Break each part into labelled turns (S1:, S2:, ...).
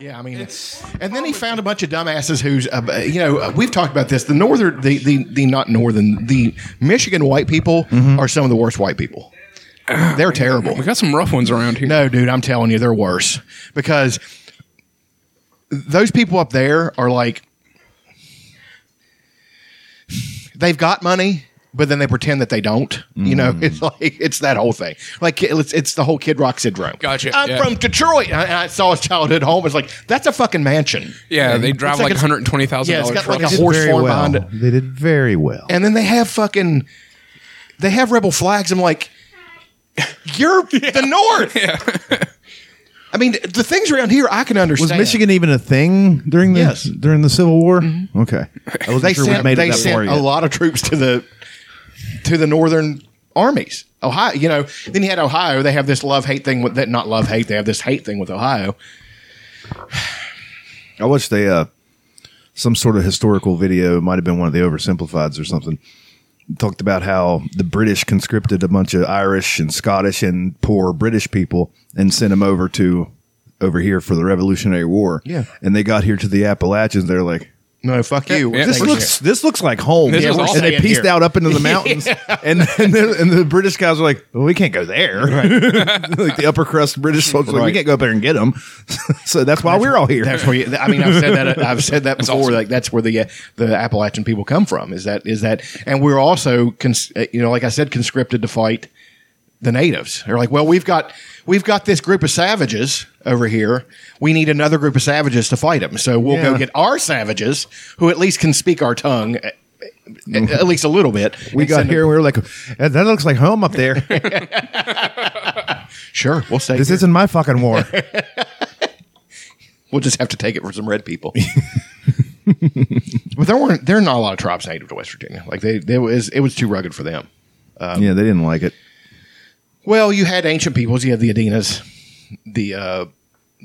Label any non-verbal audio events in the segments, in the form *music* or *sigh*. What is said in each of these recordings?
S1: Yeah, I mean, and then he found a bunch of dumbasses who's, uh, you know, uh, we've talked about this. The northern, the the, the not northern, the Michigan white people are some of the worst white people. They're terrible.
S2: We got some rough ones around here.
S1: *laughs* No, dude, I'm telling you, they're worse because those people up there are like they've got money, but then they pretend that they don't. You know, it's like it's that whole thing. Like it's it's the whole Kid Rock syndrome.
S2: Gotcha,
S1: I'm
S2: yeah.
S1: from Detroit, and I, and I saw his childhood home. It's like that's a fucking mansion.
S2: Yeah, they drive
S1: It's like
S2: like,
S1: it's-
S2: hundred twenty thousand
S1: yeah, it's
S2: dollars
S1: got like a
S2: trucks.
S1: horse farm
S3: well.
S1: behind it.
S3: They did very well.
S1: And then they have fucking they have rebel flags. I'm like,
S2: *laughs*
S1: you're the North. I mean, the things around here I can understand.
S3: was Michigan even a thing during the
S1: Yes.
S3: during the Civil War? Okay, I wasn't
S1: Mm-hmm. they
S3: sure we
S1: sent,
S3: made
S1: they
S3: it that far
S1: sent a
S3: yet.
S1: lot of troops to the to the northern armies. Ohio, you know. Then you had Ohio. They have this love hate thing with that. Not love hate. They have this hate thing with Ohio.
S3: I watched a uh, some sort of historical video. It might have been one of the oversimplifieds or something. Talked about how the British conscripted a bunch of Irish and Scottish and poor British people and sent them over to over here for the Revolutionary War.
S1: Yeah.
S3: and they got here to the Appalachians. They're like.
S1: No, fuck you.
S2: Yeah,
S3: This
S2: Thank you.
S3: looks this looks like home.
S2: This Yeah, is we're awesome.
S3: and they
S1: staying
S3: pieced
S1: here.
S3: out up
S2: *laughs*
S3: into the mountains, and and the, and the British guys were like, "Well, we can't go there." *laughs* like the upper crust British folks, were like, we
S1: Right.
S3: can't go up there and get them. *laughs* so that's why we're all here.
S1: That's where you, I mean, I've said that. I've said
S3: *laughs*
S1: that before. Like that's where the uh, the Appalachian people come from. Is that is that? And we're also, cons- uh, you know, like I said, conscripted to fight the natives. They're like, well, we've got we've got this group of savages over here. We need another group of savages to fight them. So we'll go
S3: Yeah.
S1: get our savages who at least can speak our tongue. uh, At, at least a little bit.
S3: Mm-hmm. we
S1: and
S3: got
S1: send
S3: here
S1: them-
S3: and we were like, "Eh, "That looks like home up there." *laughs*
S1: Sure, we'll say
S3: this isn't my fucking war.
S1: We'll just have to take it from some red people.
S3: *laughs*
S1: but there weren't there are not a lot of tribes native to West Virginia. Like they, they was it was too rugged for them.
S3: yeah, they didn't like it.
S1: Well, you had ancient peoples. You had the Adenas, the uh,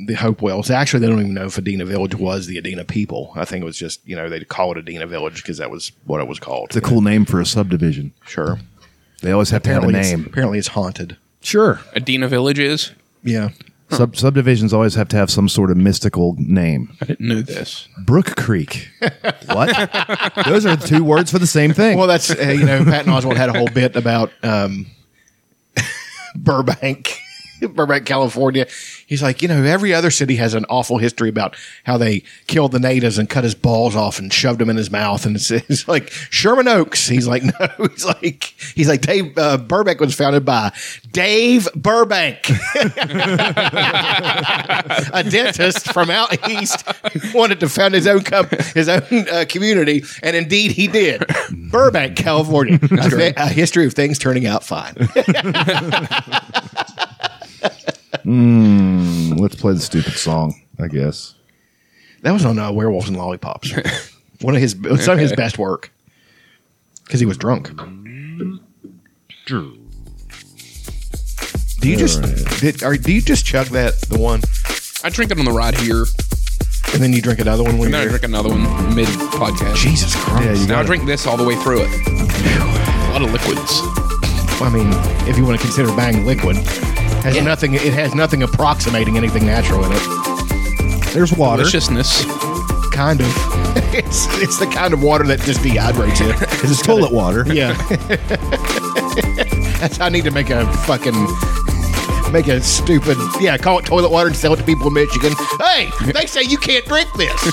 S1: the Hopewells. Actually, they don't even know if Adena Village was the Adena people. I think it was just you know they call it Adena Village because that was what it was called.
S3: It's a cool name for a subdivision.
S1: sure.
S3: They always have
S1: Apparently,
S3: to have a
S1: it's-
S3: *laughs* name.
S1: apparently it's haunted.
S3: Sure,
S2: Adena Village is.
S1: Yeah.
S3: Sub- subdivisions always have to have some sort of mystical name.
S2: I didn't know this.
S3: Brook *laughs* Creek. what? Those are two words for the same thing.
S1: Well, that's uh, you know Patton Oswald had a whole bit about um, *laughs* Burbank, *laughs* Burbank, California. He's like, you know, every other city has an awful history about how they killed the natives and cut his balls off and shoved them in his mouth. And it's, *laughs* it's like Sherman Oaks. He's like, *laughs* no, he's like, he's like Dave uh, Burbank was founded by Dave Burbank, a dentist from out east, who wanted to found his own com- his own uh, community, and indeed he did. Burbank, *laughs* California, a, fa- a history of things turning out fine.
S3: Let's play the stupid song, I guess.
S1: That was on uh, Werewolves and Lollipops. One of his some of his best work because he was drunk. Do you just did, or do you just chug that the one
S2: I drink it on the ride here,
S1: and then you drink another one when
S2: and then I
S1: you're
S2: drink another one mid podcast.
S1: Jesus Christ?
S3: Yeah, you
S2: Now I
S3: got
S2: drink this all the way through it. A lot of liquids.
S1: I mean, if you want to consider bang liquid, has nothing. It has nothing approximating anything natural in it.
S3: There's water.
S2: Deliciousness.
S1: Kind of. *laughs* it's it's the kind of water that just dehydrates you.
S3: It's toilet water.
S1: *laughs* Yeah. *laughs* That's I need to make a fucking make a stupid yeah, call it toilet water and sell it to people in Michigan. Hey, they say you can't drink *laughs* this.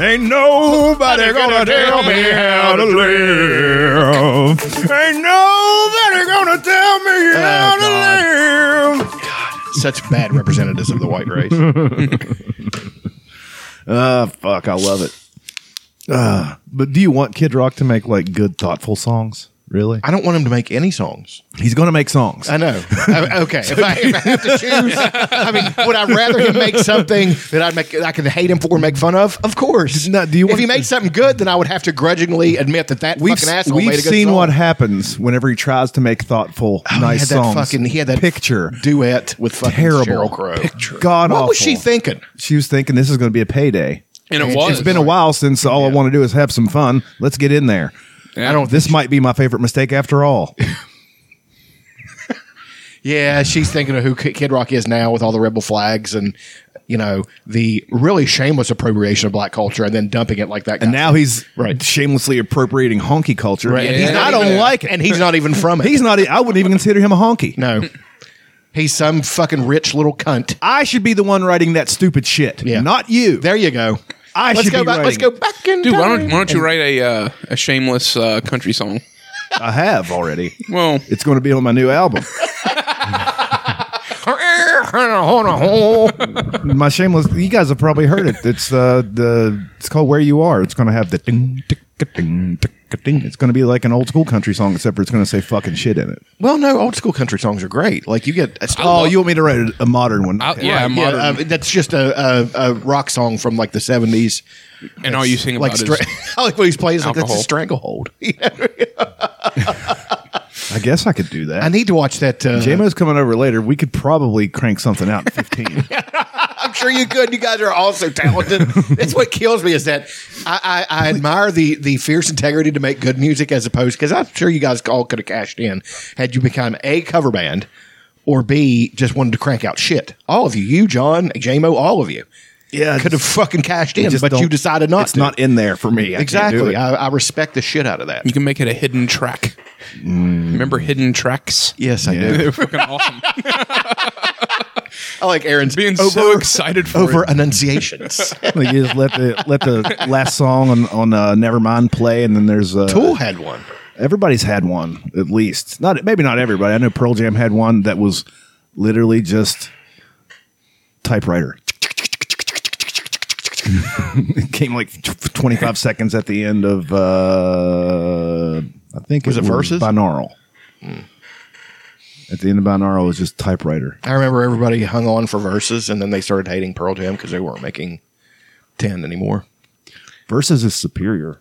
S3: Ain't nobody gonna tell me how to live. Ain't nobody gonna tell me
S1: Oh,
S3: how to live.
S1: Such bad representatives of the white race.
S3: Ah, fuck, I love it. Ah, but do you want Kid Rock to make like good, thoughtful songs? Really?
S1: I don't want them to make any songs.
S3: He's gonna make songs.
S1: I *laughs* know. I- okay, if I, if I have to choose, I mean, would I rather him make something that I make I can hate him for, and make fun of? Of course.
S3: No, do you
S1: if
S3: want-
S1: he made something good, then I would have to grudgingly admit that that
S3: We've,
S1: fucking asshole
S3: we've
S1: made a good
S3: seen
S1: song. Oh,
S3: what happens whenever he tries to make thoughtful, nice
S1: he had
S3: songs.
S1: That fucking, he had that
S3: picture.
S1: duet with fucking
S3: Terrible.
S1: Sheryl Crow.
S3: Picture. God
S1: What was
S3: awful.
S1: she thinking?
S3: She was thinking this is going to be a payday.
S2: And it
S1: It's
S2: was.
S3: It's been a while since all I want to do is have some fun. Let's get in there.
S2: I don't
S1: *laughs*
S3: This might be my favorite mistake after all.
S1: yeah, she's thinking of who Ki- Kid Rock is now with all the rebel flags and you know the really shameless appropriation of black culture and then dumping it like that.
S3: And
S1: guy.
S3: now he's
S1: Right.
S3: shamelessly appropriating honky culture.
S1: Right.
S3: And
S1: Yeah.
S3: he's not, I don't
S1: even-
S3: like it.
S1: and he's not even *laughs* from it.
S3: he's not. e- I wouldn't even consider him a honky.
S1: no, *laughs* he's some fucking rich little cunt.
S3: I should be the one writing that stupid shit,
S1: Yeah.
S3: not you.
S1: There you go.
S3: I
S1: let's
S3: should
S1: go
S3: be
S1: back. Let's
S3: writing
S1: go
S3: it.
S1: back in
S2: Dude,
S1: time.
S2: why don't, why don't you write a uh, a shameless uh, country song?
S3: I
S1: *laughs*
S3: have already.
S2: Well,
S3: It's going to be on my new album.
S2: *laughs*
S3: my shameless. You guys have probably heard it. It's uh, the. It's called Where You Are. It's going to have the ding, tick, ding, tick, ding. It's going to be like an old school country song, except for it's going to say fucking shit in it.
S1: Well, no, old school country songs are great. Like you get. I still
S3: Oh,
S1: love-
S3: you want me to write a, a modern one?
S2: I'll-
S3: Okay.
S2: Oh, yeah,
S1: Yeah,
S2: modern.
S1: uh, that's just a, a, a rock song from like the seventies.
S2: and all you sing about
S1: Like, stra- *laughs*
S2: is
S1: like when he's playing, it's like that's a
S2: Alcohol.
S1: stranglehold.
S3: I guess I could do that.
S1: I need to watch that. Uh,
S3: JMO's coming over later. We could probably crank something out
S1: *laughs*
S3: in 15.
S1: I'm sure you could. You guys are all so talented. That's what kills me is that I, I, I admire the the fierce integrity to make good music as opposed because I'm sure you guys all could have cashed in had you become a cover band or B just wanted to crank out shit. All of you, you John, JMO, all of you.
S3: yeah.
S1: Could have fucking cashed
S3: I
S1: in,
S3: just
S1: but you
S3: don't-
S1: decided not
S3: It's
S1: to.
S3: not in there for me. I Can't do
S1: exactly.
S3: it.
S1: I, I respect the shit out of that.
S2: you can make it a hidden track.
S1: Mm.
S2: Remember hidden tracks?
S1: Yes, I do.
S2: They're fucking awesome.
S1: *laughs* I like Aaron's
S2: Being
S1: over,
S2: so excited for
S1: over
S2: it.
S1: enunciations.
S3: *laughs* *laughs* Like, you just let the let the last song on on uh, Nevermind play, and then there's uh,
S1: Tool had one.
S3: Everybody's had one at least. Not maybe not everybody. I know Pearl Jam had one that was literally just typewriter. it came like tw- 25 seconds at the end of uh I think
S1: Was it Hmm. Versus?
S3: binaural. At the end of binaural it was just typewriter.
S1: I remember everybody hung on for verses, and then they started hating Pearl Jam because they weren't making ten anymore.
S3: Versus is superior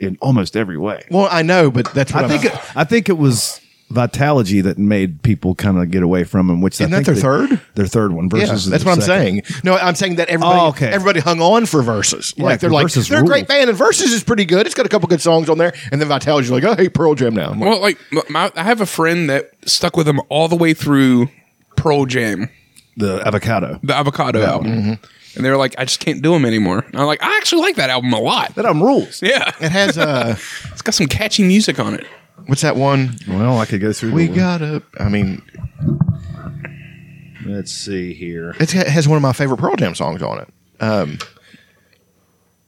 S3: in almost every way.
S1: Well, I know, but that's what
S3: I think it, I think it was Vitalogy that made people kind of get away from him. Which
S1: Isn't
S3: I
S1: that
S3: think
S1: their
S3: they-
S1: third?
S3: Their third one
S1: Yeah,
S3: versus.
S1: that's
S3: is
S1: what
S3: their
S1: I'm
S3: second.
S1: saying. No, I'm saying that everybody
S3: Oh, okay.
S1: everybody hung on for verses.
S3: Yeah,
S1: like they're
S3: 'cause
S1: like
S3: Versus
S1: they're a great
S3: ruled.
S1: band, and verses is pretty good. It's got a couple good songs on there, and then Vitality's like, I hate Pearl Jam now. I'm like,
S2: Well, like m- my, I have a friend that stuck with him all the way through Pearl Jam,
S3: The avocado.
S2: the Avocado album,
S3: Mm-hmm.
S2: and they were like, "I just can't do them anymore." And I'm like, "I actually like that album a lot.
S3: That
S1: um,
S3: album rules.
S2: Yeah,
S1: it has uh,
S2: it's got some catchy music on it."
S1: *laughs* what's that one?
S3: Well, I could go through.
S1: We
S3: the-
S1: got a. I mean,
S3: Let's see here.
S1: it's, it has one of my favorite Pearl Jam songs on it. Um,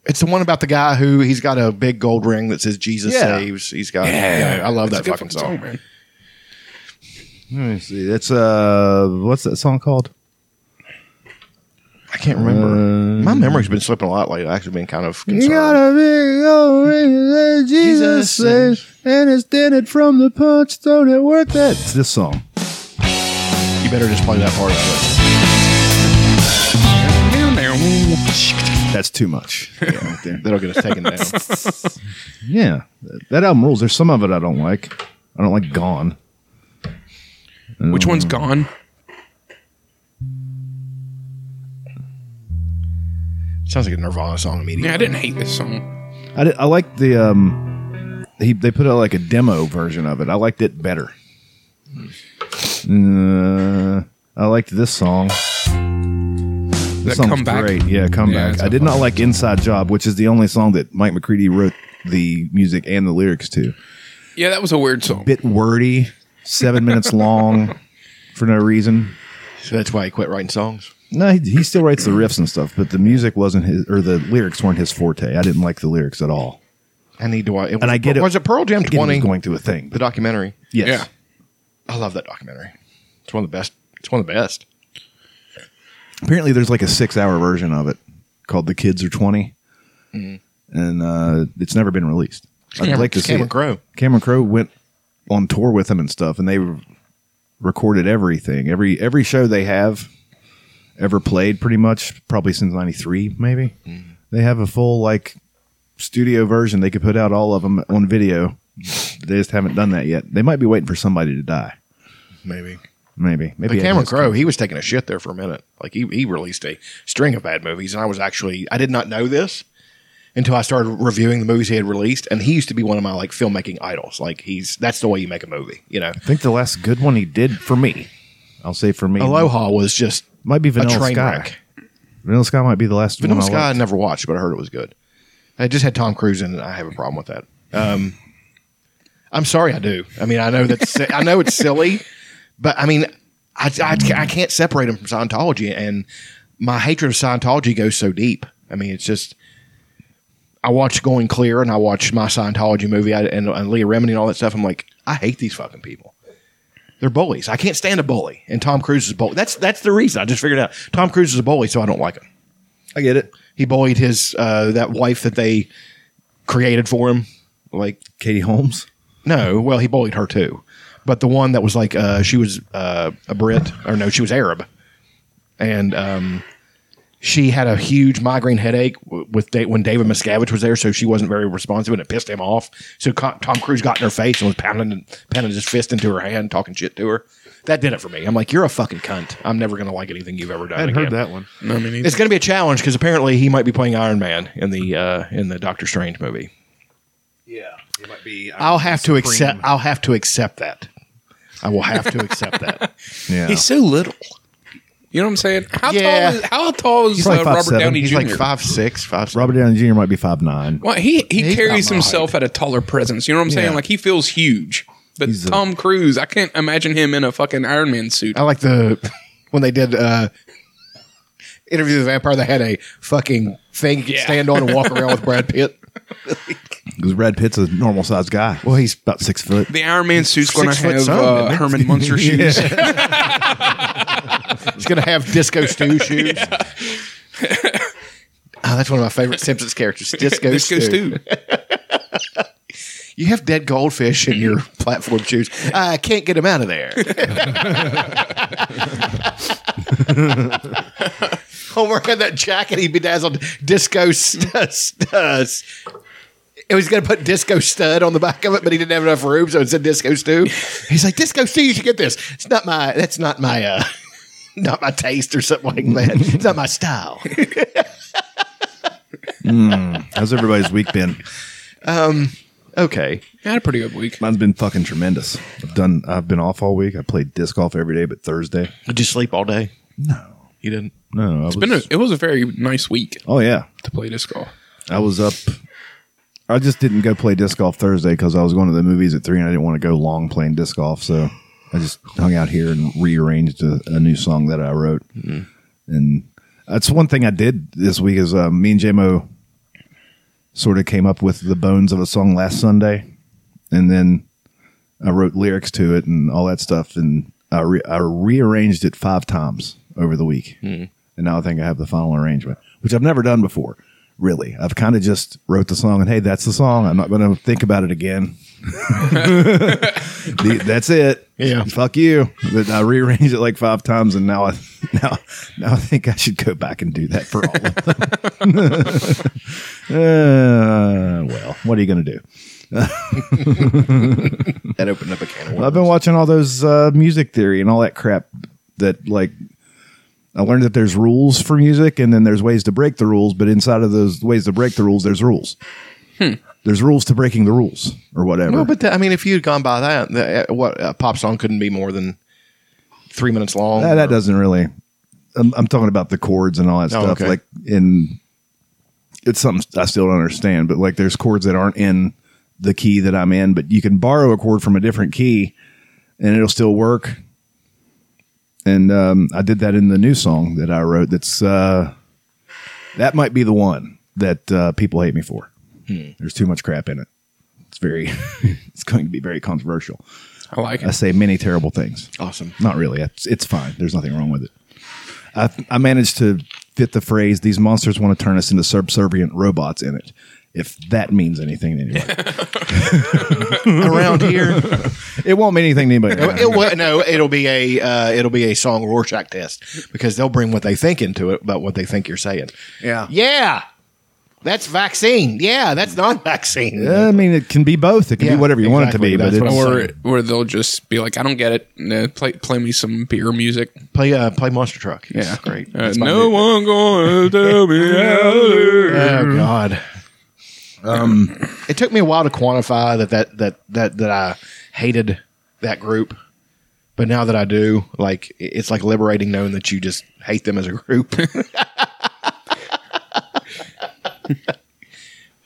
S1: it's the one about the guy who he's got a big gold ring that says Jesus
S3: Yeah.
S1: saves. He's got. Yeah, I love
S2: It's a
S1: that
S2: good
S1: fucking song.
S2: man.
S3: Let me see. That's uh, what's that song called? Uh,
S1: I can't remember. My
S3: Um,
S1: memory's been slipping a lot lately. I've actually been kind of concerned.
S3: big old ring that
S1: Jesus saves,
S3: and it's dented from the punch thrown at worth it. It's this song.
S1: You better just play that part of it.
S3: That's
S1: *laughs*
S3: too much. Yeah, right there.
S1: That'll get us taken
S3: *laughs*
S1: down.
S3: Yeah, th- that album rules. There's some of it I don't like. I don't like Gone.
S2: Which one's gone?
S1: Sounds like a Nirvana song immediately.
S2: Yeah, I didn't hate this song.
S3: I, did, I like the um, he they put out like a demo version of it. I liked it better. Uh, I liked this song. This
S2: that
S3: song's
S2: comeback?
S3: great. Yeah,
S2: Yeah,
S3: comeback.
S2: it's
S3: I
S2: a
S3: did not like Inside Job, which is the only song that Mike McCready wrote the music and the lyrics to.
S2: Yeah, that was a weird song.
S3: Bit wordy, seven minutes long, for no reason.
S1: So that's why he quit writing songs.
S3: No, he, he still writes the riffs and stuff, but the music wasn't his, or the lyrics weren't his forte. I didn't like the lyrics at all.
S1: I need to watch. It was,
S3: I get it.
S1: Was it Pearl Jam
S3: Again, he
S1: Twenty?
S3: was going through a thing.
S1: the
S3: But
S1: documentary.
S3: yes.
S2: Yeah.
S1: I love that documentary. It's one of the best. It's one of the best.
S3: apparently there's like a six hour version of it called the kids are 20 and uh, it's never been released i'd
S1: Cameron-
S3: like to
S1: it's
S3: see
S1: Mm-hmm. Cameron
S3: it.
S1: Crowe.
S3: cameron crowe went on tour with him and stuff and they re- recorded everything every every show they have ever played pretty much probably since 93 maybe
S1: Mm-hmm.
S3: they have a full like studio version they could put out all of them on video they just haven't done that yet they might be waiting for somebody to die
S1: Maybe.
S3: maybe maybe
S1: But
S3: it
S1: Cameron
S3: has-
S1: Crowe, he was taking a shit there for a minute. Like he, he released a string of bad movies, and I was actually I did not know this until I started reviewing the movies he had released. And he used to be one of my like filmmaking idols. Like he's that's the way you make a movie, you know.
S3: i think the last good one he did for me I'll say for me,
S1: Aloha was just
S3: might be
S1: a
S3: Vanilla
S1: train
S3: Sky.
S1: wreck.
S3: Vanilla Sky might be the last
S1: Vanilla
S3: one. I
S1: Sky I
S3: liked.
S1: never watched, but I heard it was good. It just had Tom Cruise in it. and I have a problem with that. Um, I'm sorry, I do. I mean, I know that's si- I know it's silly, but I mean, I, I, I can't separate them from Scientology, and my hatred of Scientology goes so deep. I mean, it's just I watched Going Clear and I watched my Scientology movie I, and, and Leah Remini and all that stuff. I'm like, I hate these fucking people. They're bullies. I can't stand a bully, and Tom Cruise is a bully. That's that's the reason. I just figured it out Tom Cruise is a bully, so I don't like him
S3: I get it.
S1: he bullied his uh, that wife that they created for him. Like
S3: Katie Holmes.
S1: no, well he bullied her too, but the one that was like uh, she was uh, a Brit or no, she was Arab, and um, she had a huge migraine headache w- with da- when David Miscavige was there, so she wasn't very responsive and it pissed him off. So Co- Tom Cruise got in her face and was pounding pounding his fist into her hand, talking shit to her. That did it for me. I'm like, you're a fucking cunt. I'm never gonna like anything you've ever done.
S4: I hadn't
S1: again.
S4: heard that one.
S2: No, me neither.
S1: It's going to be a challenge because apparently he might be playing Iron Man in the uh, in the Doctor Strange movie.
S3: Yeah, it might be. uh,
S1: I'll have to accept. I'll have to accept that. I will have to accept *laughs* that.
S3: Yeah,
S2: He's so little. You know what I'm saying? How
S1: Yeah.
S2: tall is, how tall is
S3: He's like
S2: uh,
S3: five
S2: Robert
S3: seven.
S2: Downey
S1: He's
S2: Jr.?
S1: like five six, five.
S3: Robert Downey Jr. might be five nine.
S2: Well, he he
S1: He's
S2: carries
S1: not my
S2: himself at a taller presence. You know what I'm saying?
S3: Yeah.
S2: Like he feels huge. But
S3: He's a-
S2: Tom Cruise, I can't imagine him in a fucking Iron Man suit.
S1: I like the *laughs* when they did uh, interview with the vampire. They had a fucking thing you could
S2: Yeah.
S1: stand on and walk around with Brad *laughs* Pitt.
S3: Because Brad Pitt's a normal sized guy. Well, he's about six foot.
S2: The Iron Man suit's going to
S1: Six foot
S2: have
S1: something,
S2: uh,
S1: isn't it?
S2: Herman Munster *laughs* shoes.
S1: He's going to have disco stew shoes. *laughs* Oh, that's one of my favorite Simpsons *laughs* characters, Disco,
S2: This goes
S1: Stew.
S2: too.
S1: You have dead goldfish in *laughs* your platform shoes. I can't get them out of *laughs* there. Homer had that jacket. He bedazzled disco st- st- uh, s- It was going to put disco stud on the back of it, but he didn't have enough room, so it said disco stew. He's like, disco stew. You should get this. It's not my. That's not my. uh *laughs* Not my taste or something like that. It's not my style.
S3: How's everybody's week been?
S1: *laughs* Okay.
S2: I had a pretty good week.
S3: Mine's been fucking tremendous. I've done. I've been off all week. I played disc golf every day, but Thursday.
S1: Did you sleep all day? No, you didn't.
S3: No, I was,
S2: Been a, it was a very nice week
S3: oh yeah,
S2: to play disc golf.
S3: I was up. I just didn't go play disc golf Thursday because I was going to the movies at three, and I didn't want to go long playing disc golf. So I just hung out here and rearranged a, a new song that I wrote. And that's one thing I did this week is uh, me and JMO sort of came up with the bones of a song last Sunday, and then I wrote lyrics to it and all that stuff, and I, re- I rearranged it five times over the week, and now I think I have the final arrangement, which I've never done before. Really, I've kind of just wrote the song, and hey, that's the song. I'm not going to think about it again. The- that's it.
S1: Yeah.
S3: fuck you. But I rearranged it like five times, and now I now now I think I should go back and do that for all of them. *laughs* uh, well, what are you going to do?
S1: That opened up a can of worms.
S3: I've been watching all those uh, music theory and all that crap that like I learned that there's rules for music and then there's ways to break the rules, but inside of those ways to break the rules, there's rules. There's rules to breaking the rules or whatever.
S1: Well, but the, I mean, if you had gone by that, the, uh, what a pop song couldn't be more than three minutes long.
S3: Nah, that
S1: or-
S3: doesn't really. I'm, I'm talking about the chords and all that
S1: Oh,
S3: stuff.
S1: okay.
S3: Like in, it's something I still don't understand. But like, there's chords that aren't in the key that I'm in, but you can borrow a chord from a different key, and it'll still work. And um, I did that in the new song that I wrote. That's uh, that might be the one that uh, people hate me for.
S1: Hmm.
S3: There's too much crap in it. It's very, *laughs* it's going to be very controversial.
S2: I like
S3: I
S2: it.
S3: say many terrible things.
S1: awesome.
S3: Not really. It's, it's fine. There's nothing wrong with it. I, I managed to fit the phrase "these monsters want to turn us into subservient robots" in it. If that means anything to anybody,
S1: Around
S2: *laughs*
S1: here,
S3: it won't mean anything to
S1: *laughs*
S3: anybody.
S1: it, will no, it'll be a uh, it'll be a song Rorschach test because they'll bring what they think into it about what they think you're saying.
S3: Yeah.
S1: yeah, that's vaccine. Yeah, that's non-vaccine.
S3: Uh, I mean, it can be both. It can
S1: Yeah,
S3: be whatever you
S1: exactly.
S3: want
S1: That's
S3: it to be.
S1: what
S3: But
S1: I
S3: it's,
S1: want.
S2: Or or they'll just be like, I don't get it. Nah, play play me some beer music.
S1: Play uh, play Monster Truck. It's great.
S2: Uh, no one *laughs* gonna tell me how to.
S1: Oh God. Um, it took me a while to quantify that that that that that I hated that group, But now that I do, like it- it's like liberating knowing that you just hate them as a group. *laughs*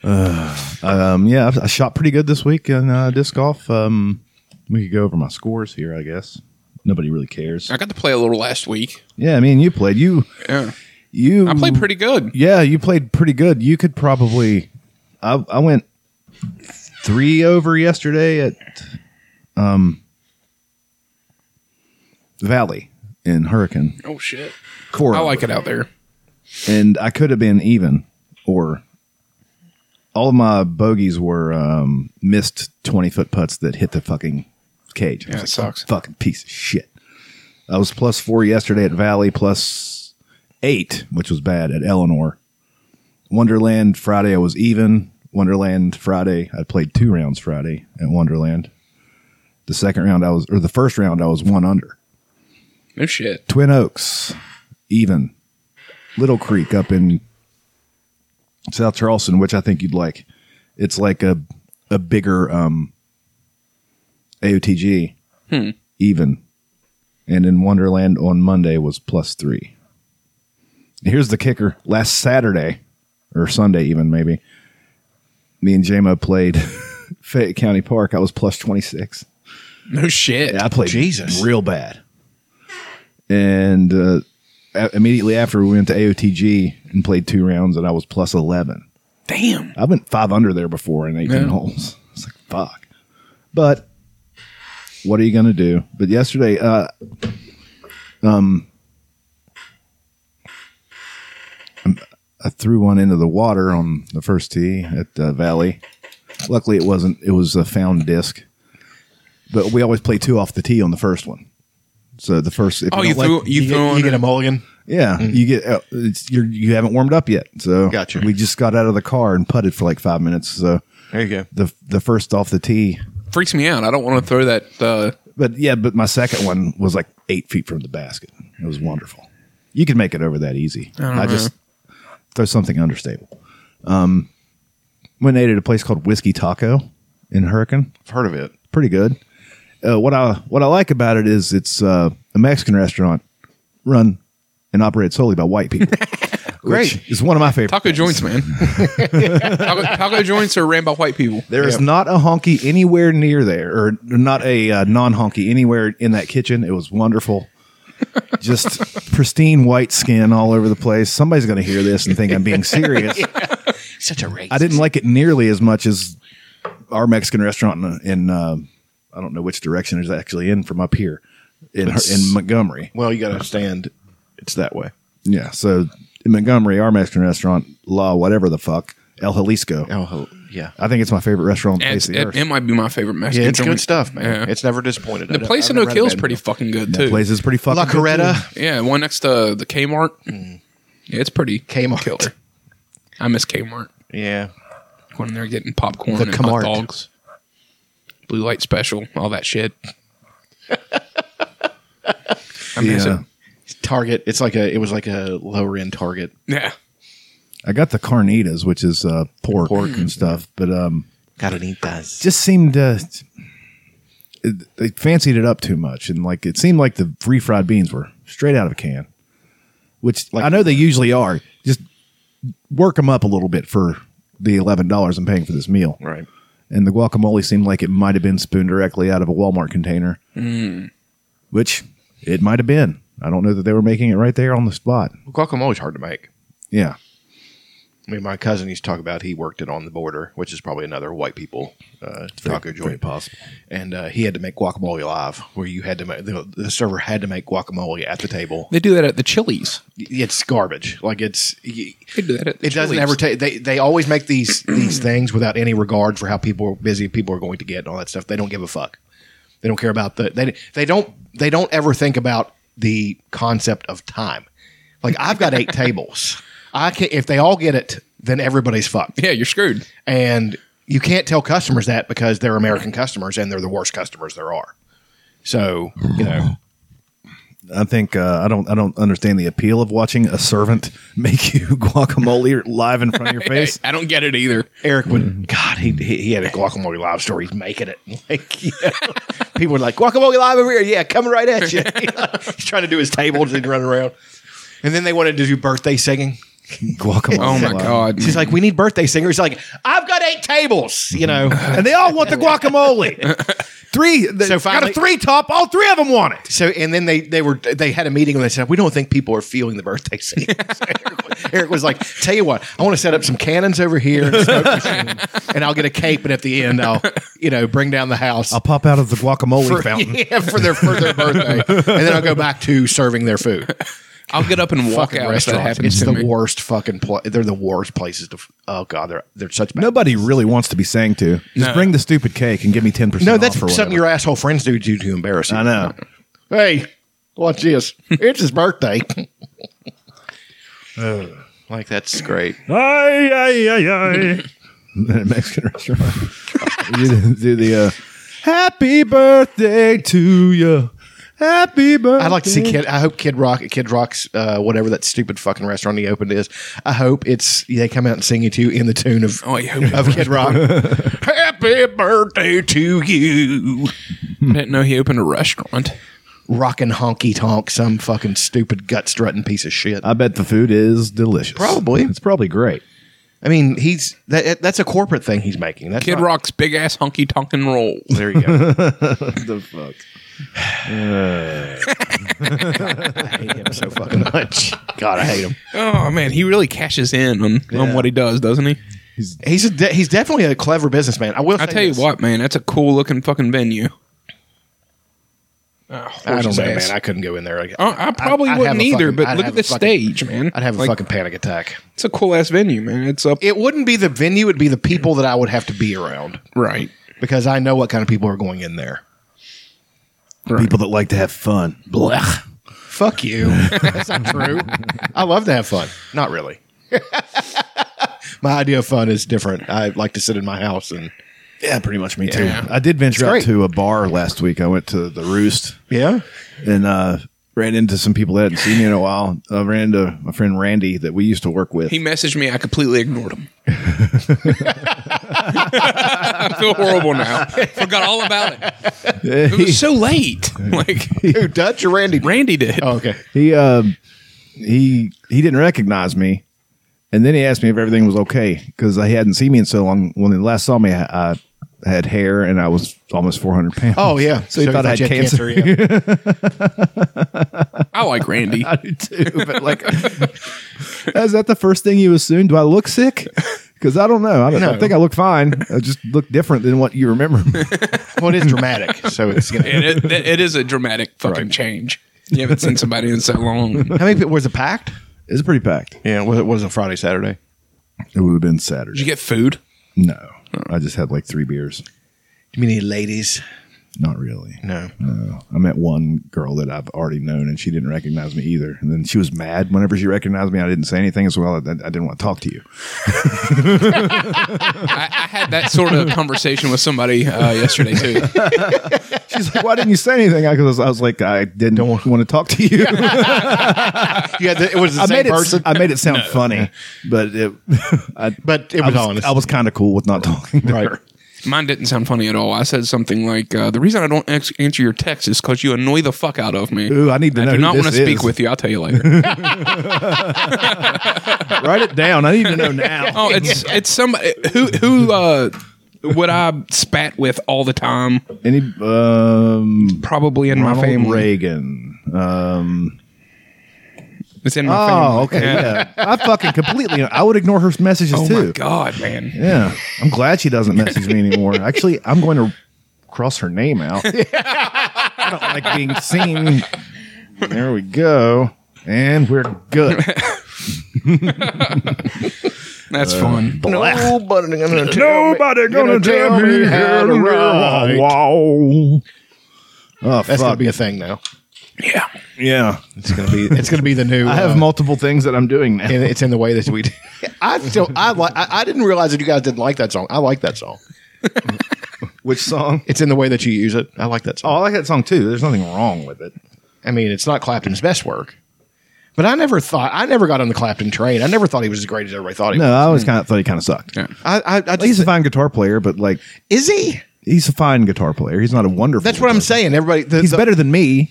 S3: Um, yeah, I- I shot pretty good this week in uh, disc golf. Um, we could go over my scores here, I guess. Nobody really cares.
S2: I got to play a little last week.
S3: Yeah, I mean, you played. You
S2: Yeah.
S3: you
S2: I played pretty good.
S3: Yeah, you played pretty good. You could probably. I I went three over yesterday at um Valley in Hurricane
S2: Oh shit!
S3: Core,
S2: I like it out there.
S3: and I could have been even or. All of my bogeys were um, missed twenty foot putts that hit the fucking cage. I
S2: Yeah,
S3: was
S2: it sucks.
S3: Fucking piece of shit. I was plus four yesterday at Valley, plus eight, which was bad at Eleanor. Wonderland Friday, I was even. Wonderland Friday, I played two rounds Friday at Wonderland. The second round, I was, or the first round, I was one under.
S2: No shit.
S3: Twin Oaks, even. Little Creek up in South Charleston, which I think you'd like. It's like a a bigger um, AOTG, even. And in Wonderland on Monday was plus three. Here's the kicker: last Saturday or Sunday, even maybe, me and JMO played *laughs* Fayette County Park. I was plus twenty six.
S2: No shit.
S3: Yeah, I played
S1: Jesus.
S3: real bad. And uh, a- immediately after we went to AOTG and played two rounds, and I was plus eleven.
S2: Damn.
S3: I went five under there before in eighteen
S2: Yeah.
S3: holes. *laughs* It's like fuck. But what are you gonna do? But yesterday, uh, um, I threw one into the water on the first tee at uh, Valley. Luckily, it wasn't. It was a found disc. But we always play two off the tee on the first one. So the first, if
S2: Oh,
S3: you,
S2: you
S3: don't like-
S2: threw Mm. you,
S1: you,
S2: threw
S1: get,
S2: on
S1: you get a mulligan.
S3: yeah, you get uh, it's, you're, you haven't warmed up yet. So
S1: Gotcha.
S3: We just got out of the car and putted for like five minutes. So
S1: There you go.
S3: the the first off the tee.
S2: freaks me out. I don't want to throw that. Uh,
S3: But yeah, but my second one was like eight feet from the basket. It was wonderful. You can make it over that easy. I, just throw something understable. Um, went and ate at a place called Whiskey Taco in Hurricane.
S1: I've heard of it.
S3: Pretty good. Uh, what I what I like about it is it's uh, a Mexican restaurant run and operated solely by white people.
S1: *laughs* Great.
S3: Which is one of my favorite.
S2: taco joints, man. taco, taco joints are ran by white people.
S3: There is not a honky anywhere near there, or not a uh, non honky anywhere in that kitchen. It was wonderful. Just pristine white skin all over the place. Somebody's going to hear this and think I'm being serious.
S1: Such a race.
S3: I didn't like it nearly as much as our Mexican restaurant in, in uh, I don't know which direction it's actually in from up here in, in Montgomery.
S1: Well, you got to stand. It's that way.
S3: Yeah. So in Montgomery, our Mexican restaurant, La, whatever the fuck, El Jalisco.
S1: Oh, yeah.
S3: I think it's my favorite restaurant on the face
S2: It,
S3: of the earth.
S2: it, it might be my favorite Mexican.
S1: Yeah, it's
S2: joint.
S1: good stuff, man.
S2: Yeah.
S1: It's never disappointed.
S2: the place in Oak Hill's pretty fucking good too.
S3: that place is pretty fucking
S1: La
S3: good, too.
S1: Coretta.
S2: Yeah, one next to the Kmart.
S1: Mm.
S2: Yeah, it's pretty
S1: Kmart.
S2: killer. I miss Kmart.
S1: Yeah.
S2: Going in there getting popcorn
S1: The
S2: and
S1: Kmart.
S2: hot dogs, blue light special, all that shit. I miss
S3: Yeah.
S2: it.
S1: Target. It's like a. It was like a lower end Target.
S2: Yeah,
S3: I got the carnitas, which is uh, pork, and stuff, but um,
S1: Carnitas.
S3: just seemed uh, it, they fancied it up too much, and like it seemed like the refried beans were straight out of a can, which I know they usually are. Just work them up a little bit for the eleven dollars I'm paying for this meal,
S1: Right.
S3: and the guacamole seemed like it might have been spooned directly out of a Walmart container, which it might have been. I don't know that they were making it right there on the spot.
S1: Guacamole's hard to make.
S3: Yeah,
S1: I mean, my cousin used to talk about he worked it on the border, which is probably another white people uh, taco joint.
S3: possible.
S1: And uh, he had to make guacamole live, where you had to make the, the server had to make guacamole at the table.
S2: they do that at the Chili's.
S1: It's garbage. Like it's y-
S2: They do that at the
S1: it doesn't
S2: Chili's.
S1: ever take. They they always make these these things without any regard for how people are busy people are going to get and all that stuff. They don't give a fuck. They don't care about the they they don't they don't ever think about the concept of time. Like I've got eight *laughs* tables. I can if they all get it, then everybody's fucked.
S2: Yeah, you're screwed.
S1: And you can't tell customers that because they're American customers and they're the worst customers there are. So, you know,
S3: I think uh, I don't I don't understand the appeal of watching a servant *laughs* make you guacamole live
S2: *laughs*
S3: in front of your face.
S2: I don't get it either.
S1: Eric would. God, he, he he had a guacamole live story. He's making it. *laughs* Like, you know, people were like guacamole live over here. Yeah, coming right at you. *laughs* He's trying to do his tables and run around. And then they wanted to do birthday singing.
S3: Guacamole.
S2: Oh my
S3: live.
S2: god.
S1: She's like, we need birthday singers. He's like, I've got eight tables. You know,
S3: And they all
S1: *laughs*
S3: want the guacamole. three. They
S1: Mm-hmm. So finally-
S3: got a three top. All three of them want it.
S1: So and then they they were they had a meeting and they said we don't think people are feeling the birthday scene. So *laughs* Eric, Eric was like, "Tell you what, I want to set up some cannons over here, and, a smoke machine, and I'll get a cape, and at the end I'll you know bring down the house
S3: I'll pop out of the guacamole
S1: for,
S3: fountain.
S1: *laughs* yeah, for their for their birthday, and then I'll go back to serving their food."
S2: I'll get up and walk
S1: Fucking
S2: out if that
S1: restaurants,
S2: happens
S1: it's
S2: to
S1: the
S2: me.
S1: worst fucking. Pl- they're the worst places to. F- oh god, they're they're such bad.
S3: *laughs* Nobody really wants to be sang to. Just
S2: No.
S3: bring the stupid cake and give me ten percent.
S1: no, that's
S3: off or
S1: something
S3: whatever.
S1: your asshole friends do to, to embarrass you. *laughs*
S3: I know.
S1: hey, watch this. It's his birthday. like that's great.
S3: Ay, ay, ay, ay. *laughs* At a Mexican restaurant. *laughs* you do the uh, happy birthday to you. Happy birthday.
S1: I'd like to see Kid. I hope Kid Rock, Kid Rock's, uh, whatever that stupid fucking restaurant he opened is. I hope it's they come out and sing it to you in the tune of
S2: Oh, I hope
S1: of Kid Rock. *laughs* Happy birthday to you, Hmm.
S2: I didn't know he opened a restaurant.
S1: rockin' honky tonk, some fucking stupid gut strutting piece of shit.
S3: I bet the food is delicious.
S1: Probably.
S3: It's probably great.
S1: I mean, he's that, that's a corporate thing he's making. That's
S2: Kid
S1: not-
S2: Rock's big ass honky tonkin' roll.
S1: There you go.
S3: the fuck?
S1: I *laughs* *laughs* hate him so fucking much. God, I hate him.
S2: Oh man, he really cashes in on, on what he does, doesn't he?
S1: He's a de- he's definitely a clever businessman. I will.
S2: I
S1: say
S2: tell you
S1: this.
S2: what, man, that's a cool looking fucking venue. Ah,
S1: Oh, I don't
S2: horse's
S1: know,
S2: ass. Uh,
S1: man. I couldn't go in there. Like,
S2: I, I probably
S1: I'd have
S2: wouldn't
S1: a
S2: either,
S1: fucking-
S2: but
S1: I'd
S2: look
S1: have
S2: at
S1: a
S2: the
S1: fucking-
S2: stage, man.
S1: I'd have a
S2: Like,
S1: fucking panic attack.
S2: It's a cool ass venue, man. It's up
S1: It wouldn't be the venue; it'd be the people that I would have to be around
S2: right.
S1: because I know what kind of people are going in there.
S3: People that like to have fun. Blech.
S1: Fuck *laughs* you. That's not true. I love to have fun. Not really. *laughs* my idea of fun is different. I like to sit in my house and
S3: Yeah, pretty much me
S2: Yeah.
S3: too. I did venture out
S1: great.
S3: to a bar last week. I went to the Roost
S1: yeah.
S3: and uh, ran into some people that hadn't seen me in a while. I ran into my friend Randy that we used to work with.
S2: He messaged me. I completely ignored him. *laughs* I feel horrible now. Forgot all about it. It was so late. Like
S1: Who Dutch or Randy?
S2: Randy did.
S1: Oh, okay.
S3: he uh, he he didn't recognize me, and then he asked me if everything was okay because he hadn't seen me in so long. When he last saw me, I, I had hair and I was almost four hundred pounds.
S1: Oh yeah.
S3: So he thought I had
S1: you
S3: cancer.
S1: yeah.
S2: I like Randy.
S3: I do too, but like, is that the first thing you assume? Do I look sick? Because I don't know. I, don't- I
S1: No.
S3: think I look fine. I just look different than what you remember.
S1: well, it is dramatic, so it's *laughs* gonna.
S2: It, it- it is a dramatic fucking change. You haven't seen somebody in so long.
S1: How many people was it packed?
S3: it's pretty packed.
S1: Yeah, was it was it Friday, Saturday?
S3: It would have been
S2: Did you
S3: Saturday.
S2: get food?
S3: No,
S1: Oh.
S3: I just had like three beers.
S1: You mean any ladies?
S3: Not really.
S1: No.
S3: No. I met one girl that I've already known, and she didn't recognize me either. And then she was mad whenever she recognized me. I didn't say anything as well. I, I didn't want to talk to you.
S2: I, I had that sort of conversation with somebody uh, yesterday too.
S3: She's like, "Why didn't you say anything?" I was, I was like, "I didn't want to talk to you."
S1: Yeah, the, it was the
S3: I
S1: same
S3: made it.
S1: person.
S3: I made it sound funny, but it, *laughs* I,
S1: But it
S3: I
S1: was
S3: was,
S1: honest.
S3: I was kind of cool with not talking to
S1: Right.
S3: her.
S2: Mine didn't sound funny at all. I said something like, uh, "The reason I don't ex- answer your text is because you annoy the fuck out of me."
S3: Ooh, I need to
S2: I
S3: know
S2: do
S3: who
S2: not
S3: this
S2: want to speak
S3: is.
S2: with you. I'll tell you later.
S3: Write it down. I need *laughs* to know now.
S2: oh, it's it's somebody who who uh, would I spat with all the time?
S3: Any um,
S2: Probably in my
S3: Ronald
S2: family.
S3: Reagan. Um,
S2: It's in my
S3: oh,
S2: family.
S3: okay. Yeah. I fucking completely. I would ignore her messages
S2: Oh
S3: too.
S2: my god, man!
S3: Yeah, I'm glad she doesn't message me anymore. Actually, I'm going to cross her name *laughs* out. I don't like being seen. There we go, and we're good. Uh,
S2: That's fun.
S1: Nobody gonna tell me-
S3: Nobody gonna tell me how to ride. Oh,
S1: That's gonna
S3: fuck.
S1: be a thing now.
S2: Yeah,
S3: yeah.
S1: It's gonna be. It's gonna be the new.
S3: I have
S1: uh,
S3: multiple things that I'm doing now.
S1: and it's in the way that we. Do. *laughs* I still. I like. I I didn't realize that you guys didn't like that song. I like that song.
S3: Which song?
S1: It's in the way that you use it. I like that
S3: Oh,
S1: song.
S3: I like that song too. There's nothing wrong with it.
S1: I mean, it's not Clapton's best work, but I never thought I never got on the Clapton train. I never thought he was as great as everybody thought he
S3: No,
S1: was.
S3: I always kind of thought he kind of sucked.
S2: Yeah.
S1: Mm. I, I, I
S3: He's
S1: just,
S3: a fine guitar player, but like
S1: is he?
S3: he's a fine guitar player. He's not a wonderful.
S1: That's what I'm saying. Everybody, the,
S3: He's
S1: the-
S3: better than me.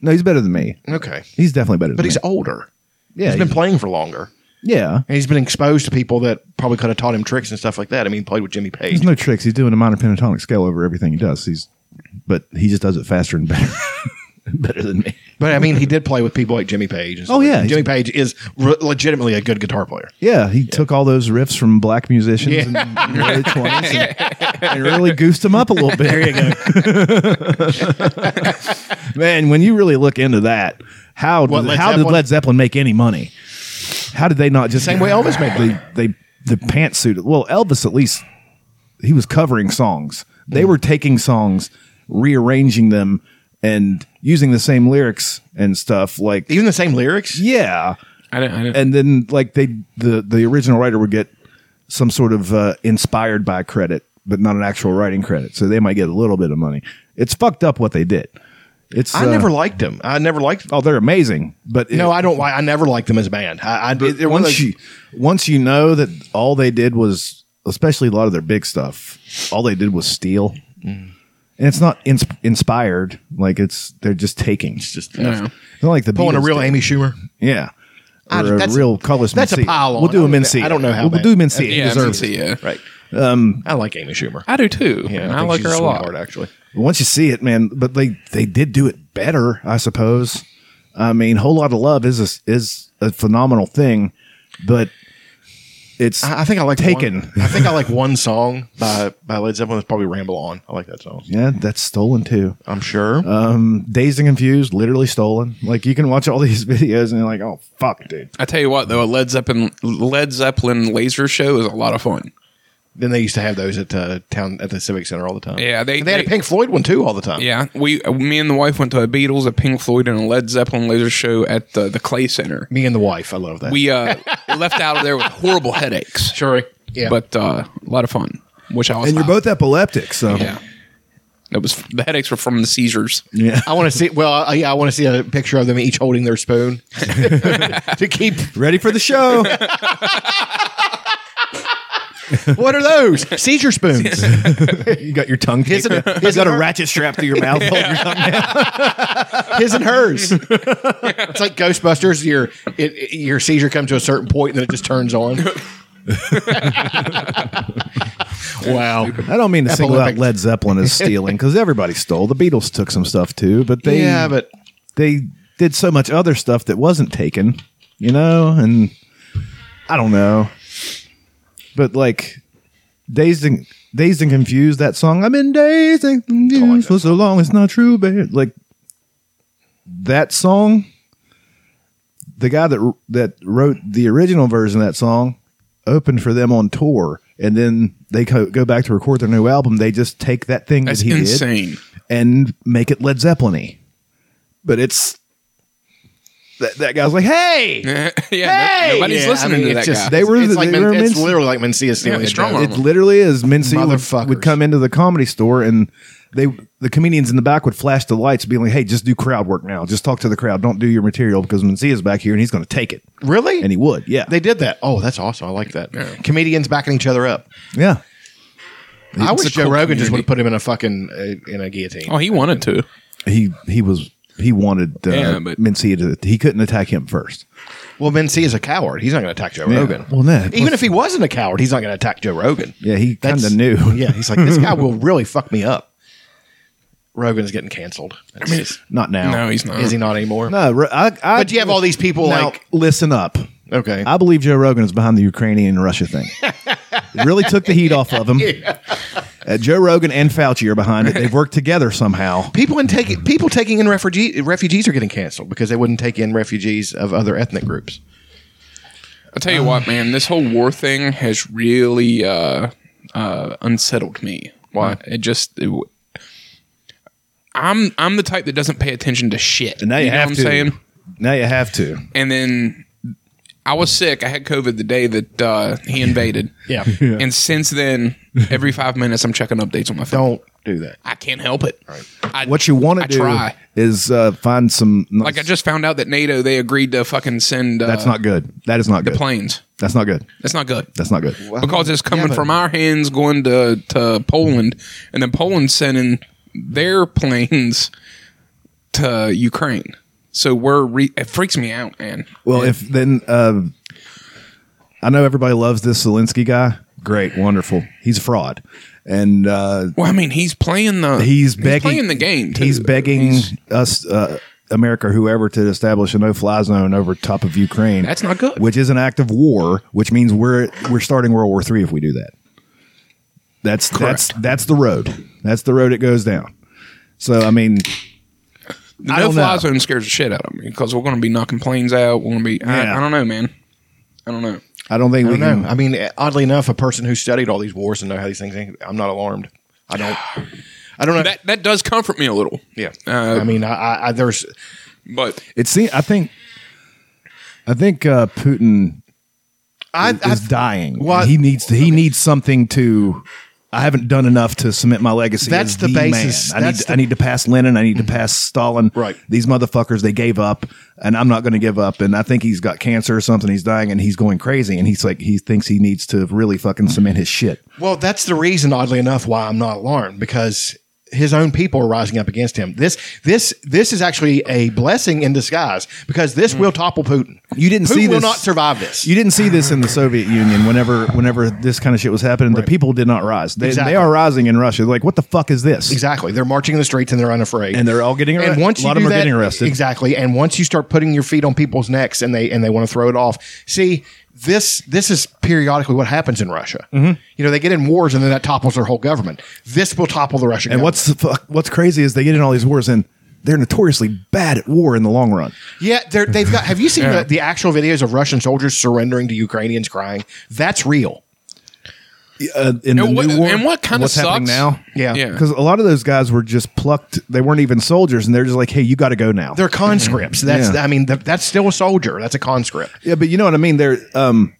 S3: No, he's better than me.
S1: Okay,
S3: He's definitely better.
S1: but
S3: than
S1: he's
S3: me.
S1: older.
S3: Yeah,
S1: he's been
S3: he's-
S1: playing for longer,
S3: yeah.
S1: and he's been exposed to people that probably could have taught him tricks and stuff like that. I mean, he played with Jimmy Page.
S3: There's no tricks. He's doing a minor pentatonic scale over everything he does. He's, but he just does it faster and better, *laughs* better than me.
S1: But I mean, he did play with people like Jimmy Page. And stuff
S3: Oh,
S1: like
S3: yeah.
S1: that. Jimmy Page is re- legitimately a good guitar player.
S3: Yeah, he took all those riffs from black musicians
S1: *laughs*
S3: in the early twenties and, and really goosed them up a little bit. There you go, *laughs* man. When you really look into that, how
S1: What,
S3: did,
S1: Led
S3: how did
S1: Zeppelin?
S3: Led Zeppelin make any money? How did they not just
S1: Same way Elvis made money.
S3: They they the pantsuit. Well, Elvis at least he was covering songs. They were taking songs, rearranging them, and using the same lyrics and stuff. Like
S1: Even the same lyrics.
S3: yeah,
S2: I didn't. I didn't
S3: and then like they the the original writer would get some sort of uh, inspired by credit but not an actual writing credit so they might get a little bit of money it's fucked up what they did it's
S1: I
S3: uh,
S1: never liked him. I never liked.
S3: oh they're amazing but
S1: No,
S3: it-
S1: I don't like. I never liked them as a band. I, I they're one of
S3: once
S1: those-
S3: you once you know that all they did was especially a lot of their big stuff all they did was steal
S1: Mm.
S3: and it's not ins- inspired like it's they're just taking it's
S1: just
S2: Yeah.
S3: not like the
S1: pulling a
S3: Beatles
S1: real
S3: did.
S1: Amy Schumer.
S3: Yeah.
S1: I-
S3: Or a
S1: that's-
S3: real colorless
S1: that's a
S3: Mencia.
S1: pile on.
S3: We'll
S1: I
S3: do a
S1: don't-
S3: Mencia.
S1: I don't know how
S3: We'll,
S1: bad-
S3: do Mencia. He
S2: yeah, I
S3: deserves
S2: see,
S3: it.
S2: yeah.
S1: Right. Um, I like Amy Schumer.
S2: I do too.
S1: Yeah,
S2: and I,
S1: think
S2: like
S1: she's
S2: her a
S1: sweetheart,
S2: lot.
S1: Actually,
S3: Once you see it, man, but they they did do it better, I suppose. I mean, whole lot of love is a, is a phenomenal thing, but it's
S1: I, I think I like
S3: Taken.
S1: one- I think I like one song by by Led Zeppelin. It's probably "Ramble On." I like that song.
S3: yeah, that's stolen too. Um,
S1: I'm sure.
S3: Dazed and confused, literally stolen. Like you can watch all *laughs* these videos and you're like, oh fuck, dude.
S2: I tell you what, though, a Led Zeppelin Led Zeppelin laser show is a lot of fun.
S1: then they used to have those at uh, town at the Civic Center all the time.
S2: Yeah, they-
S1: And they had a
S2: they-
S1: Pink Floyd one too all the time.
S2: Yeah, we, me and the wife went to a Beatles, a Pink Floyd, and a Led Zeppelin laser show at the, the Clay Center.
S1: me and the wife. I love that.
S2: We uh, left out of there with horrible headaches,
S1: sure. Yeah,
S2: but uh, a lot of fun. Which I was.
S3: And you're
S2: not.
S3: both epileptic, so
S2: Yeah, it was the headaches were from the seizures.
S3: yeah.
S1: I want to see. Well, I, yeah, I want to see a picture of them each holding their spoon
S2: *laughs*
S1: to keep.
S3: Ready for the show?
S1: What are those seizure spoons?
S3: *laughs* you got your tongue.
S1: His and-
S3: taped-
S1: his
S3: you got
S1: and
S3: a
S1: her-
S3: ratchet strapped to your mouth.
S1: *laughs*
S3: Hold your tongue down.
S1: His and hers. It's like Ghostbusters. Your it, it- your seizure comes to a certain point and then it just turns
S2: *laughs*
S1: on. wow.
S3: I don't mean to single out
S1: Epileptic.
S3: Led Zeppelin as stealing because everybody stole. The Beatles took some stuff too, but they
S1: yeah, but
S3: they did so much other stuff that wasn't taken, you know. And I don't know, but like dazed and dazed and confused that song. I've been dazed and confused
S1: like that
S3: for so long. It's not true, but like that song. The guy that that wrote the original version of that song opened for them on tour, and then they co- go back to record their new album. They just take that thing
S2: That's
S3: that he did
S2: insane. *laughs*
S3: and make it Led Zeppelin. But it's that, that guy's like, hey,
S2: yeah, no- nobody's
S1: yeah,
S2: listening
S1: I mean,
S2: to that
S1: it's just-
S2: guy.
S3: They were
S1: It's,
S3: the-
S1: like
S3: they
S1: Men-
S3: were
S1: it's
S3: men-
S1: literally like Mencia stealing
S2: Yeah,
S1: a
S2: strong
S1: donut.
S2: arm.
S3: it literally is. Mencia would,
S1: Motherfuckers.
S3: would come into the comedy store and they the comedians in the back would flash the lights, being like, hey, just do crowd work now. Just talk to the crowd. Don't do your material because Mencia's back here and he's going to take it.
S1: Really?
S3: And he would. Yeah.
S1: they did that. Oh, that's awesome. I like that.
S2: Yeah.
S1: Comedians backing each other up.
S3: yeah.
S1: I
S2: It's a
S1: wish Joe
S2: cool
S1: Rogan just
S2: community.
S1: would have put him in a fucking uh, in a guillotine.
S2: oh, he wanted to.
S3: He, he was. He wanted uh,
S2: Yeah, but-
S3: Mencia to. He couldn't attack him first.
S1: Well, Ben C is a coward. He's not going to attack Joe Rogan.
S3: Well, no.
S1: Even if he wasn't a coward, he's not going to attack Joe Rogan.
S3: Yeah, he
S1: That's-
S3: kinda knew.
S1: *laughs* Yeah, he's like, this
S3: *laughs*
S1: guy will really fuck me up. Rogan's getting canceled. That's just-
S3: Not now.
S2: No, he's not.
S1: is he not anymore?
S3: No, Ro- I, I,
S1: But you have all these people
S3: Now,
S1: like,
S3: listen up.
S1: okay,
S3: I believe Joe Rogan is behind the Ukrainian and
S2: *laughs*
S3: Russia thing. It really took the heat off of him. Uh, Joe Rogan and Fauci are behind it. They've worked together somehow.
S1: people in taking people taking in refugee refugees are getting canceled because they wouldn't take in refugees of other ethnic groups.
S2: I'll tell you what, man, this whole war thing has really uh, uh, unsettled me. Why? It just. It, w- I'm I'm the type that doesn't pay attention to shit.
S3: And now you,
S2: know
S3: have
S2: what
S3: to.
S2: I'm saying?
S3: Now you have to.
S2: And then
S3: *laughs*
S2: I was sick. I had COVID the day that uh, he invaded.
S1: Yeah.
S2: And since then, Every five minutes, I'm checking updates on my phone.
S1: Don't do that.
S2: I can't help it. I,
S3: What you want
S2: I
S3: to do
S2: try.
S3: is uh, find some.
S2: Like I just found out that NATO they agreed to fucking send uh,
S3: that's not good. That is not good.
S2: planes.
S3: That's not good.
S2: That's not good.
S3: That's not good.
S2: because it's coming
S1: but-
S2: from our hands going to, to Poland, and then Poland sending their planes to Ukraine. So we're re- it freaks me out, man.
S3: Well, if then, uh, I know everybody loves this Zelensky guy. Great, wonderful. He's a fraud, and uh,
S2: Well, I mean, he's playing the
S3: he's begging.
S2: playing the game. too.
S3: He's begging
S2: He's-
S3: us, uh, America, whoever, to establish a no-fly zone over top of Ukraine.
S2: That's not good.
S3: Which is an act of war, which means we're we're starting World War Three if we do that. That's that's that's the road. That's the road it goes down. So I mean,
S2: the
S3: I don't
S2: no-fly
S3: know.
S2: zone scares the shit out of me because we're going to be knocking planes out. We're going to be. I,
S3: Yeah.
S2: I don't know, man. I don't know.
S3: I don't think
S1: I
S3: we
S1: don't know.
S3: can.
S1: I mean, oddly enough, a person who studied all these wars and know how these things. think- I'm not alarmed. I don't. I don't know.
S2: That that does comfort me a little.
S1: yeah.
S2: Uh,
S1: I mean, I, I, I there's
S2: but
S3: It seems. I think. I think uh, Putin
S1: I, I
S3: is dying.
S1: Well,
S3: And he needs to, he needs something to. I haven't done enough to cement my legacy.
S1: That's
S3: as
S1: the basis.
S3: man. I
S1: That's
S3: need to,
S1: the-
S3: I need to pass Lenin. I need to pass Stalin.
S1: Right.
S3: These motherfuckers they gave up, and I'm not going to give up. And I think he's got cancer or something. He's dying, and he's going crazy. And he's like he thinks he needs to really fucking cement his shit.
S1: Well, that's the reason, oddly enough, why I'm not alarmed because his own people are rising up against him. This, this, this is actually a blessing in disguise because
S2: Mm.
S1: this will topple Putin.
S3: You didn't
S1: Putin
S3: see
S1: will
S3: this-
S1: not survive this.
S3: You didn't see this in the Soviet Union. Whenever whenever this kind of shit was happening, the people did not rise. They,
S1: Exactly.
S3: they are rising in Russia. They're like what the fuck is this?
S1: Exactly. They're marching in the streets and they're unafraid.
S3: And they're all getting arre-
S1: And once
S3: a
S1: you
S3: lot of
S1: do
S3: them are
S1: that-
S3: getting arrested.
S1: Exactly. And once you start putting your feet on people's necks and they and they want to throw it off. See, this this is periodically what happens in Russia.
S3: Mm-hmm.
S1: You know, they get in wars and then that topples their whole government. This will topple the Russian.
S3: And
S1: government.
S3: what's the fuck, what's crazy is they get in all these wars and they're notoriously bad at war in the long run.
S1: Yeah, they're, they've got. Have you seen the, the actual videos of Russian soldiers surrendering to Ukrainians crying? That's real.
S3: Uh, in the
S2: And what-
S3: new war,
S2: and what kinda
S3: what's happening
S2: sucks-
S3: now?
S1: Yeah.
S2: Yeah.
S3: because a lot of those guys were just plucked. They weren't even soldiers, and they're just like, "Hey, you got to go now."
S1: They're conscripts. That's.
S3: Mm-hmm. Yeah.
S1: I mean, th- that's still a soldier. That's a conscript.
S3: yeah, but you know what I mean. They're um,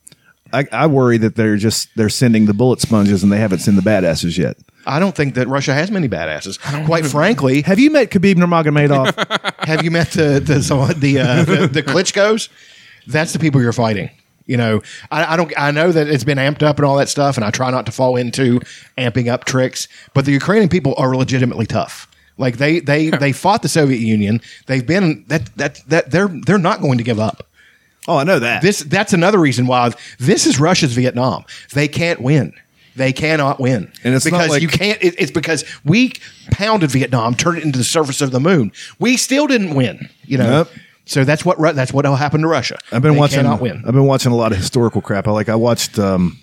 S3: I, I worry that they're just they're sending the bullet sponges and they haven't sent the badasses yet.
S1: I don't think that Russia has many badasses. Quite frankly,
S3: Have you met Khabib Nurmagomedov?
S2: *laughs*
S1: have you met the the some- the, uh, the the Klitschko's? That's the people you're fighting. You know, I, I don't. I know that it's been amped up and all that stuff, and I try not to fall into amping up tricks. But the Ukrainian people are legitimately tough. Like they they they fought the Soviet Union. They've been that that that they're they're not going to give up.
S3: oh, I know that.
S1: This that's another reason why this is Russia's Vietnam. They can't win. They cannot win,
S3: And it's not
S1: because
S3: like-
S1: you can't. It, it's because we pounded Vietnam, turned it into the surface of the moon. We still didn't win. You know.
S3: Nope.
S1: So that's what Ru- that's what happened to Russia.
S3: I've been
S1: They
S3: watching.
S1: Cannot win.
S3: I've been watching a lot of historical crap. I like. I watched. Um,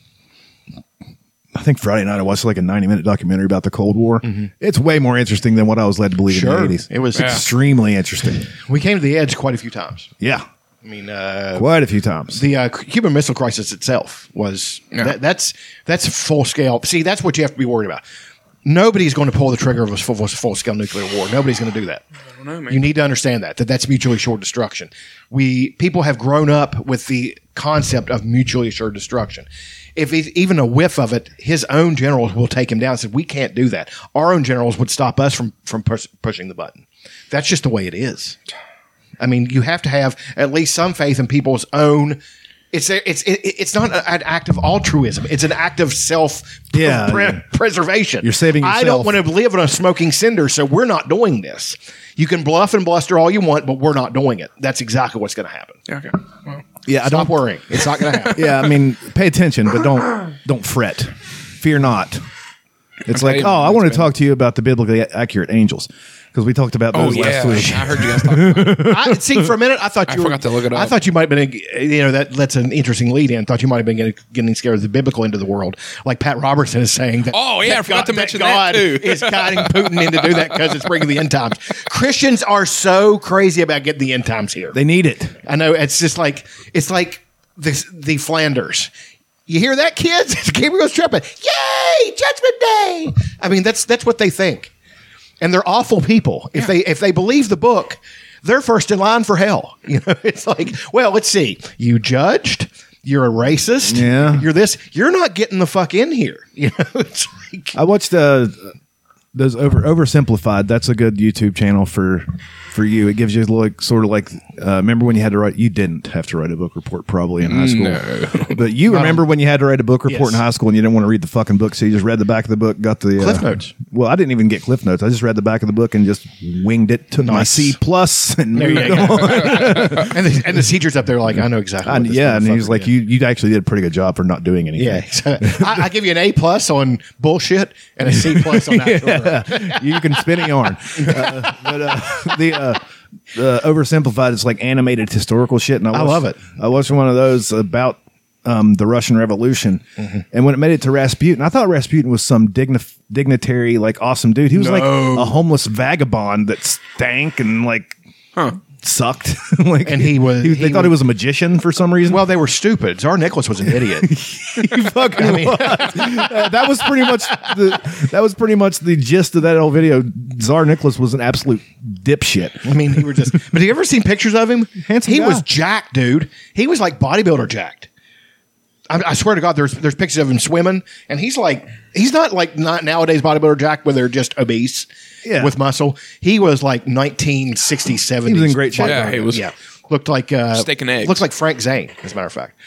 S3: I think Friday night I watched like a ninety-minute documentary about the Cold War. It's way more interesting than what I was led to believe
S1: Mm-hmm. Sure.
S3: in the eighties.
S1: It was- Yeah.
S3: extremely interesting.
S1: We came to the edge quite a few times.
S3: Yeah,
S1: I mean, uh,
S3: quite a few times.
S1: the uh, Cuban Missile Crisis itself was that, that's that's full scale. See, that's what you have to be worried about. Nobody's going to pull the trigger of a full, full scale nuclear war. Nobody's going to do that. You need to understand that that that's mutually assured destruction. We people have grown up with the concept of mutually assured destruction. If he's even a whiff of it, his own generals will take him down. And say, we can't do that. Our own generals would stop us from from pus- pushing the button. That's just the way it is. I mean, you have to have at least some faith in people's own. It's a, it's it, it's not an act of altruism. It's an act of self
S3: Yeah,
S1: pre-
S3: yeah.
S1: preservation.
S3: You're saving
S1: I don't
S3: yourself.
S1: want to live on a smoking cinder, so we're not doing this. You can bluff and bluster all you want, but we're not doing it. That's exactly what's going to happen.
S2: yeah, okay. Well,
S3: yeah, I
S1: Stop
S3: don't.
S1: worrying. It's not
S3: *laughs*
S1: going to happen.
S3: Yeah, I mean, pay attention, but don't don't fret. Fear not. It's
S2: Okay,
S3: like, oh, I
S2: that's
S3: want to
S2: been-
S3: talk to you about the biblically accurate angels because we talked about
S2: oh
S3: those
S2: yeah,
S3: last week.
S2: I heard you guys talking about it.
S1: I see. For a minute, I thought
S2: I
S1: you were,
S2: forgot to look it
S1: I
S2: up.
S1: thought you might have been, uh, you know, that that's an interesting lead in. Thought you might have been getting, getting scared of the biblical end of the world, like Pat Robertson is saying that.
S2: Oh, yeah, I forgot to mention that,
S1: God
S2: too.
S1: is guiding Putin in to do that because it's bringing the end times. Christians are so crazy about getting the end times here.
S3: They need it.
S1: I know it's just like it's like this the Flanders. You hear that, kids? *laughs* Gabriel's trumpet. Yay! Judgment Day. I mean, that's that's what they think, and they're awful people. If they if they believe the book, *laughs* they're first in line for hell. You know, it's like, well, let's see. You judged. you're a racist.
S3: Yeah.
S1: You're this. You're not getting the fuck in here. *laughs* You know, it's like
S3: I watched uh, those over oversimplified. That's a good YouTube channel for for you. It gives you like sort of like uh, remember when you had to write. You didn't have to write a book report probably in high school,
S1: *laughs*
S3: but you remember when you had to write a book report in
S1: Yes.
S3: high school and you didn't want to read the fucking book, so you just read the back of the book, got the uh,
S1: Cliff Notes.
S3: Well, I didn't even get cliff notes. I just read the back of the book and just winged it. Took my
S1: Nice.
S3: C plus and
S1: there
S3: moved
S1: you go. *laughs* and the, and the teachers up there like I know exactly.
S3: on.
S1: what this
S3: yeah, and he was
S1: motherfucker
S3: like,
S1: did.
S3: "You you actually did a pretty good job for not doing anything."
S1: Yeah, *laughs* exactly. I, I give you an A plus on bullshit and a
S3: *laughs*
S1: C plus on actual. work.
S3: you can spin
S1: *laughs*
S3: a yarn. Uh, but uh, the uh, uh, oversimplified, it's like animated historical shit, and I,
S1: I
S3: watched-
S1: love it.
S3: I watched one of those about um, the Russian Revolution,
S1: Mm-hmm.
S3: and when it made it to Rasputin, I thought Rasputin was some dignif- dignitary, like awesome dude. He was like
S2: No.
S3: a homeless vagabond that stank and like *laughs*
S2: Huh.
S3: sucked. like,
S1: And he was-
S3: they
S1: he
S3: thought he
S1: was-
S3: was a magician for some reason.
S1: Well, they were stupid. Czar Nicholas was an idiot.
S3: *laughs* he fucking
S1: I mean-
S3: was. Uh, that was pretty much the that was pretty much the gist of that whole video. Tsar Nicholas was an absolute dipshit.
S1: I mean, he was just. But have you ever seen pictures of him?
S3: Handsome
S1: He
S3: guy.
S1: was jacked, dude. He was like bodybuilder jacked. I, I swear to God, there's there's pictures of him swimming, and he's like he's not like not nowadays bodybuilder jacked where they're just obese
S3: Yeah.
S1: with muscle. He was like 1960, 70s.
S3: He was in great shape.
S2: Yeah, he was-
S1: Yeah, looked like uh,
S2: Steak and eggs.
S1: Looked like Frank Zane, as a matter of fact.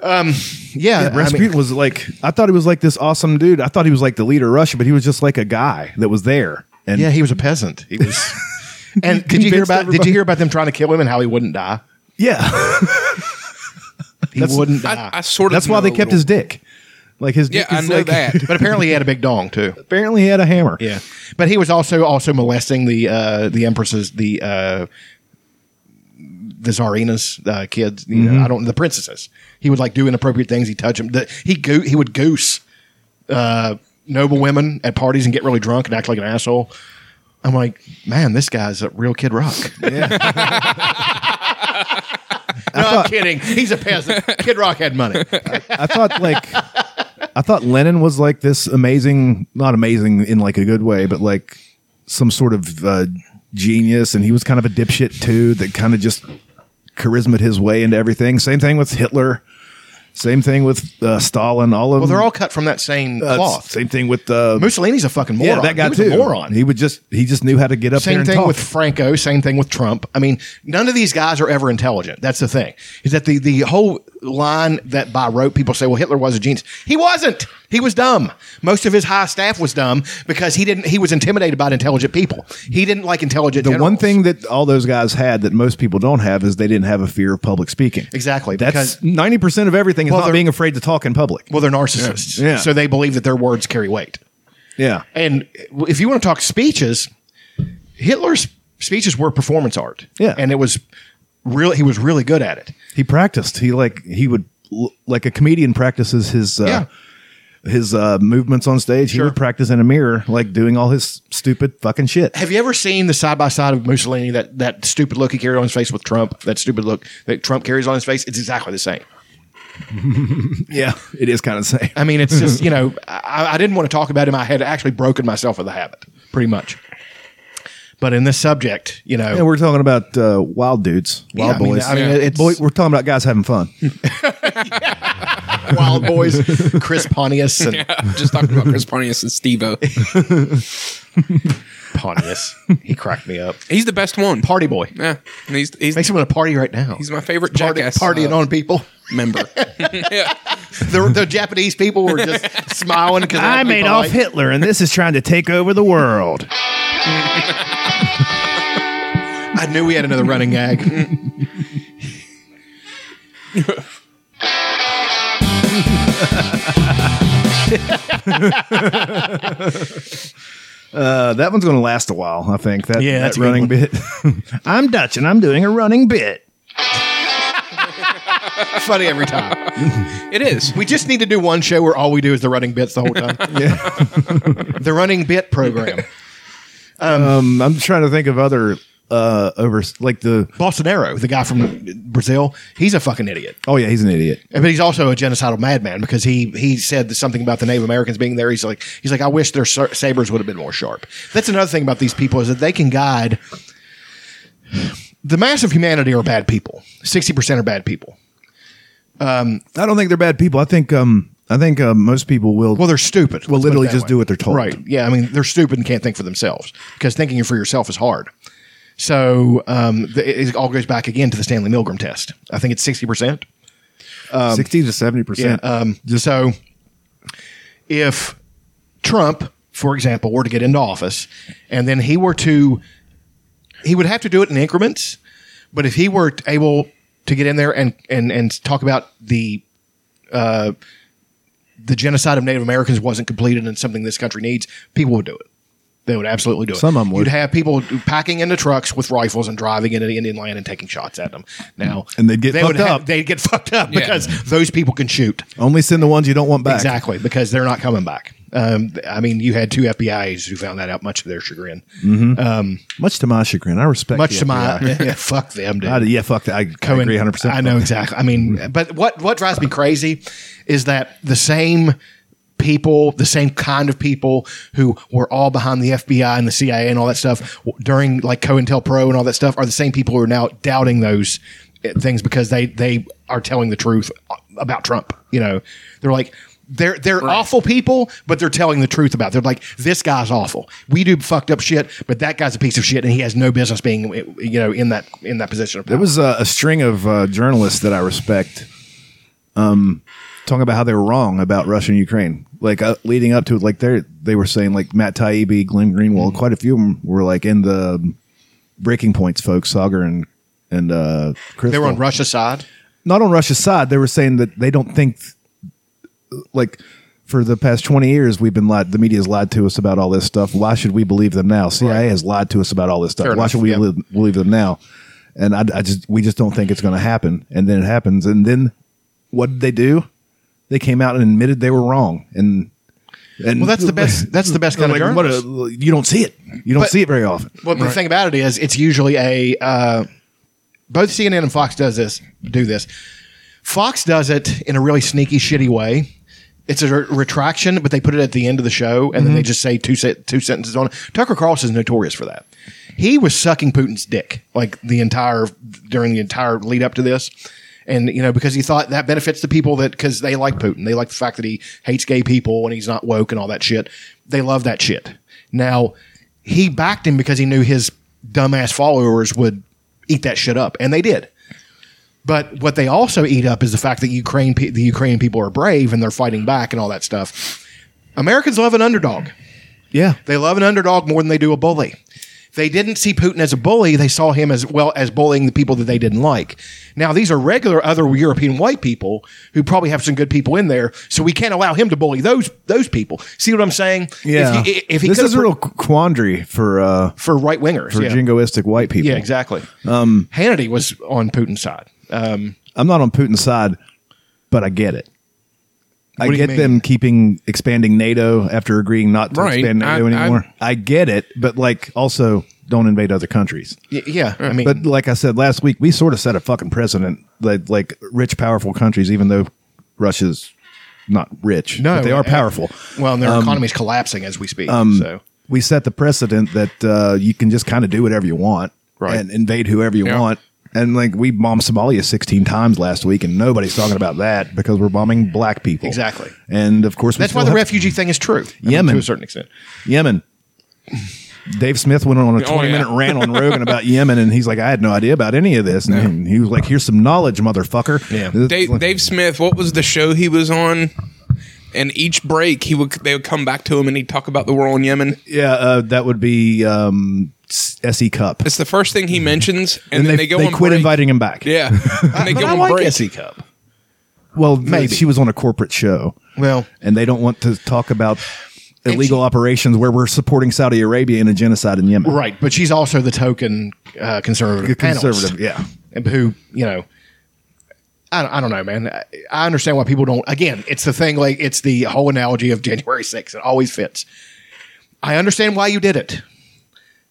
S1: Um. Yeah. I mean-
S3: Rasputin was like I thought he was like this awesome dude. I thought he was like the leader of Russia, but he was just like a guy that was there. And
S1: yeah, he was a peasant. He *laughs* was. And did you hear
S3: convinced
S1: about? Did
S3: everybody.
S1: you hear about them trying to kill him and how he wouldn't die?
S3: yeah. *laughs*
S1: He wouldn't die.
S2: I, I sort of.
S3: that's why
S2: know
S3: they
S2: a
S3: kept
S2: little-
S3: his dick. Like his
S2: Yeah,
S3: dick
S2: I
S3: is
S2: know
S3: like-
S2: that.
S1: but apparently, he had a big dong too.
S3: *laughs* Apparently, he had a hammer.
S1: Yeah, but he was also also molesting the uh, the empresses, the uh, the czarina's uh, kids. You know, I don't the princesses. He would like do inappropriate things. He touch them. The, he go, he would goose uh, noble women at parties and get really drunk and act like an asshole. I'm like, man, this guy's a real Kid Rock. *laughs*
S3: *laughs*
S1: no, I'm kidding. He's a peasant. Kid Rock had money.
S3: I thought like I thought Lennon was like this amazing, not amazing in like a good way, but like some sort of uh, genius, and he was kind of a dipshit too. That kind of just charisma his way into everything. Same thing with Hitler. Same thing with uh, Stalin. All of
S1: Well, they're
S3: them.
S1: all cut from that same
S3: Uh,
S1: cloth.
S3: Same thing with uh,
S1: Mussolini's a fucking moron.
S3: yeah, that guy
S1: he was
S3: too.
S1: A moron.
S3: He would just he just knew how to get up there
S1: Same
S3: and
S1: thing
S3: talk.
S1: with Franco. Same thing with Trump. I mean, none of these guys are ever intelligent. That's the thing. Is that the the whole line that by rote people say, "Well, Hitler was a genius." He wasn't. He was dumb. Most of his high staff was dumb because he didn't. He was intimidated by intelligent people. He didn't like intelligent.
S3: the one
S1: generals.
S3: thing that all those guys had that most people don't have is they didn't have a fear of public speaking.
S1: Exactly,
S3: That's
S1: because-
S3: ninety percent of everything is
S1: Well,
S3: not
S1: they're-
S3: being afraid to talk in public.
S1: Well, they're narcissists.
S3: Yeah.
S1: So they believe that their words carry weight.
S3: Yeah.
S1: And if you want to talk speeches, Hitler's speeches were performance art.
S3: Yeah.
S1: and it was really he was really good at it.
S3: He practiced. He like he would l- like a comedian practices his uh, his uh, movements on stage. He would practice in a mirror, like doing all his stupid fucking
S1: *laughs*
S3: shit.
S1: Have you ever seen the side by side of Mussolini that that stupid look he carried on his face with Trump? That stupid look that Trump carries on his face. It's exactly the same.
S3: Yeah, it is kind of same.
S1: I mean, it's *laughs* just you know, I, I didn't want to talk about him. I had actually broken myself of the habit, pretty much. But in this subject, you know,
S3: And we're talking about uh, wild dudes, wild
S1: yeah, I mean,
S3: boys.
S1: I mean,
S2: Yeah.
S1: it's
S3: Boy, we're talking about guys
S1: *laughs*
S3: having fun.
S1: Wild *laughs* Boys, Chris Pontius, and
S2: Just talking about Chris Pontius and Steve O.
S1: Pontius. He cracked me up.
S2: He's the best
S3: *laughs*
S2: one.
S1: Party boy
S2: Yeah. And he's he's
S1: makes him want to party right now.
S2: he's my favorite
S1: party,
S2: jackass
S1: partying
S2: uh,
S1: on people. *laughs*
S2: member.
S3: *laughs*
S2: *laughs* yeah.
S1: The, the Japanese people were
S2: *laughs*
S1: just smiling because
S3: Hitler, and this is trying to take over the world.
S1: I knew we had another running
S2: *laughs*
S1: gag.
S3: *laughs* Uh, that one's going to last a while, I think. That,
S1: Yeah,
S3: that
S1: that's a good
S3: running bit. *laughs* I'm Dutch, and I'm doing a running bit.
S1: Funny every time.
S2: *laughs* It is.
S1: We just need to do one show where all we do is the running bits the whole time.
S2: *laughs*
S1: the running bit program.
S3: Um, *laughs* I'm trying to think of other uh, over like the.
S1: Bolsonaro, the guy from Brazil, he's a fucking idiot.
S3: Oh yeah, he's an idiot.
S1: But he's also a genocidal madman because he he said something about the Native Americans being there. He's like he's like I wish their sa- sabers would have been more sharp. That's another thing about these people is that they can guide. The mass of humanity are bad people. Sixty percent are bad people.
S3: I don't think they're bad people. I think um, I think uh, most people will
S1: Well, they're stupid. Let's put
S3: will
S1: it
S3: literally
S1: that
S3: just
S1: way.
S3: do what they're told.
S1: Right. Yeah. I mean, they're stupid and can't think for themselves because thinking for yourself is hard. So um, the, it it all goes back again to the Stanley Milgram test. I think it's 60%.
S3: sixty to seventy percent.
S1: Um, so if Trump, for example, were to get into office and then he were to, he would have to do it in increments. But if he were t- able to get in there and, and, and talk about the, uh, the genocide of Native Americans wasn't completed and something this country needs, people would do it. They would absolutely do it.
S3: Some of 'em would.
S1: You'd have people packing into trucks with rifles and driving into the Indian land and taking shots at them. Now,
S3: And they'd get
S1: they
S3: fucked
S1: would have-
S3: up.
S1: they'd get *laughs* fucked up
S2: Yeah.
S1: because those people can shoot.
S3: Only send the ones you don't want back.
S1: Exactly, because they're not coming back. Um, th- I mean, you had two FBI's who found that out, much to their chagrin.
S3: Much to my chagrin, I respect.
S1: Much
S3: the
S1: to my
S3: FBI.
S1: yeah, *laughs* fuck them, dude.
S3: I, yeah, fuck that. I, I
S1: Cohen-
S3: agree hundred percent. Mm-hmm.
S1: I know exactly. I mean, but what what drives me crazy is that the same people, the same kind of people who were all behind the FBI and the CIA and all that stuff w- during like COINTELPRO and all that stuff are the same people who are now doubting those eh, things because they they are telling the truth about Trump. You know, they're like. They're they're awful people, but they're telling the truth about. It. They're like, this guy's awful. We do fucked up shit, but that guy's a piece of shit, and he has no business being, eh, you know, in that in that position of power.
S3: There was a, a string of uh, journalists that I respect, um, talking about how they were wrong about Russia and Ukraine. Like uh, leading up to it, like they they were saying like Matt Taibbi, Glenn
S1: Mm-hmm.
S3: Greenwald, quite a few of them were like in the breaking points, folks. Sagar and and uh, Crystal.
S1: They were on Russia's side.
S3: not on Russia's side. They were saying that they don't think, like, for the past twenty years, we've been lied. The media's lied to us about all this stuff. Why should we believe them now? CIA has lied to us about all this stuff.
S1: Fair
S3: Why
S1: enough,
S3: should we
S1: yeah.
S3: li- believe them now? And I, I just, we just don't think it's going to happen. And then it happens. And then what did they do? They came out and admitted they were wrong. And and
S1: Well, that's the
S3: *laughs*
S1: best. That's the best kind
S3: Like,
S1: of
S3: what
S1: journalist.
S3: a- you don't see it. You don't
S1: But-
S3: see it very often.
S1: Well, the thing about it is, it's usually a uh, both CNN and Fox does this. Do this. Fox does it in a really sneaky, shitty way. It's a re- retraction, but they put it at the end of the show, and then they just say two se- two sentences on it. Tucker Carlson is notorious for that. He was sucking Putin's dick like the entire during the entire lead up to this, and you know because he thought that benefits the people that because they like Putin, they like the fact that he hates gay people and he's not woke and all that shit. They love that shit. Now he backed him because he knew his dumbass followers would eat that shit up, and they did. But what they also eat up is the fact that Ukraine, pe- the Ukrainian people are brave and they're fighting back and all that stuff. Americans love an underdog.
S3: Yeah.
S1: They love an underdog more than they do a bully. They didn't see Putin as a bully. They saw him as well as bullying the people that they didn't like. Now, these are regular other European white people who probably have some good people in there. So we can't allow him to bully those those people. See what I'm saying?
S3: Yeah.
S1: If, he- if he
S3: this
S1: could've
S3: is a
S1: put-
S3: real qu- quandary for uh,
S1: for right wingers,
S3: for
S1: yeah.
S3: jingoistic white people. Um,
S1: Yeah, exactly. Hannity was on Putin's side. Um,
S3: I'm not on Putin's side, but I get it. I
S1: What do you
S3: get
S1: mean?
S3: them keeping expanding NATO after agreeing not to
S2: Right.
S3: expand NATO
S2: I- I-
S3: anymore. I, get it, but like also don't invade other countries.
S1: y- yeah, I mean,
S3: But like I said last week, we sort of set a fucking precedent that like rich, powerful countries, even though Russia's not rich,
S1: No,
S3: but they are
S1: uh,
S3: powerful.
S1: well, and their
S3: Um,
S1: economy's collapsing as we speak. so
S3: we set the precedent that uh, you can just kind of do whatever you want
S1: Right.
S3: and invade whoever you
S2: Yeah.
S3: want. And like we bombed Somalia 16 times last week, and nobody's talking about that because we're bombing black people.
S1: Exactly.
S3: And of course, we
S1: that's why
S3: still
S1: the
S3: have-
S1: refugee thing is true. I mean,
S3: Yemen.
S1: to a certain extent.
S3: Yemen. Dave Smith went on a 20
S2: Oh, yeah.
S3: minute rant on
S2: *laughs*
S3: Rogan about Yemen, and he's like, I had no idea about any of this. And he was like, Here's some knowledge, motherfucker.
S1: Yeah.
S2: Dave, Dave Smith, what was the show he was on? And each break, he would they would come back to him and he'd talk about the war on Yemen.
S3: Yeah, uh, that would be um, SE Cup.
S2: It's the first thing he mentions, and,
S3: And
S2: then
S3: they,
S2: they, go
S3: they
S2: on
S3: quit
S2: break.
S3: inviting him back.
S2: Yeah, *laughs* and they go on break.
S1: Cup.
S3: Well, maybe
S1: Maybe.
S3: she was on a corporate show.
S1: Well,
S3: and they don't want to talk about *sighs*
S1: And
S3: illegal
S1: she-
S3: operations where we're supporting Saudi Arabia in a genocide in Yemen.
S1: right, but she's also the token uh, conservative. panelist.
S3: Conservative, yeah.
S1: and who you know I don't, I don't know man I, I understand why people don't again it's the thing like it's the whole analogy of january 6th it always fits i understand why you did it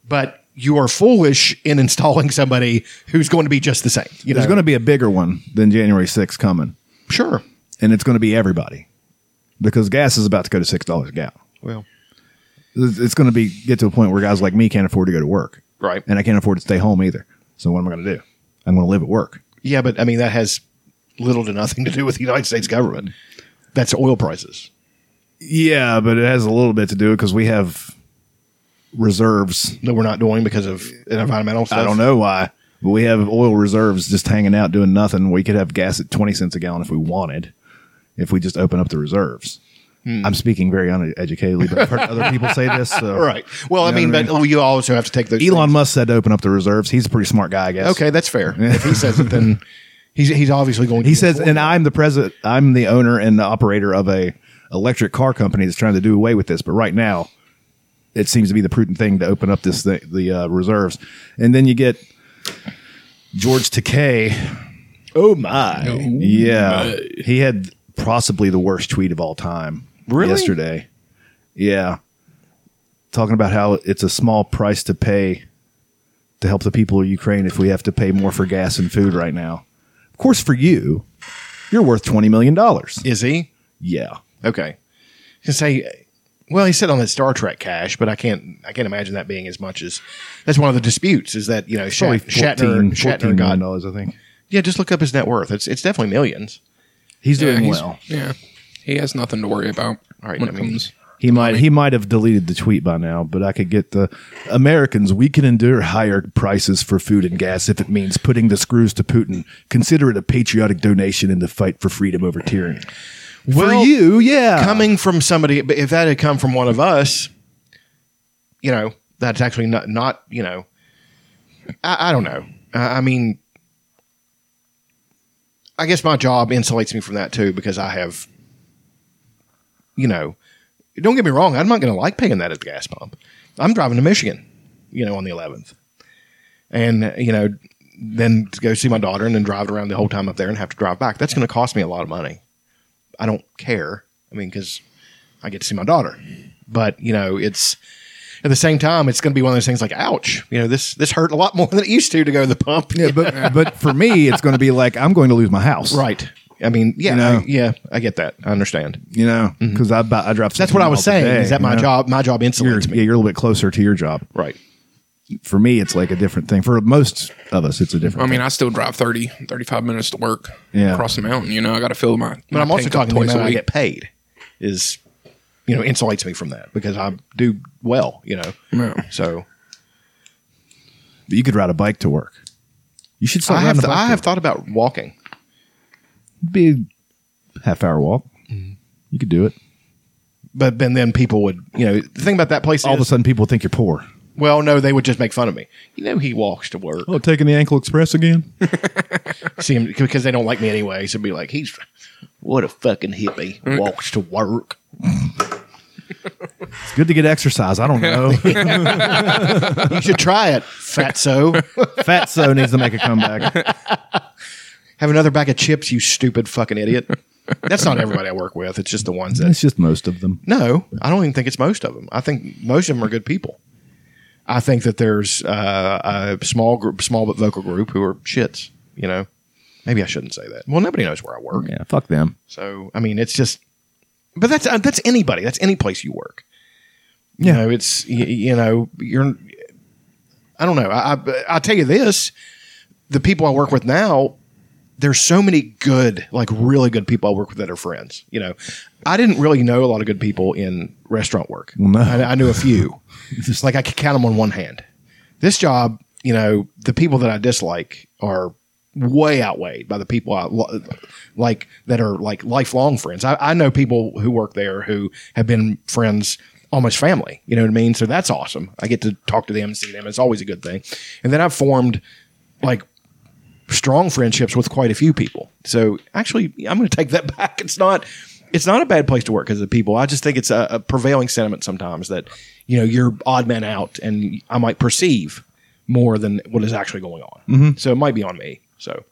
S1: but you are foolish in installing somebody who's going to be just the same you
S3: There's
S1: know?
S3: going to be a bigger one than January 6th coming,
S1: sure
S3: and it's going to be everybody because gas is about to go to six dollars a gallon.
S1: well
S3: It's it's going to be get to a point where guys like me can't afford to go to work,
S1: Right.
S3: And I can't afford to stay home either. So what am I going to do? I'm going to live at work.
S1: yeah but i mean that has little to nothing to do with the United States government. That's oil prices.
S3: Yeah, but it has a little bit to do because we have reserves.
S1: No, we're not doing because of environmental stuff.
S3: I don't know why, but we have oil reserves just hanging out doing nothing. We could have gas at 20 cents a gallon if we wanted, if we just open up the reserves.
S1: Hmm.
S3: I'm speaking very uneducatedly, but I've heard other people say
S1: *laughs*
S3: this. So.
S1: Right. Well, I
S3: You know
S1: mean,
S3: what I
S1: but you also have to take those.
S3: Elon Musk said to open up the reserves. He's a pretty smart guy, I guess.
S1: Okay, that's
S3: *laughs*
S1: fair. if he says it, then he's he's obviously going. to
S3: He
S1: be
S3: says,
S1: informed.
S3: and I'm the president. I'm the owner and the operator of a electric car company that's trying to do away with this. But right now, it seems to be the prudent thing to open up this thing, the uh, reserves, and then you get George Takei. Oh my!
S1: Oh,
S3: yeah, he had possibly the worst tweet of all time.
S1: Really?
S3: Yesterday, yeah, talking about how it's a small price to pay to help the people of Ukraine if we have to pay more for gas and food right now. Of course, for you, you're worth twenty million dollars.
S1: "Is he
S3: Yeah,
S1: okay?" He can say, "Well, he said on that Star Trek cash, but I can't I can't imagine that being as much as that's one of the disputes is that you know Shat, Shatner Shatner got
S3: dollars. I think
S1: yeah just look up his net worth it's it's definitely millions
S3: he's
S2: Yeah,
S3: doing
S2: he's-
S3: well.
S2: Yeah, he has nothing to worry about.
S1: All right,
S2: when
S1: I
S2: it
S1: mean-
S2: comes-
S3: He might he might have deleted the tweet by now, but I could get the Americans. We can endure higher prices for food and gas if it means putting the screws to Putin. Consider it a patriotic donation in the fight for freedom over tyranny.
S1: Well,
S3: for you, yeah.
S1: coming from somebody but if that had come from one of us you know that's actually not not you know I, I don't know I, I mean I guess my job insulates me from that too because I have you know don't get me wrong I'm not going to like paying that at the gas pump I'm driving to Michigan you know on the 11th and you know then to go see my daughter and then drive around the whole time up there and have to drive back that's going to cost me a lot of money I don't care. I mean, because I get to see my daughter. But you know, it's at the same time, it's going to be one of those things like, ouch, you know, this this hurt a lot more *laughs* than it used to to go to the pump.
S3: yeah, but but for me, it's going to be like I'm going to lose my
S1: *laughs*
S3: house,
S1: right. I mean, yeah,
S3: You know?
S1: I- yeah, I get that. I understand.
S3: You know, because I buy, I drive.
S1: Mm-hmm. That's what I was
S3: 60 miles
S1: saying.
S3: a day,
S1: is that
S3: you
S1: my
S3: know?
S1: job? My job
S3: You're,
S1: insulates me.
S3: yeah, you're a little bit closer to your job.
S1: Right.
S3: For me, it's like a different thing. For most of us, it's a different.
S2: I mean, I still drive 30, 35 minutes to work
S3: Yeah.
S2: across the mountain. You know, I got to fill my.
S1: But I'm also talking about
S2: twice
S1: how
S2: a
S1: I
S2: week.
S1: get paid. Is you know insulates me from that because I do well. You know.
S2: Yeah.
S1: So
S3: thing. you could ride a bike to work. You should start
S1: I
S3: riding
S1: have
S3: a bike.
S1: I
S3: to
S1: have
S3: work.
S1: thought about walking.
S3: be a half hour walk. You could do it.
S1: But then, then people would, you know, the thing about that place
S3: All of
S1: is,
S3: a sudden, people think you're poor.
S1: Well, no, they would just make fun of me. You know, he walks to work.
S3: Oh, taking the ankle express again?
S1: See him because they don't like me anyway. So be like, he's what a fucking hippie walks to work.
S3: It's good to get exercise. I don't *laughs* know.
S1: You should try it, *laughs* fatso.
S3: Fatso needs to make a *laughs* comeback.
S1: Have another bag of chips, you stupid fucking idiot. That's not everybody I work with. It's just the ones that.
S3: It's just most of them.
S1: No, I don't even think it's most of them. I think most of them are good people. I think that there's uh, a small group, small but vocal group who are shits. You know, maybe I shouldn't say that. Well, nobody knows where I work.
S3: Yeah, fuck them.
S1: So I mean, it's just, but that's uh, that's anybody. That's any place you work. You
S3: Yeah.
S1: know, it's you, you know you're. I don't know. I, I I'll tell you this: the people I work with now, there's so many good, like really good people I work with that are friends. You know, I didn't really know a lot of good people in restaurant work.
S3: No.
S1: I, I knew a
S3: *laughs*
S1: few. Just like I could count them on one hand. This job, you know, the people that I dislike are way outweighed by the people I lo- like that are like lifelong friends. I, I know people who work there who have been friends almost family. You know what I mean? So that's awesome. I get to talk to them and see them. It's always a good thing. And then I've formed like strong friendships with quite a few people. So actually, I'm going to take that *laughs* back. It's not it's not a bad place to work because of the people. I just think it's a, a prevailing sentiment sometimes that you know you're odd man out, and I might perceive more than what is actually going on. So it might be on me. So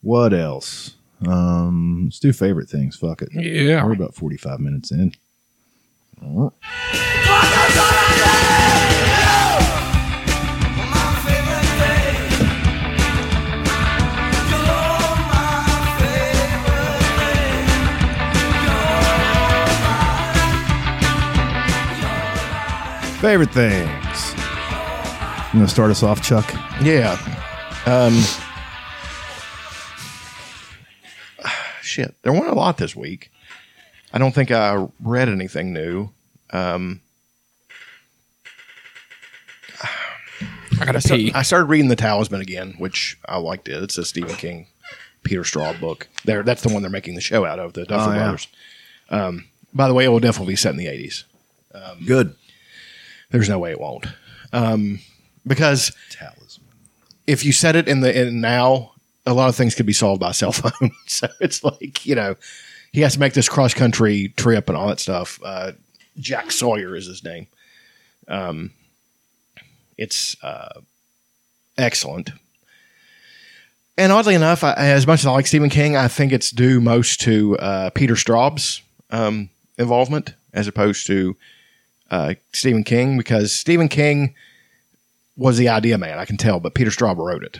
S3: What else? Um, let's do favorite things. Fuck it.
S2: Yeah.
S3: We're about 45 minutes in. Favorite things. You want to start us off, Chuck?
S1: yeah, um, *sighs* shit, there weren't a lot this week. I don't think I read anything new.
S2: I gotta
S1: So
S2: pee.
S1: I started reading The Talisman again, which I liked it. It's a Stephen King, Peter Straw book. There, that's the one they're making the show out of, the Duffer
S3: Oh, yeah.
S1: Brothers. Um, by the way, it will definitely be set in the eighties. Um,
S3: Good.
S1: There's no way it won't, um, because
S3: Talisman.
S1: if you set it in the in now, a lot of things could be solved by cell *laughs* phone. so it's like you know, he has to make this cross country trip and all that stuff. Uh, Jack Sawyer is his name. Um, it's uh, excellent. And oddly enough, I, as much as I like Stephen King, I think it's due most to uh, Peter Straub's um, involvement as opposed to uh, Stephen King, because Stephen King was the idea man. I can tell, but Peter Straub wrote it,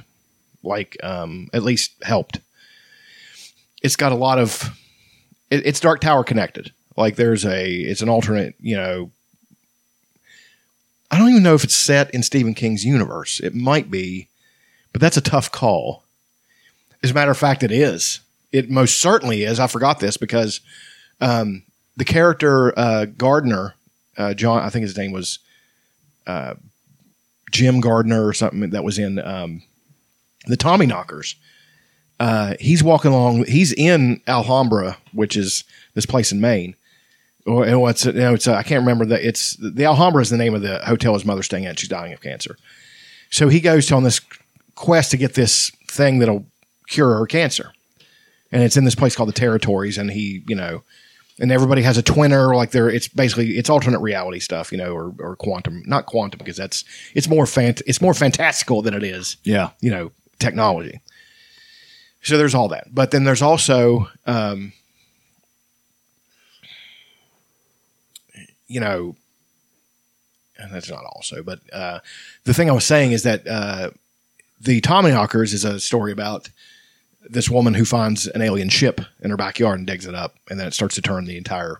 S1: like um, at least helped. It's got a lot of, it, it's Dark Tower connected. Like there's a, it's an alternate, you know. I don't even know if it's set in Stephen King's universe. It might be, but that's a tough call. As a matter of fact, it is. It most certainly is. I forgot this because um, the character uh, Gardner, uh, John, I think his name was uh, Jim Gardner or something that was in um, the Tommy Knockers. Uh, he's walking along. He's in Alhambra, which is this place in Maine. Or and what's it? No, it's uh, I can't remember that. It's the Alhambra is the name of the hotel his mother's staying at. She's dying of cancer, so he goes on this quest to get this thing that'll cure her cancer, and it's in this place called the Territories. And he, you know, and everybody has a twinner like they're it's basically it's alternate reality stuff you know or, or quantum not quantum because that's it's more fant it's more fantastical than it is
S3: Yeah.
S1: you know technology so there's all that but then there's also um you know and that's not also but uh the thing i was saying is that uh the tommy knockers is a story about this woman who finds an alien ship in her backyard and digs it up, and then it starts to turn the entire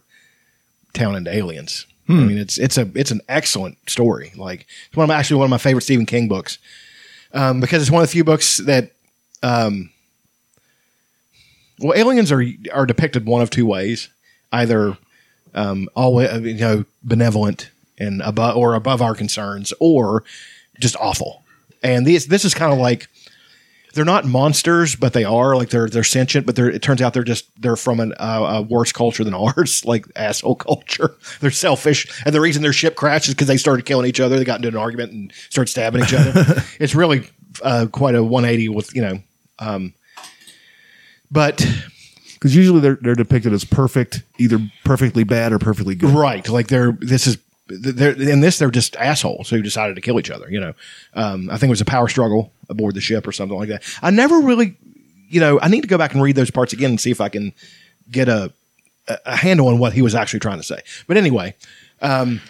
S1: town into aliens. I mean, it's it's a it's an excellent story. Like it's one of my, actually one of my favorite Stephen King books um, because it's one of the few books that, um, well, aliens are are depicted one of two ways: either um, always you know benevolent and above or above our concerns, or just awful. And this this is kind of like they're not monsters, but they are like they're they're sentient. But they're it turns out they're just they're from an, uh, a worse culture than ours, *laughs* like asshole culture. *laughs* They're selfish, and the reason their ship crashed is because they started killing each other. They got into an argument and started stabbing each other. it's really uh, quite a one eighty with you know, um, but
S3: Because usually they're, they're depicted as perfect, either perfectly bad or perfectly good.
S1: right like they're this is they're in this they're just assholes who decided to kill each other you know um, i think it was a power struggle aboard the ship or something like that i never really you know i need to go back and read those parts again and see if i can get a a a handle on what he was actually trying to say but anyway um,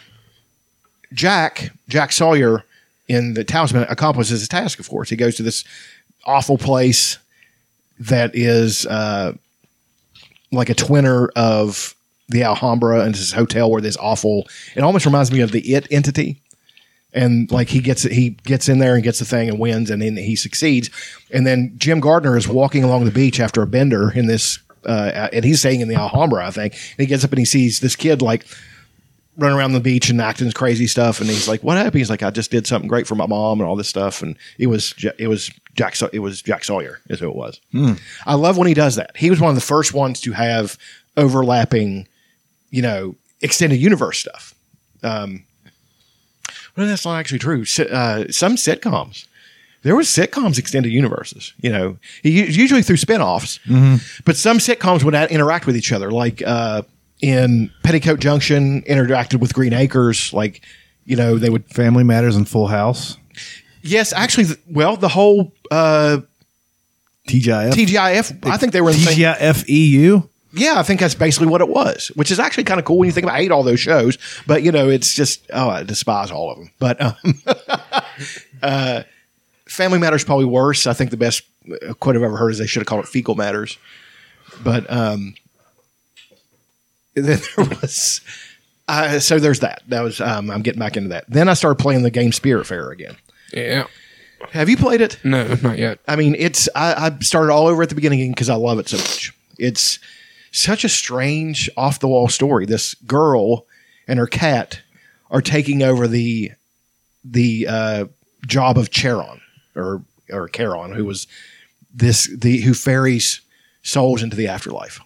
S1: Jack, Jack Sawyer in the Talisman accomplishes his task, of course. He goes to this awful place that is uh, like a twinner of the Alhambra and it's this hotel where this awful it almost reminds me of the it entity. And like he gets he gets in there and gets the thing and wins and then he succeeds. And then Jim Gardner is walking along the beach after a bender in this uh, and he's staying in the Alhambra, I think. And he gets up and he sees this kid like running around the beach and acting crazy stuff. And he's like, "What happened?" He's like, "I just did something great for my mom and all this stuff." And it was Ja- it was Jack Saw- it was Jack Sawyer is who it was. I love when he does that. He was one of the first ones to have overlapping, you know, extended universe stuff. Um, well, that's not actually true. Si- Uh, some sitcoms. There was sitcoms extended universes, you know, u- usually through spinoffs. But some sitcoms would not interact with each other, like uh, in Petticoat Junction interacted with Green Acres. Like, you know, they would.
S3: Family Matters and Full House.
S1: Yes, actually, th- well, the whole uh,
S3: TGIF.
S1: TGIF. I E think they were in the same.
S3: TGIFEU.
S1: yeah, I think that's basically what it was, which is actually kind of cool when you think about. I hate all those shows, but you know, it's just oh, I despise all of them. But um, *laughs* uh, Family Matters probably worse. I think the best uh, quote I've ever heard is they should have called it Fecal Matters. But um, then *laughs* there was uh, so there's that. That was um, I'm getting back into that. Then I started playing the game Spirit Fair again.
S2: yeah.
S1: Have you played it?
S2: No, not yet.
S1: I mean, it's I, I started all over at the beginning because I love it so much. It's such a strange, off the wall story. This girl and her cat are taking over the the uh, job of Charon or or Charon, who was this the who ferries souls into the afterlife.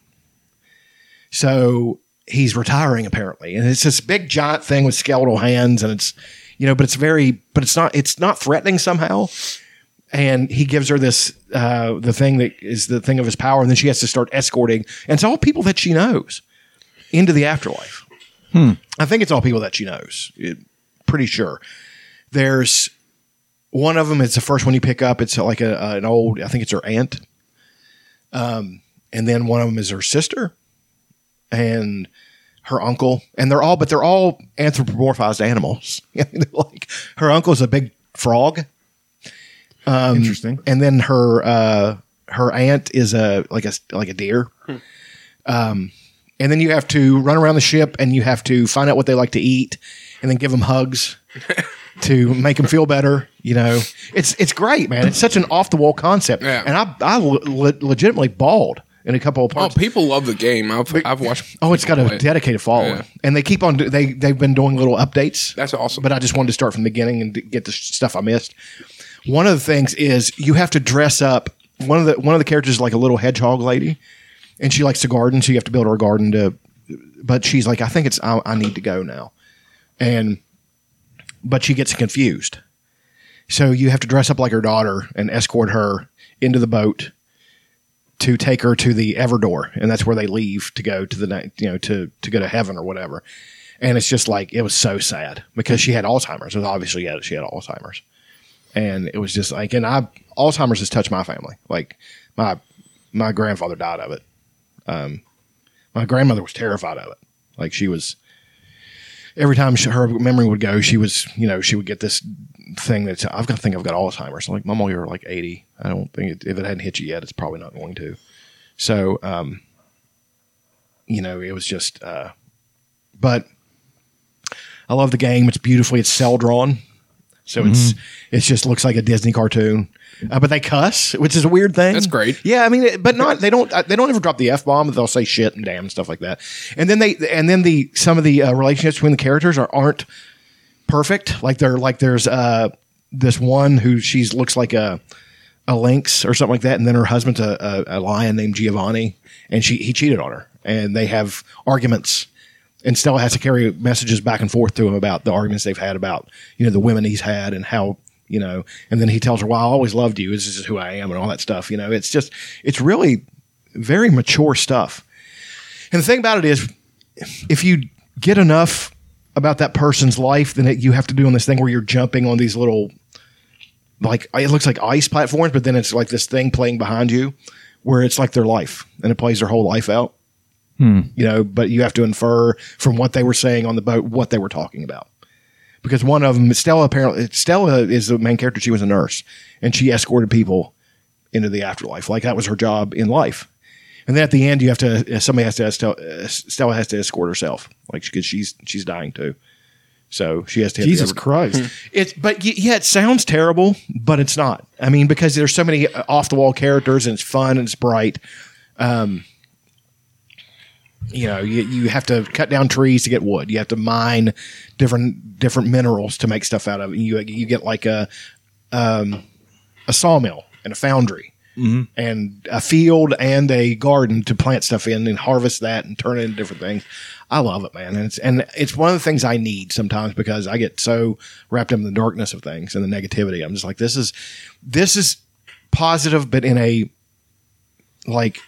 S1: So he's retiring apparently, and it's this big giant thing with skeletal hands, and it's you know, but it's very, but it's not, it's not threatening somehow. And he gives her this uh, the thing that is the thing of his power, and then she has to start escorting, and it's all people that she knows into the afterlife. I think it's all people that she knows. It, pretty sure. There's one of them. It's the first one you pick up. It's like a, an old. I think it's her aunt. Um, and then one of them is her sister, and her uncle, and they're all. But they're all anthropomorphized animals. *laughs* like her uncle's a big frog,
S3: Interesting.
S1: and then her uh, her aunt is a like a like a deer.
S2: Hmm.
S1: Um, and then you have to run around the ship and you have to find out what they like to eat, and then give them
S2: *laughs*
S1: hugs to make them feel better. You know, it's it's great, man. It's such an off the wall concept,
S2: Yeah.
S1: and I I le- legitimately bawled in a couple of
S2: Oh,
S1: parts.
S2: people love the game. I've I've watched.
S1: Oh, it's got
S2: people play
S1: a dedicated following,
S2: Yeah.
S1: and they keep on. do- They they've been doing little updates.
S2: That's awesome.
S1: But I just wanted to start from the beginning and d- get the sh- stuff I missed. One of the things is you have to dress up. One of the one of the characters is like a little hedgehog lady, and she likes to garden, so you have to build her a garden to. But she's like, I think it's I, I need to go now, and but she gets confused, so you have to dress up like her daughter and escort her into the boat to take her to the Everdor, and that's where they leave to go to the ne- you know to to go to heaven or whatever. And it's just like it was so sad because she had Alzheimer's. It was obviously yeah, she had Alzheimer's, and it was just like and I Alzheimer's has touched my family. Like my my grandfather died of it. Um, my grandmother was terrified of it. Like she was every time she, her memory would go, she was you know she would get this thing that's I've got to think I've got Alzheimer's. I'm like Mama, you're like 80. I don't think it, if it hadn't hit you yet, it's probably not going to. So, um, you know, it was just, uh, but I love the game. It's beautifully, it's cell drawn. So it's,
S2: Mm-hmm.
S1: it's just looks like a Disney cartoon, uh, but they cuss, which is a weird thing.
S2: That's great.
S1: Yeah. I mean, it- but not, they don't, uh, they don't ever drop the F bomb, but they'll say shit and damn and stuff like that. And then they, and then the, some of the uh, relationships between the characters are, aren't perfect. Like they're like, there's, uh, this one who she's looks like a, a lynx or something like that, and then her husband's a, a, a lion named Giovanni, and she he cheated on her, and they have arguments, and Stella has to carry messages back and forth to him about the arguments they've had about you know the women he's had and how you know, and then he tells her, "Well, I always loved you. This is just who I am," and all that stuff. You know, it's just it's really very mature stuff. And the thing about it is, if you get enough about that person's life, then it, you have to do on this thing where you're jumping on these little like it looks like ice platforms, but then it's like this thing playing behind you where it's like their life and it plays their whole life out. You know, but you have to infer from what they were saying on the boat what they were talking about. Because one of them, Stella apparently, Stella is the main character. She was a nurse and she escorted people into the afterlife. Like that was her job in life. And then at the end, you have to, uh, somebody has to, Stella, Stella has to escort herself. Like, because she's, she's dying too. So she has to hit the
S4: Jesus
S1: ever- Hmm.
S4: Christ.
S1: it's but y- yeah, it sounds terrible, but it's not. I mean, because there's so many off the wall characters, and it's fun and it's bright. Um, you know, you, you have to cut down trees to get wood. You have to mine different different minerals to make stuff out of it. You you get like a um, a sawmill and a foundry. And a field and a garden to plant stuff in and harvest that and turn it into different things. I love it, man. And it's and it's one of the things I need sometimes because I get so wrapped up in the darkness of things and the negativity. I'm just like, this is this is positive, but in a like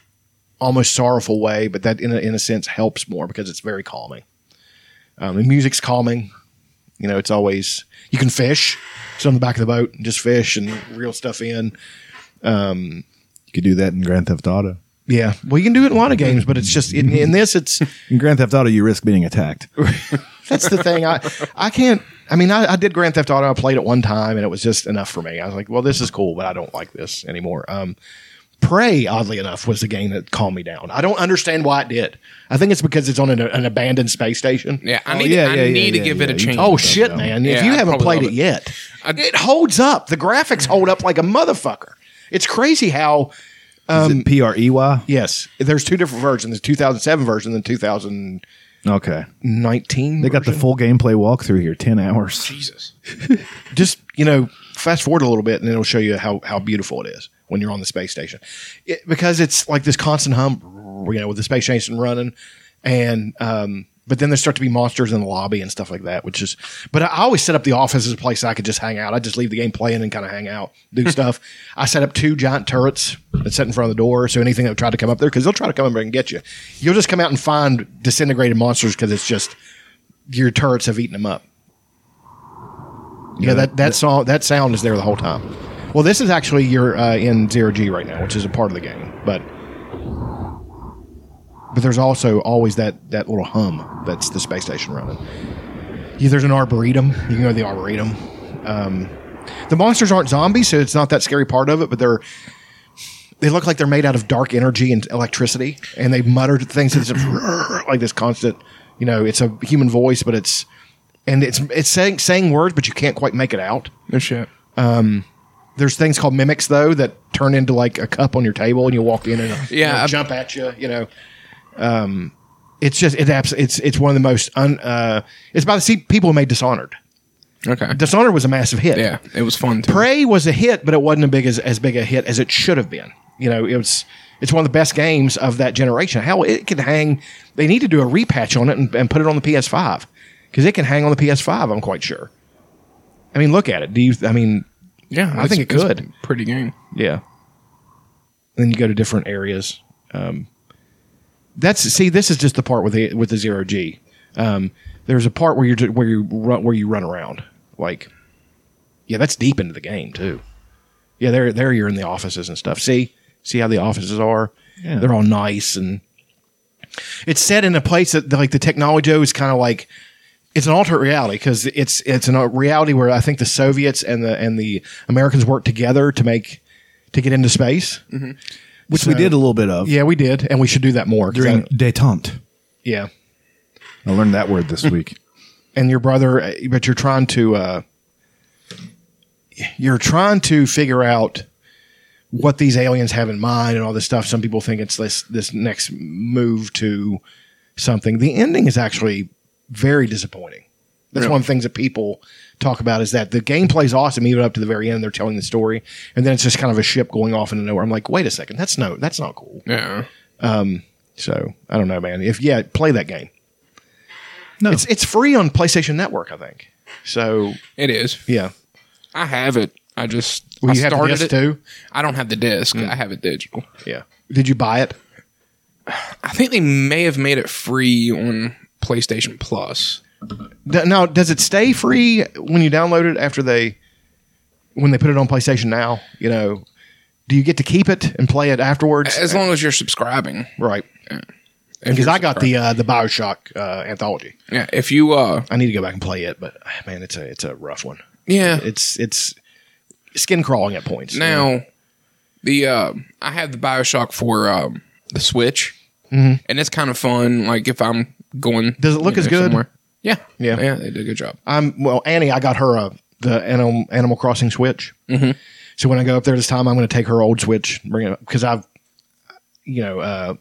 S1: almost sorrowful way, but that in a, in a sense helps more because it's very calming. Um, the music's calming. You know, it's always you can fish. Sit on the back of the boat and just fish and reel stuff in.
S3: You could do that in Grand Theft Auto.
S1: Yeah, well, you can do it in a lot of games, but it's just in, in this, it's
S3: In Grand Theft Auto, you risk
S1: *laughs*
S3: being attacked.
S1: that's the thing. I I can't. I mean, I, I did Grand Theft Auto. I played it one time, and it was just enough for me. I was like, well, this is cool, but I don't like this anymore. Um, Prey, oddly enough, was the game that calmed me down. I don't understand why it did. I think it's because it's on an, an abandoned space station.
S2: Yeah, I
S3: Oh,
S2: need.
S3: yeah,
S2: I
S3: yeah, yeah,
S2: need to
S3: yeah,
S2: give it
S3: yeah.
S2: a chance.
S1: Oh shit, man! if
S2: Yeah,
S1: you
S2: I
S1: haven't
S2: probably
S1: played it,
S2: love it.
S1: yet,
S2: I-
S1: it holds up. The graphics hold up like a motherfucker. It's crazy how
S3: Is it P R E Y?
S1: Yes, there's two different versions: the 2007 version and the 2019.
S3: Okay. They got the
S1: version.
S3: full gameplay walkthrough here, 10 hours.
S2: Jesus.
S1: just you know fast forward a little bit and it'll show you how how beautiful it is when you're on the space station it, because it's like this constant hum you know with the space station running and um but then there start to be monsters in the lobby and stuff like that, which is. But I always set up the office as a place I could just hang out. I just leave the game playing and kind of hang out, do stuff. I set up two giant turrets that set in front of the door, so anything that tried to come up there, because they'll try to come up and get you, you'll just come out and find disintegrated monsters because it's just your turrets have eaten them up. Yeah, that that song that sound is there the whole time. Well, this is actually you're uh, in zero G right now, which is a part of the game, but but there's also always that that little hum that's the space station running. Yeah, there's an arboretum. You can go to the arboretum. Um, the monsters aren't zombies, so it's not that scary part of it. But they're they look like they're made out of dark energy and electricity, and they mutter things that's just *laughs* like this constant. You know, it's a human voice, but it's and it's it's saying saying words, but you can't quite make it out.
S2: No shit.
S1: There's things called mimics though that turn into like a cup on your table, and you walk in and you
S2: Yeah,
S1: know,
S2: I've-
S1: jump at you. You know, um, it's just it abs- it's it's one of the most un, uh, it's by the see people who made Dishonored.
S2: Okay.
S1: Dishonored was a massive hit.
S2: Yeah, it was fun too.
S1: Prey was a hit, but it wasn't a big as, as big a hit as it should have been. You know, it was it's one of the best games of that generation. How it could hang, they need to do a repatch on it and, and put it on the PS5 because it can hang on the PS5. I'm quite sure. I mean, look at it. Do you? I mean,
S2: yeah,
S1: I think it
S2: it's-
S1: could.
S2: it's a Pretty game.
S1: yeah. And then you go to different areas. Um, that's see, this is just the part with the with the zero G. Um, there's a part where you where you run, where you run around. Like, yeah, that's deep into the game too. Yeah, there there you're in the offices and stuff. See see how the offices are.
S3: Yeah.
S1: They're all nice and it's set in a place that like the technology is kind of like it's an alternate reality because it's it's a reality where I think the Soviets and the and the Americans worked together to make to get into space.
S3: Which
S1: So-
S3: we did a little bit of
S1: Yeah, we did, and we should do that more. 'cause
S3: during
S1: that-
S3: detente.
S1: yeah,
S3: I learned that word this week.
S1: and your brother, uh, but you're trying to uh, you're trying to figure out what these aliens have in mind and all this stuff. Some people think it's this this next move to something. The ending is actually very disappointing. That's one of the things that people talk about is that the gameplay's awesome even up to the very end. They're telling the story, and then it's just kind of a ship going off into nowhere. I'm like, wait a second, that's no, that's not cool.
S2: Yeah.
S1: So I don't know, man. If yeah, play that game.
S3: No.
S1: it's it's free on PlayStation Network, I think. So
S2: It is.
S1: yeah,
S2: I have it. I just
S1: well,
S2: I
S1: you have the
S2: started
S1: disc Hmm.
S2: it.
S1: too.
S2: I don't have the disc. I have it digital.
S1: Yeah, did you buy it?
S2: I think they may have made it free on PlayStation Plus.
S1: D- now, does it stay free when you download it after they when they put it on PlayStation Now? You know, do you get to keep it and play it afterwards?
S2: As long as you're subscribing.
S1: right,
S2: Uh, If
S1: because
S2: you're
S1: I got the uh, the Bioshock uh, anthology.
S2: subscribed. Yeah, if you uh
S1: I need to go back and play it, but man, it's a it's a rough one.
S2: yeah.
S1: It's uh, it's skin crawling at points.
S2: Now, the uh, I have the Bioshock for um, the Switch, and it's kind of fun. Like if I'm going,
S1: Mm-hmm. Does it look
S2: you
S1: as
S2: know,
S1: good?
S2: Yeah,
S1: Yeah.
S2: yeah. They did a good job.
S1: I'm well, Annie. I got her a the Animal, Animal Crossing Switch. Mm-hmm. So when I go up there this time, I'm going to take her old Switch, bring it up because I've, you know, uh,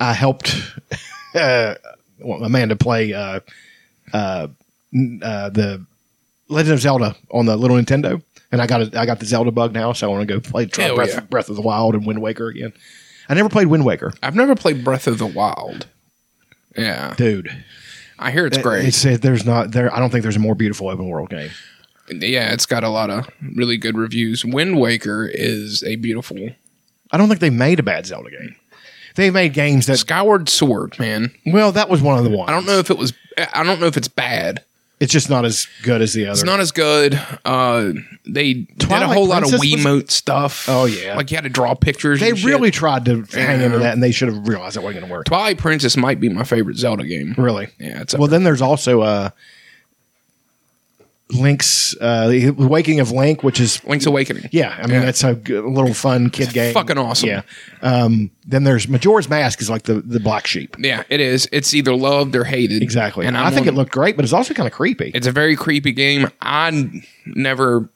S1: I helped *laughs* uh, well, Amanda play uh, uh, n- uh, the Legend of Zelda on the little Nintendo, and I got a, I got the Zelda bug now, so I want to go play try
S2: Hell
S1: Breath,
S2: yeah.
S1: Breath of the Wild and Wind Waker again. I never played Wind Waker,
S2: I've never played Breath of the Wild. Yeah,
S1: dude.
S2: I hear it's great.
S1: It's uh, there's not there. I don't think there's a more beautiful open world game.
S2: yeah, it's got a lot of really good reviews. Wind Waker is a beautiful
S1: I don't think they made a bad Zelda game. They made games that
S2: Skyward Sword, man.
S1: well, that was one of the ones.
S2: I don't know if it was. I don't know if it's bad.
S1: It's just not as good as the other.
S2: It's not as good. Uh, they did a
S1: Twilight
S2: whole lot of
S1: Princess was-
S2: Wiimote stuff.
S1: Oh, yeah.
S2: like you had to draw pictures.
S1: they
S2: and shit.
S1: really tried to hang
S2: Yeah.
S1: into that, and they should have realized that wasn't going to work.
S2: Twilight Princess might be my favorite Zelda game.
S1: Really?
S2: Yeah, it's up
S1: Well, then there's also uh, Link's uh, the Waking of Link, which is
S2: Link's Awakening.
S1: yeah. I mean,
S2: Yeah.
S1: that's a good, little fun kid game.
S2: fucking awesome.
S1: Yeah. Um, then there's Majora's Mask is like the the black sheep.
S2: Yeah, it is. It's either loved or hated.
S1: Exactly.
S2: And
S1: And
S2: I'm
S1: I think
S2: on-
S1: it looked great, but it's also kind of creepy.
S2: It's a very creepy game. I n- never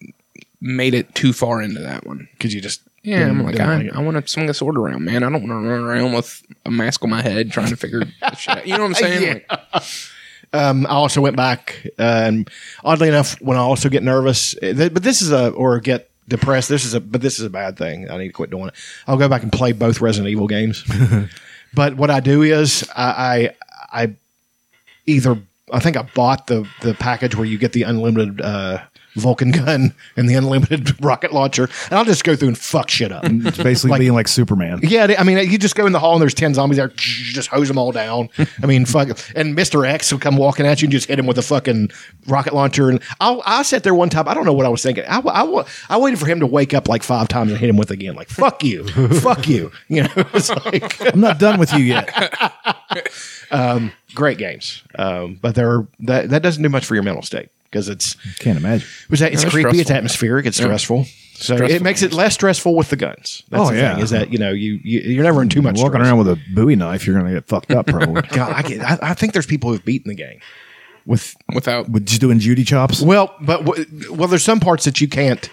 S2: made it too far into that one.
S1: because you just
S2: Yeah, I'm like, I, I want to swing a sword around, man. I don't want to run around with a mask on my head trying to figure *laughs* this shit out. You know what I'm saying?
S1: *laughs* Yeah.
S2: Like,
S1: um, I also went back, uh, and oddly enough, when I also get nervous, uh, th- but this is a or get depressed. This is a but this is a bad thing. I need to quit doing it. I'll go back and play both Resident Evil games. but what I do is I I, I either I think I bought the the package where you get the unlimited uh, Vulcan gun *laughs* and the unlimited *laughs* rocket launcher, and I'll just go through and fuck shit up.
S3: It's basically being like Superman.
S1: Yeah, they- I mean, you just go in the hall and there's 10 zombies there, *laughs* just hose them all down. I mean, fuck. And Mr. X will come walking at you and just hit him with a fucking rocket launcher. And I, I sat there one time, I don't know what I was thinking. I, I, wa- I waited for him to wake up like five times and hit him with again. Like, fuck you, fuck you. You know, *laughs* it's like
S3: I'm not done with
S1: *laughs*
S3: you yet.
S1: great games. Um, but there are, that, that doesn't do much for your mental state because it's,
S3: Can't imagine.
S1: Was that it's
S2: it's
S1: creepy, it's
S2: stressful.
S1: atmospheric, it's stressful. So
S2: Stressful.
S1: it makes it less stressful with the guns. That's
S3: Oh,
S1: the
S3: yeah.
S1: thing, is that you know you, you you're never in too much
S3: Walking
S1: stress.
S3: around with a Bowie knife, you're going to get fucked
S1: *laughs*
S3: up probably.
S1: God, I, get, I, I think there's people who've beaten the game with
S2: without
S3: With just doing Judy chops.
S1: well, but w- well, there's some parts that you can't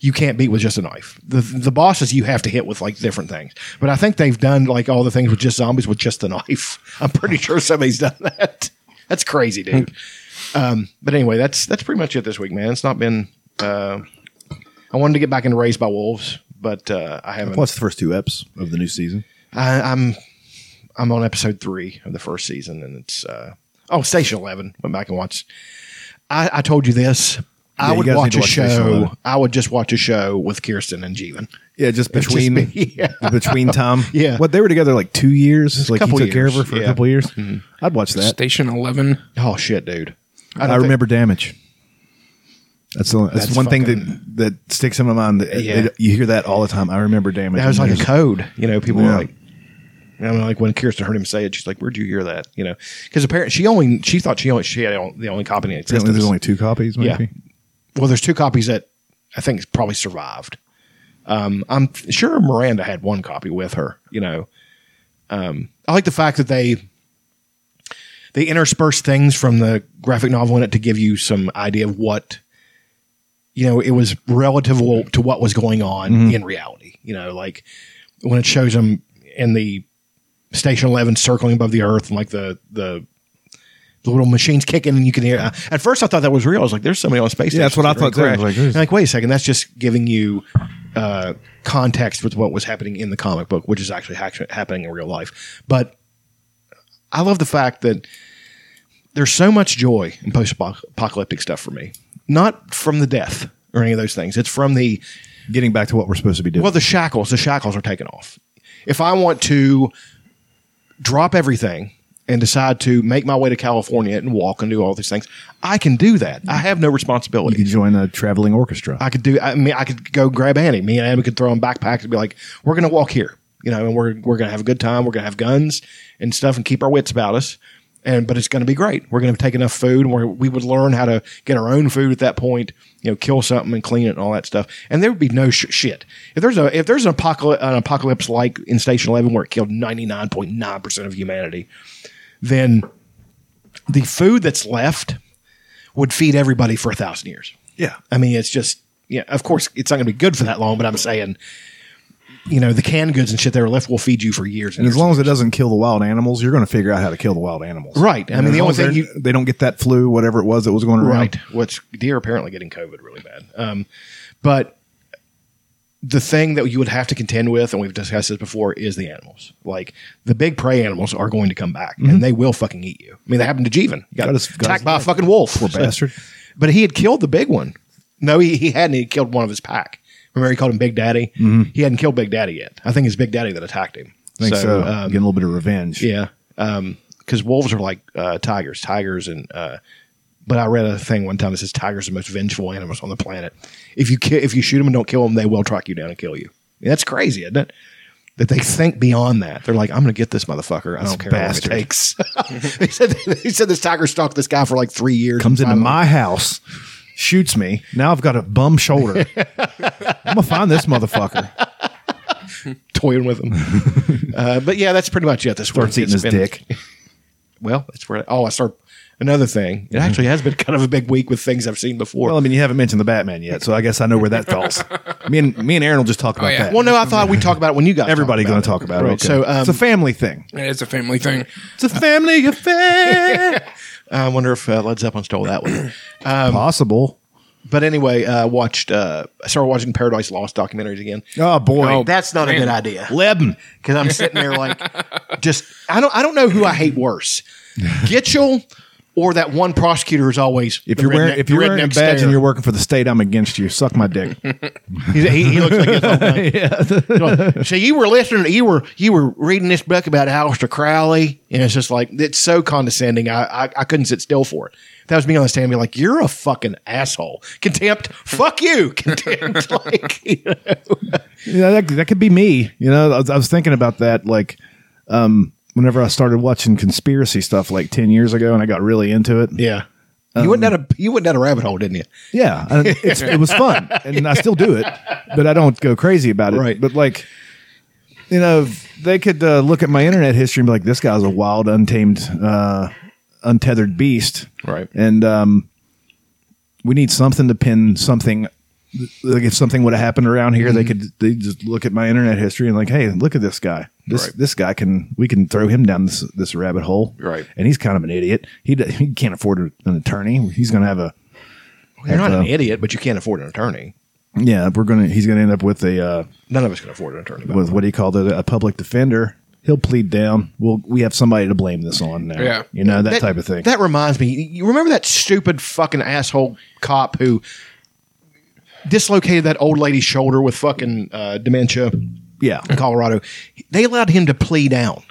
S1: you can't beat with just a knife. The the bosses you have to hit with like different things. But I think they've done like all the things with just zombies with just a knife. *laughs* I'm pretty sure somebody's done that. *laughs* That's crazy, dude. Um, but anyway, that's that's pretty much it this week, man. It's not been. Uh, I wanted to get back into Raised by Wolves, but uh, I haven't.
S3: What's the first two eps of the new season?
S1: I, I'm I'm on episode three of the first season, and it's uh, oh Station Eleven. Went back and watched. I, I told you this.
S3: Yeah,
S1: I
S3: you
S1: would
S3: guys need
S1: watch
S3: to
S1: a
S3: watch Station
S1: show.
S3: 11.
S1: I would just watch a show with Kirsten and Jeevan.
S3: Yeah, just
S1: just
S3: between
S1: be- *laughs* yeah.
S3: the *laughs* between time.
S1: Yeah.
S3: what they were together like two years. like he
S1: couple
S3: took care of her
S1: years,
S3: for a
S1: yeah.
S3: couple years. I'd watch that.
S2: Station 11.
S1: Oh shit, dude!
S3: I,
S1: don't think-
S3: remember damage. That's the that's,
S1: That's
S3: one thing that that sticks in my mind. That
S1: Yeah.
S3: that you hear that all the time. I remember damage.
S1: that was
S3: And
S1: like a
S3: there's-
S1: code. You know, people
S3: Yeah.
S1: were like, I mean, like when Kirsten heard him say it, she's like, "Where'd you hear that?" You know, because apparently she only she thought she only she had the only copy in
S3: apparently
S1: existence.
S3: there's only two copies. Maybe.
S1: Yeah. Well, there's two copies that I think probably survived. Um, I'm sure Miranda had one copy with her. You know, um, I like the fact that they they intersperse things from the graphic novel in it to give you some idea of what you know it was relative to what was going on
S3: Mm-hmm.
S1: in reality. You know, like when it shows them in the Station Eleven circling above the Earth and like the the. The little machines kicking, and you can hear. uh, At first, I thought that was real. I was like, "There's somebody on space."
S3: Yeah, that's
S1: station.
S3: what I
S1: They're
S3: thought too. I
S1: gonna
S3: was like,
S1: crash.
S3: there's-
S1: And like, wait a second, that's just giving you uh, context with what was happening in the comic book, which is actually hac- happening in real life. But I love the fact that there's so much joy in post apocalyptic stuff for me, not from the death or any of those things. It's from the
S3: Getting back to what we're supposed to be doing.
S1: well, the shackles, the shackles are taken off. If I want to drop everything and decide to make my way to California and walk and do all these things, I can do that. I have no responsibility.
S3: you join a traveling orchestra.
S1: I could do. I mean, I could go grab Annie. Me and Annie could throw him backpacks and be like, "We're gonna walk here, you know, and we're we're gonna have a good time. We're gonna have guns and stuff, and keep our wits about us. And but it's gonna be great. We're gonna take enough food, and we're, we would learn how to get our own food at that point. You know, kill something and clean it and all that stuff. And there would be no sh- shit if there's a if there's an apocalypse an apocalypse like in Station Eleven where it killed ninety nine point nine percent of humanity, then the food that's left would feed everybody for a thousand years.
S3: yeah,
S1: I mean, it's just yeah. Of course, it's not going to be good for that long, but I'm saying, you know, the canned goods and shit that are left will feed you for years.
S3: and as long as it doesn't kill the wild animals, you're going to figure out how to kill the wild animals.
S1: Right. I
S3: And
S1: mean,
S3: as
S1: the
S3: long
S1: only
S3: as they're-
S1: thing you-
S3: they don't get that flu, whatever it was that was going around.
S1: right, which deer apparently getting COVID really bad. Um, but the thing that you would have to contend with, and we've discussed this before, is the animals. Like the big prey animals are going to come back, and they will fucking eat you. I mean, that happened to Jeevan. He Got
S3: Mm-hmm. Got his- got
S1: attacked
S3: his
S1: by a fucking wolf. Poor
S3: bastard.
S1: But he had killed the big one. No, he, he hadn't. He had killed one of his pack. Remember, he called him Big Daddy. He hadn't killed Big Daddy yet. I think it's Big Daddy that attacked him.
S3: Mm-hmm. I think so.
S1: um,
S3: Getting a little bit of revenge.
S1: yeah, because wolves are like uh, tigers. Tigers and uh, but I read a thing one time that says tigers are the most vengeful animals on the planet. If you ki- if you shoot them and don't kill them, they will track you down and kill you. That's crazy, isn't it? That they think beyond that. They're like, I'm going to get this motherfucker. I don't care
S3: bastard.
S1: what it takes. *laughs* he said he said this tiger stalked this guy for like three years.
S3: comes into
S1: Finally-
S3: my house, shoots me. Now I've got a bum shoulder.
S1: *laughs*
S3: I'm gonna find this motherfucker.
S1: *laughs* toying with him.
S3: *laughs*
S1: uh, but yeah, that's pretty much it. This
S3: Starts
S1: week. *laughs*
S3: eating
S1: It's
S3: his dick.
S1: Well, that's where. Oh, I start. another thing. It actually has been *laughs* kind of a big week with things I've seen before.
S3: Mm-hmm. Well, I mean, you haven't mentioned the Batman yet, so I guess I know where that falls. me and me and Aaron will just talk about
S2: yeah.
S3: that.
S1: Oh, Well, no, I thought we'd talk about it when you guys.
S3: Everybody going to talk about it.
S1: Right,
S3: okay.
S1: So um,
S3: it's a family thing.
S2: It's a family thing.
S3: It's a
S1: *laughs*
S3: family affair.
S1: I wonder if uh, Led Zeppelin stole that one. *clears throat* Um,
S3: Possible.
S1: but anyway, uh, watched. Uh, I started watching Paradise Lost documentaries again.
S3: Oh boy,
S2: Oh,
S1: That's not a
S2: man.
S1: good idea.
S3: Lebon.
S1: because I'm sitting there like, just I don't I don't know who I hate
S3: *laughs*
S1: worse, Gitchell or that one prosecutor who's always
S3: If
S1: the
S3: you're wearing
S1: redneck-
S3: if you're wearing a
S1: redneck
S3: badge
S1: stare.
S3: and you're working for the state, I'm against you. Suck
S1: *laughs*
S3: my dick. *laughs*
S1: He's- he, he looks like his old name. *laughs* so you were listening, you were you were reading this book about Aleister Crowley, and it's just like it's so condescending. I I, I couldn't sit still for it. That was me on the stand, being like, "You're a fucking asshole." Contempt. Fuck you. *laughs* Contempt. like, *laughs* you know.
S3: you know, that, that could be me. You know, I was, I was thinking about that, like, um, whenever I started watching conspiracy stuff like 10 years ago and I got really into it.
S1: Yeah. Um, you went down a you went down a rabbit hole, didn't you?
S3: Yeah. and it's, it was fun. And I still do it, but I don't go crazy about it.
S1: Right.
S3: But, like, you know, they could uh, look at my internet history and be like, this guy's a wild, untamed, uh, untethered beast.
S1: Right.
S3: And um, we need something to pin something. Like if something would have happened around here, they
S2: Mm-hmm.
S3: could they just look at my internet history and like, hey, look at this guy. This
S2: Right.
S3: this guy can we can throw him down this this rabbit hole,
S2: Right.
S3: And he's kind of an idiot. He d- he can't afford an attorney. He's going to have a
S1: You're not
S3: Heck,
S1: an
S3: no.
S1: idiot, but you can't afford an attorney.
S3: yeah. We're gonna he's going to end up with a uh,
S1: None of us can afford an attorney. by the
S3: with what do you call it a public defender. He'll plead down. Well, we have somebody to blame this on now.
S2: Yeah.
S3: you know that, type of thing.
S1: That reminds me. You remember that stupid fucking asshole cop who dislocated that old lady's shoulder with fucking uh, dementia in
S3: yeah,
S1: Colorado? They allowed him to plea down.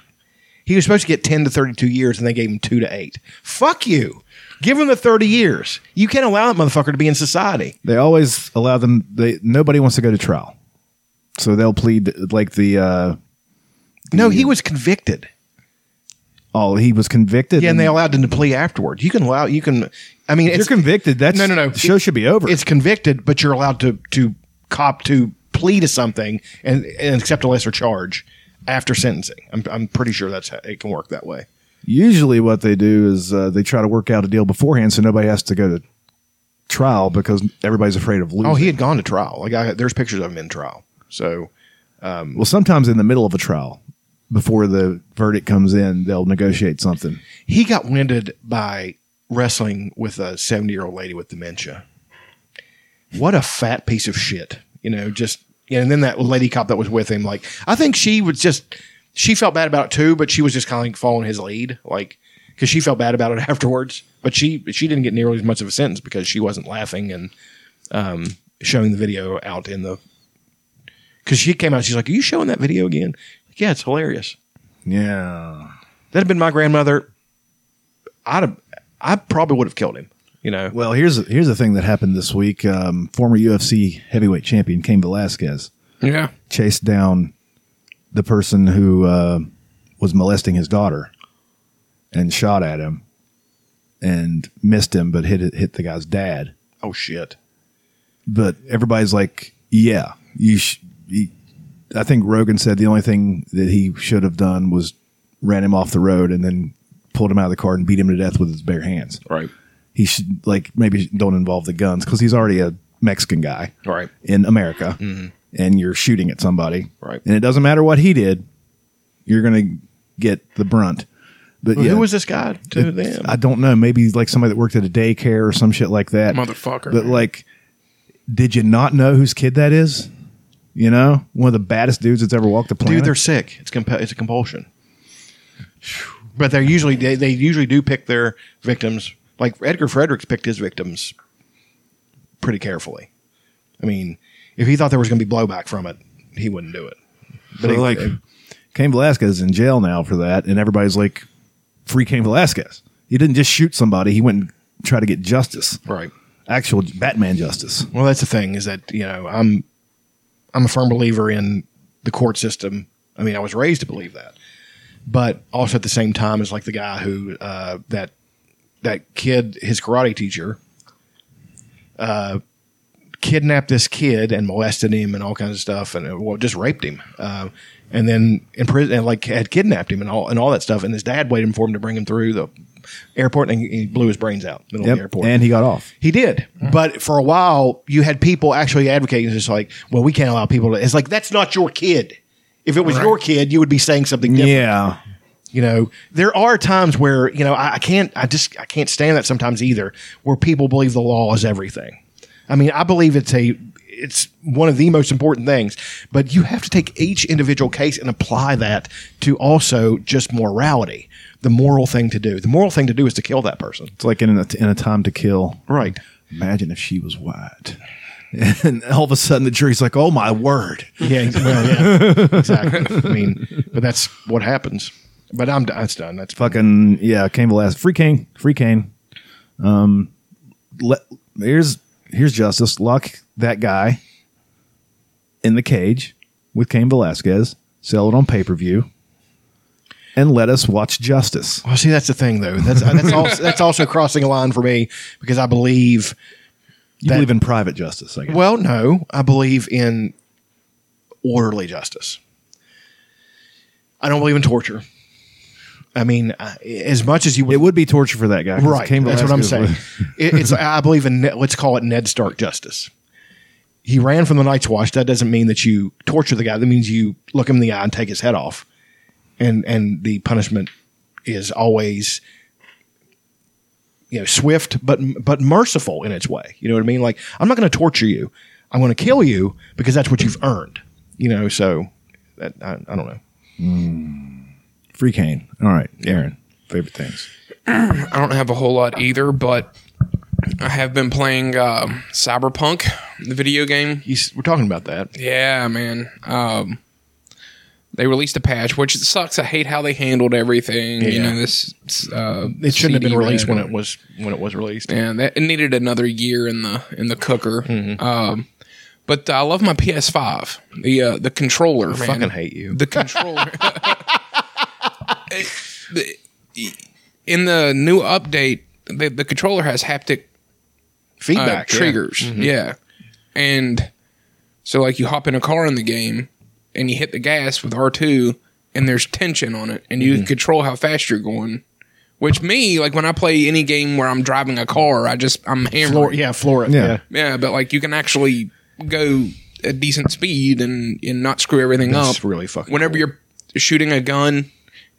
S1: He was supposed to get 10 to 32 years and they gave him 2 to 8. Fuck you. Give him the 30 years. You can't allow that motherfucker to be in society.
S3: they always allow them they nobody wants to go to trial so they'll plead like the uh
S1: No, he was convicted.
S3: oh he was convicted
S1: Yeah, and they allowed him to plea afterwards. You can allow, you can, I mean,
S3: you're
S1: it's,
S3: convicted that's
S1: No, no, no.
S3: the show should be over
S1: it's convicted, but you're allowed to to cop to plea to something and, and accept a lesser charge after sentencing. I'm, I'm pretty sure that's how it can work that way.
S3: usually what they do is uh, they try to work out a deal beforehand so nobody has to go to trial because everybody's afraid of losing
S1: Oh, he had gone to trial. Like I, there's pictures of him in trial. So
S3: well sometimes in the middle of a trial before the verdict comes in they'll negotiate something
S1: he got winded by wrestling with a 70 year old lady with dementia. What a fat piece of shit, you know, just, and then that lady cop that was with him, like, I think she was just, she felt bad about it too, but she was just kind of like following his lead, like, cause she felt bad about it *laughs* afterwards, but she, she didn't get nearly as much of a sentence because she wasn't laughing and, um, showing the video out in the, cause she came out, she's like, are you showing that video again? Like, yeah, it's hilarious
S3: yeah
S1: that had been my grandmother, I'd have, I probably would have killed him. You know,
S3: well here's here's the thing that happened this week um, former ufc heavyweight champion cain velasquez
S2: Yeah.
S3: chased down the person who uh, was molesting his daughter and shot at him and missed him, but hit hit the guy's dad.
S1: oh shit,
S3: But everybody's like, "Yeah, you." Sh- you I think Rogan said the only thing that he should have done was ran him off the road and then pulled him out of the car and beat him to death with his bare hands.
S2: Right.
S3: He should like maybe don't involve the guns because he's already a Mexican guy
S1: right?
S3: in America and you're shooting at somebody,
S1: Mm-hmm. Right.
S3: And it doesn't matter what he did, you're going to get the brunt. But yeah,
S1: Who was this guy to them?
S3: I don't know. Maybe like somebody that worked at a daycare or some shit like that.
S2: Motherfucker.
S3: But like, did you not know whose kid that is? You know, one of the baddest dudes that's ever walked the planet.
S1: Dude, they're sick. It's comp- it's a compulsion. But they're usually they, they usually do pick their victims. Like Edgar Fredericks picked his victims pretty carefully. I mean, if he thought there was going to be blowback from it, he wouldn't do it.
S3: But
S1: he-
S3: like, Cain Velasquez is in jail now for that, and everybody's like, "Free Cain Velasquez." He didn't just shoot somebody; he went and tried to get justice,
S1: right?
S3: actual Batman justice.
S1: Well, that's the thing is that you know I'm I'm a firm believer in the court system. I mean, I was raised to believe that, but also at the same time, it's like the guy who uh, that that kid, his karate teacher, uh, kidnapped this kid and molested him and all kinds of stuff, and uh, well, just raped him, uh, and then in prison, and like had kidnapped him and all and all that stuff. And his dad waited for him to bring him through the airport and he blew his brains out in the middle of
S3: Yep.
S1: the airport.
S3: And he got off.
S1: He did. But for a while, you had people actually advocating, just like, well, we can't allow people to. It's like, that's not your kid. If it was your kid, you would be saying something different.
S3: Yeah.
S1: You know, there are times where, you know, I, I can't, I just, I can't stand that sometimes either, where people believe the law is everything. I mean, I believe it's a, it's one of the most important things, but you have to take each individual case and apply that to also just morality, the moral thing to do. The moral thing to do is to kill that person.
S3: It's like in a, in a time to kill.
S1: Right.
S3: Imagine if she was white. And *laughs* all of a sudden the jury's like, oh my word.
S1: Yeah, ex- well, yeah, exactly. I mean, but that's what happens. But I'm that's done. That's
S3: Fucking, yeah, Cain will ask. Free Cain. Free Cain. Um, let, here's, here's justice. Lock that guy in the cage with Cain Velasquez. Sell it on pay per view. And let us watch justice.
S1: Well, see, that's the thing, though. That's uh, that's also, that's also crossing a line for me because I believe.
S3: You
S1: That-
S3: believe in private justice, I guess.
S1: Well, no, I believe in orderly justice. I don't believe in torture. I mean, I, as much as you would,
S3: it would be torture for that guy. 'cause
S1: right.
S3: Cain
S1: That's what I'm
S3: Velasquez *laughs*
S1: saying.
S3: was-
S1: it, it's I believe in Ned- let's call it Ned Stark justice. He ran from the Night's Watch. That doesn't mean that you torture the guy. That means you look him in the eye and take his head off, and and the punishment is always you know swift but but merciful in its way. You know what I mean? Like I'm not going to torture you. I'm going to kill you because that's what you've earned. You know, so that, I, I don't know.
S3: Free Kane. All right, Aaron. Favorite things.
S2: I don't have a whole lot either, but I have been playing uh, Cyberpunk, the video game.
S1: He's, we're talking about that.
S2: Yeah, man. Um, they released a patch, which sucks. I hate how they handled everything. You
S1: Yeah.
S2: know, this uh,
S1: It shouldn't have been
S2: CD
S1: released when
S2: ran
S1: it was when it was released.
S2: and that it needed another year in the in the cooker.
S1: Mm-hmm.
S2: Um, but I love my PS5, the uh, the controller. I
S1: fucking hate you. *laughs*
S2: The controller. It- the- in the new update, the, the controller has haptic uh,
S1: Feedback yeah. Mm-hmm.
S2: triggers. Yeah, and so like you hop in a car in the game and you hit the gas with R two, and there's tension on it, and you
S1: Mm-hmm.
S2: can control how fast you're going. Which me, like when I play any game where I'm driving a car, I just I'm hammering.
S1: Floor, yeah, Florida.
S3: Yeah.
S1: Yeah.
S2: Yeah, but like you can actually go at decent speed and, and not screw everything
S1: That's
S2: up.
S1: really fucking
S2: Whenever
S1: cool.
S2: you're shooting a gun,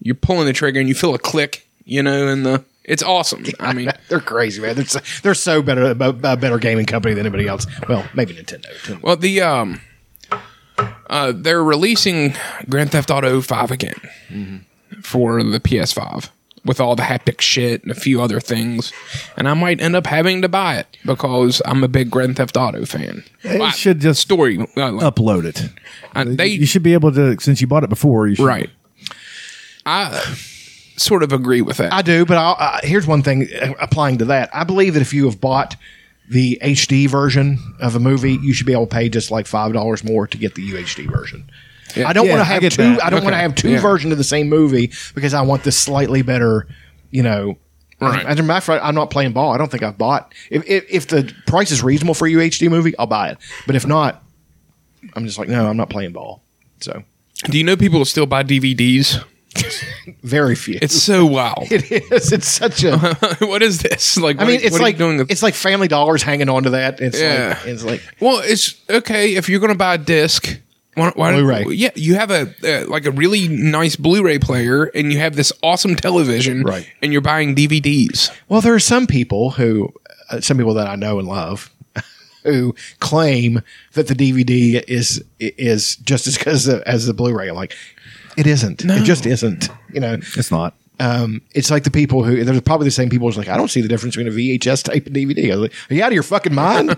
S2: you're pulling the trigger and you feel a click, you know, and the it's awesome.
S1: *laughs*
S2: I mean,
S1: They're crazy, man. They're so, they're so better a better gaming company than anybody else. Well, maybe Nintendo. Too.
S2: well the um uh they're releasing Grand Theft Auto 5 again
S1: Mm-hmm.
S2: for the PS5 with all the haptic shit and a few other things, and I might end up having to buy it because I'm a big Grand Theft Auto fan.
S3: It
S2: Well, I-
S3: should just
S2: story. uh, like,
S3: upload it.
S2: I- they
S3: you should be able to since you bought it before. You should,
S2: Right. I sort of agree with that.
S1: I do, but I'll, uh, here's one thing uh, applying to that. I believe that if you have bought the HD version of a movie, you should be able to pay just like five dollars more to get the UHD version. I don't
S3: Yeah,
S1: want to
S3: I
S1: have
S3: get
S1: two.
S3: that.
S1: I don't want to
S2: Okay.
S1: have two
S2: Yeah.
S1: versions of the same movie because I want this slightly better. You know.
S2: Right.
S1: As a matter of fact, I'm not playing ball. I don't think I've bought. If, if if the price is reasonable for a UHD movie, I'll buy it. But if not, I'm just like, no, I'm not playing ball. So
S2: Do you know people still buy DVDs?
S1: very few.
S2: It's so wild.
S1: *laughs* It is. It's such
S3: Uh-huh.
S1: a.
S2: *laughs* what is this? Like,
S1: I mean,
S2: what,
S1: it's
S2: what
S1: like
S2: are you doing? with-
S1: it's like Family Dollars hanging on to that. It's
S2: Yeah.
S1: like it's like
S2: well, it's okay if you're going to buy a disc. Why, why,
S1: Blu-ray.
S2: Yeah, you have a uh, like a really nice Blu-ray player, and you have this awesome television,
S1: Right.
S2: And you're buying DVDs.
S1: well, there are some people who, uh, some people that I know and love, *laughs* who claim that the DVD is is just as good as the, as the Blu-ray. I'm like, it isn't. It just isn't. You know,
S3: It's not.
S1: um, it's like the people who there's probably the same people who's like, I don't see the difference between a VHS tape and DVD. I was like, Are you out of your fucking
S2: *laughs*
S1: mind?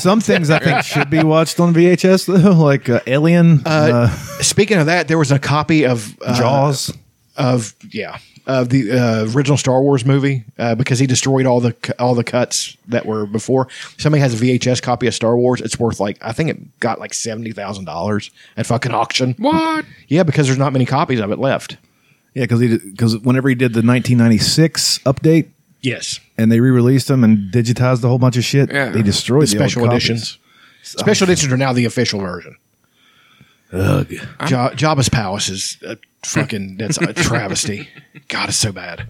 S3: Some things I think should be watched on VHS though, *laughs* like uh, Alien, uh,
S1: *laughs* Speaking of that, there was a copy of uh,
S3: Jaws.
S1: of yeah of the uh, original Star Wars movie uh, because he destroyed all the cu- all the cuts that were before. Somebody has a VHS copy of Star Wars. It's worth like I think it got like seventy thousand dollars at fucking auction.
S2: What?
S1: Yeah, because there's not many copies of it left.
S3: Yeah, because because whenever he did the 1996 update
S1: Yes,
S3: and they re-released them and digitized a whole bunch of shit,
S2: Yeah.
S3: they destroyed
S1: the
S3: the,
S1: special
S3: old copies. Oh,
S1: editions. Special editions are now the official version.
S3: Ugh.
S1: Ja-
S2: *laughs*
S1: Jabba's palace is a fucking that's a travesty. God, it's so bad.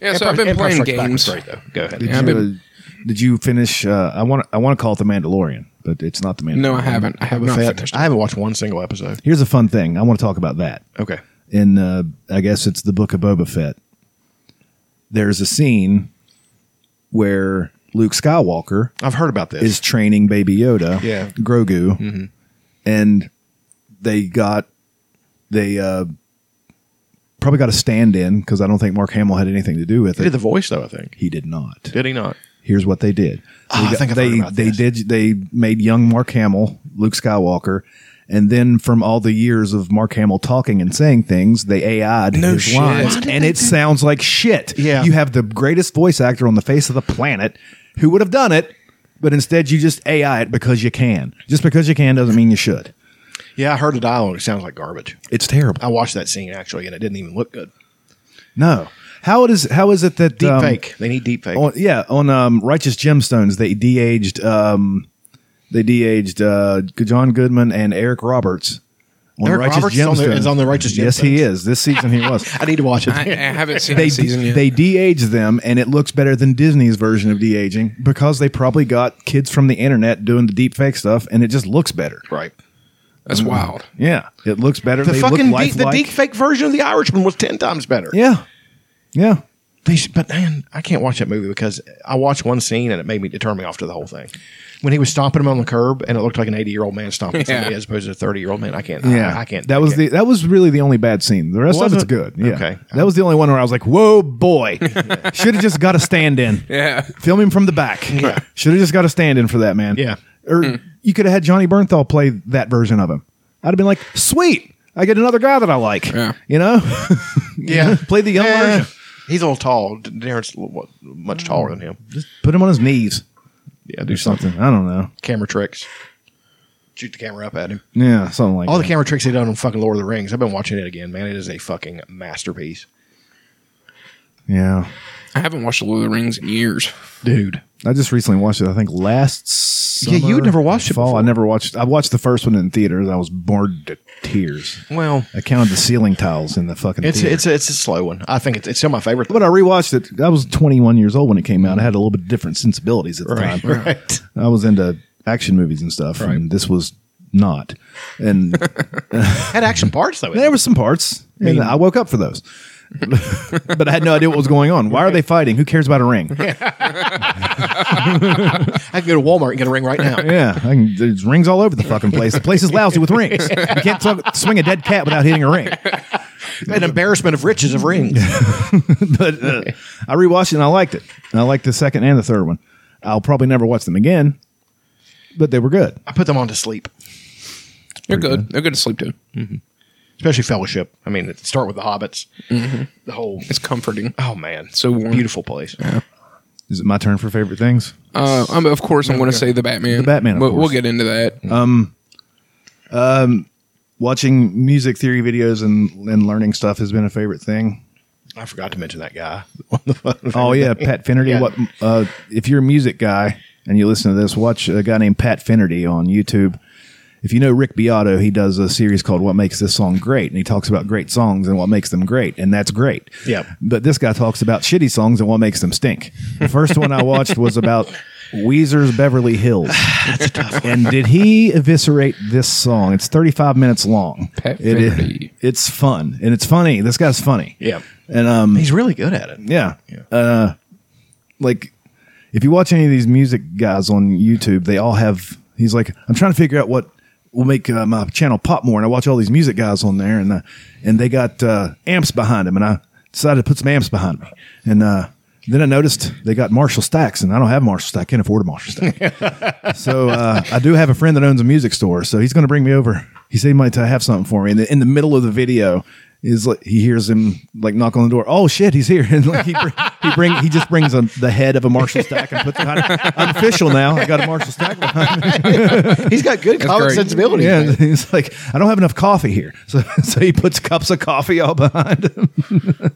S2: Yeah, so I've been
S1: Empire
S2: playing
S1: Strikes Back was
S2: games.
S1: great, though. Go ahead.
S3: Did
S2: Yeah, I've
S3: you uh, did you finish? Uh, I want I want to call it the Mandalorian, but it's not the Mandalorian.
S2: No, I haven't. I have
S1: Boba
S2: not
S1: Fett. *laughs*
S2: finished.
S1: I haven't watched one single episode.
S3: Here's a fun thing. I want to talk about that.
S1: Okay.
S3: in uh, I guess it's the book of Boba Fett. There's a scene where Luke Skywalker
S1: I've heard about this.
S3: is training Baby Yoda,
S1: Yeah. Mm-hmm.
S3: Grogu, and they got they uh, probably got a stand-in because I don't think Mark Hamill had anything to do with
S1: he
S3: it.
S1: did the voice, though, I think.
S3: he did not.
S1: Did he not?
S3: Here's what they did.
S1: Oh,
S3: They
S1: I think I've
S3: they
S1: heard about
S3: they
S1: this.
S3: did they made young Mark Hamill Luke Skywalker, and then from all the years of Mark Hamill talking and saying things, they AI'd
S2: No
S3: his
S2: shit.
S3: lines,
S2: Why
S3: and it sounds like shit.
S1: Yeah.
S3: you have the greatest voice actor on the face of the planet who would have done it, but instead you just AI it because you can. Just because you can doesn't mean you should.
S1: Yeah, I heard the dialogue. It sounds like garbage.
S3: It's terrible.
S1: I watched that scene, actually, and it didn't even look good.
S3: No, how it is? How is it that
S1: Deep
S3: um,
S1: fake. They need deep fake.
S3: on yeah on um, righteous gemstones they de-aged um, they de-aged uh, john goodman and eric roberts on
S1: Eric Roberts is on the- is on the Righteous
S3: yes he
S1: Gemstones.
S3: is this season he
S1: *laughs*
S3: was
S1: I need to
S3: *laughs*
S1: watch it.
S2: I, I haven't seen
S3: they
S2: the season yet.
S3: they de-aged them and it looks better than disney's version of de-aging because they probably got kids from the internet doing the deep fake stuff and it just looks better
S1: right.
S2: That's wild.
S3: yeah it looks better
S1: The
S3: they
S1: fucking
S3: look
S1: deep, the
S3: lifelike.
S1: deep fake version of The Irishman was ten times better.
S3: yeah yeah
S1: They, should- but man, I can't watch that movie because I watched one scene and it made me it turned me off to the whole thing. When he was stomping him on the curb and it looked like an eighty year old man stomping
S3: *laughs*
S1: somebody
S2: Yeah.
S1: as opposed to a thirty year old man. I can't.
S3: Yeah,
S1: I, I can't.
S3: That
S1: I
S3: was
S1: can't.
S3: the that was really the only bad scene. The rest
S1: Was
S3: of it's
S1: it?
S3: good. Yeah.
S1: Okay.
S3: That was the only one where I was like, "Whoa,
S1: *laughs*
S3: boy! Should have just got a stand in.
S2: Yeah.
S3: Film him from the back.
S1: Yeah.
S3: Should have just got a stand in for that man.
S1: Yeah. Hmm.
S3: Or you could have had Johnny Bernthal play that version of him. I'd have been like, "Sweet, I get another guy that I like.
S2: Yeah.
S3: You know, *laughs*
S1: yeah.
S3: play the young
S1: Yeah.
S3: version.
S1: Eh, He's a little tall. Darren's a little- much taller than him.
S3: Just put him on his knees.
S1: Yeah, do
S3: or something. I don't know.
S1: camera tricks. Shoot the camera up at him.
S3: Yeah, something like
S1: All the
S3: that.
S1: camera tricks he done on fucking Lord of the Rings. I've been watching it again, man. It is a fucking masterpiece,
S3: yeah.
S2: I haven't watched Lord of the Rings in years.
S1: dude.
S3: I just recently watched it. I think last. Summer,
S1: Yeah, you'd never watched it
S3: Fall.
S1: before.
S3: I never watched. I watched the first one in theaters. I was bored to tears.
S1: Well,
S3: I counted the ceiling tiles in the fucking.
S1: it's
S3: theater.
S1: it's it's a slow one. I think it's, it's still my favorite.
S3: But I rewatched it. I was 21 years old when it came out. I had a little bit different sensibilities at the
S1: Right, *laughs*
S3: time.
S1: right.
S3: I was into action movies and stuff, and this was not. And
S1: *laughs* Had action parts though.
S3: there were some parts, and I woke up for those. *laughs* but I had no idea what was going on. Why are they fighting? Who cares about a ring?
S1: I can go to Walmart and get a ring right now.
S3: Yeah, I can, there's rings all over the fucking place. The place is lousy with rings. You can't fuck- swing a dead cat without hitting a ring. *laughs*
S1: An embarrassment of riches of rings.
S3: but uh, I rewatched it and I liked it. And I liked the second and the third one. I'll probably never watch them again, but they were good.
S1: I put them on to sleep,
S2: They're good. They're good to sleep to.
S1: especially Fellowship. I mean, it- start with the Hobbits. The whole
S2: It's comforting.
S1: oh man,
S2: Mm-hmm. So warm.
S1: beautiful place.
S3: Is it my turn for favorite things?
S2: Uh, I'm, of course, I'm going to say the Batman. The
S3: Batman, of
S2: But we'll
S3: course. Mm.
S2: get into that.
S3: Watching music theory videos and, and learning stuff has been a favorite thing.
S1: I forgot to mention that guy.
S3: *laughs* Oh yeah, Pat Finnerty.
S1: Yeah.
S3: What uh, if you're a music guy and you listen to this? Watch a guy named Pat Finnerty on YouTube. If you know Rick Beato, he does a series called "What Makes This Song Great," and he talks about great songs and what makes them great, and that's great.
S1: Yeah.
S3: But this guy talks about shitty songs and what makes them stink. The first one I watched was about Weezer's
S1: *sighs*
S3: "Beverly Hills," and did he eviscerate this song? It's 35 minutes long.
S2: Pat
S3: It is-
S2: Finnerty.
S3: it's fun and it's funny. This guy's funny.
S1: Yeah,
S3: And um,
S1: he's really good at it.
S3: yeah. Uh, like, if you watch any of these music guys on YouTube, they all have. He's like, I'm trying to figure out what will make uh, my channel pop more, and I watch all these music guys on there, and uh, and they got uh, amps behind them, and I decided to put some amps behind me, and uh, then I noticed they got Marshall stacks, and I don't have Marshall stack. I can't afford a Marshall stack. so uh, I do have a friend that owns a music store, so he's going to bring me over. He said he might have something for me, and in the middle of the video. Is like he hears him like knock on the door. Oh shit, he's here! *laughs* And like he br- he bring he just brings a, the head of a Marshall stack and puts it on. I'm official now. I got a Marshall stack behind me.
S1: He's got good common
S2: great.
S1: sensibility.
S3: Yeah, and he's like, I don't have enough coffee here, *laughs* so so he puts cups of coffee all behind him. *laughs*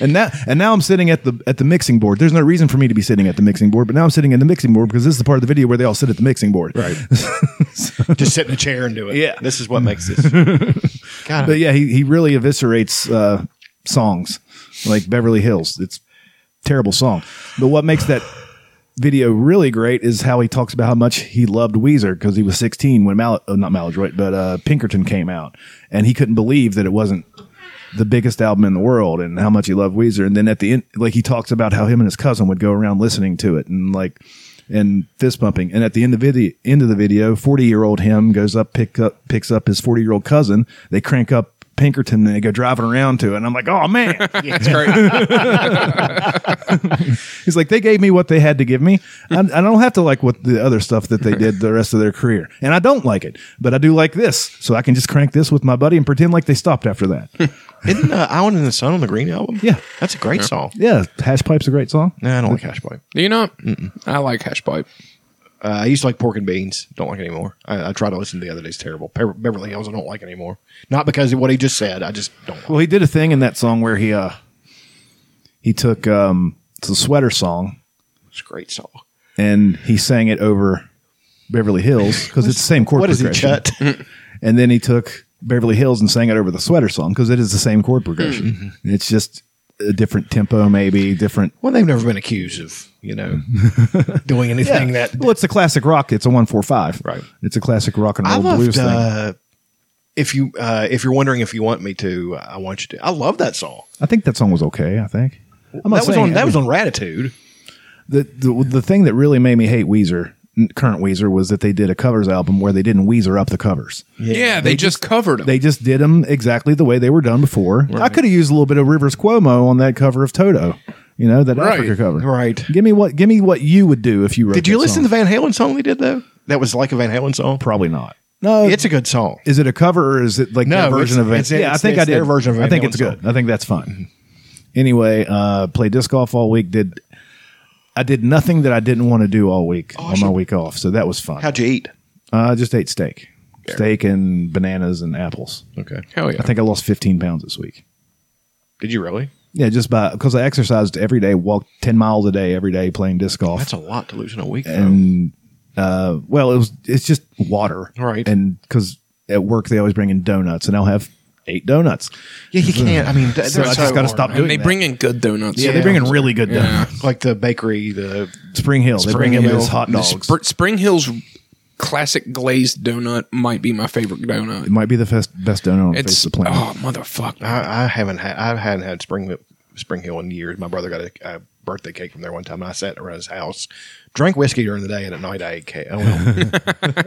S3: and now and now I'm sitting at the at the mixing board. There's no reason for me to be sitting at the mixing board, but now I'm sitting at the mixing board because this is the part of the video where they all sit at the mixing board.
S1: *laughs*
S3: Right.
S1: Just sit in a chair and do it.
S3: Yeah.
S1: this is what makes *laughs* this. God,
S3: But yeah, he he really eviscerates uh, songs like Beverly Hills. It's terrible song. But what makes that video really great is how he talks about how much he loved Weezer because he was 16 when Mal- oh, not Maladroit, but uh, Pinkerton came out, and he couldn't believe that it wasn't the biggest album in the world and how much he loved Weezer. And then at the end, like he talks about how him and his cousin would go around listening to it and like and fist pumping. And at the end of video, end of the video, forty year old him goes up pick up picks up his forty year old cousin. They crank up. Pinkerton and they go driving around to it. And I'm like, oh man.
S2: It's
S3: *laughs*
S2: great.
S3: He's like, they gave me what they had to give me. I, I don't have to like what the other stuff that they did the rest of their career. And I don't like it, but I do like this. So I can just crank this with my buddy and pretend like they stopped after that.
S1: Isn't uh, Island in the Sun on the Green album?
S3: Yeah.
S1: That's a great song.
S3: yeah. Hash Pipe's a great song.
S1: Nah, I don't like Hash Pipe.
S2: Do you know? I like hash pipe.
S1: Uh, I used to like Pork and Beans. Don't like it anymore. I, I tried to listen to the other day. It's terrible. Pe- Beverly Hills, I don't like anymore. Not because of what he just said. I just don't like
S3: Well, he did a thing in that song where he, uh, he took, um, it's a sweater song
S1: it. It's a great song.
S3: and he sang it over Beverly Hills because it's the same chord
S1: What is he,
S3: progression.
S1: Chut?
S3: and then he took Beverly Hills and sang it over the sweater song because it is the same chord progression.
S1: Hmm. Mm-hmm.
S3: It's just a different tempo, maybe different.
S1: well, they've never been accused of, you *laughs* know, doing anything that.
S3: well, it's a classic rock. It's a one four five.
S1: Right.
S3: It's a classic rock and
S1: I
S3: roll
S1: loved,
S3: blues thing.
S1: uh, if, you, uh, if you're wondering if you want me to, uh, I want you to. I love that song.
S3: I think that song was okay. I think I'm not
S1: That was,
S3: saying-
S1: on, that was on Ratitude.
S3: the, the the thing that really made me hate Weezer, n- current Weezer, was that they did a covers album where they didn't Weezer up the covers.
S2: Yeah, they, just, covered them.
S3: They just did them exactly the way they were done before. I could have used a little bit of Rivers Cuomo on that cover of Toto. You know that
S2: Right.
S3: Africa cover.
S1: Right.
S3: Give me what. Give me what you would do if you wrote.
S1: Did you
S3: that
S1: listen
S3: song.
S1: to the Van Halen song they did, though? That was like a Van Halen song.
S3: Probably not. No.
S1: It's a good song.
S3: is it a cover or is it like
S1: No,
S3: their
S1: it's-
S3: version of Van?
S1: it's- it's-
S3: I think
S1: it's
S3: I did.
S1: their version of Van
S3: I think
S1: Halen
S3: it's good. I think that's fine. Anyway, uh, played disc golf all week. Did I did nothing that I didn't want to do all week
S1: Oh,
S3: on my week off, so that was fun.
S1: How'd you eat?
S3: I uh, just ate steak, steak and bananas and apples.
S1: Okay.
S2: Hell yeah.
S3: I think I lost 15 pounds this week.
S1: Did you really?
S3: Yeah, just by because I exercised every day, walked 10 miles a day every day playing disc golf.
S1: That's a lot to lose in a week. though.
S3: and uh, well, it was it's just water,
S1: Right.
S3: And because at work they always bring in donuts, and I'll have eight donuts.
S1: yeah, you can't. I mean, th-
S3: So
S1: they're
S3: I
S1: so
S3: just gotta
S1: hard.
S3: stop
S2: and
S3: doing
S2: they
S3: that.
S2: bring in good donuts.
S3: Yeah, they bring in really good donuts.
S1: like the bakery, the
S3: Spring Hill, they bring in those hot
S2: The
S3: dogs.
S2: Spr- Spring Hill's classic glazed donut might be my favorite donut.
S3: it might be the best best donut on the face
S2: It's
S3: of the *laughs* planet.
S2: oh motherfucker.
S1: I, I haven't had I hadn't had Spring Spring Hill in years. My brother got a, a birthday cake from there one time, and I sat around his house, drank whiskey during the day, and at night I ate cake. Oh,
S3: *laughs*
S1: well,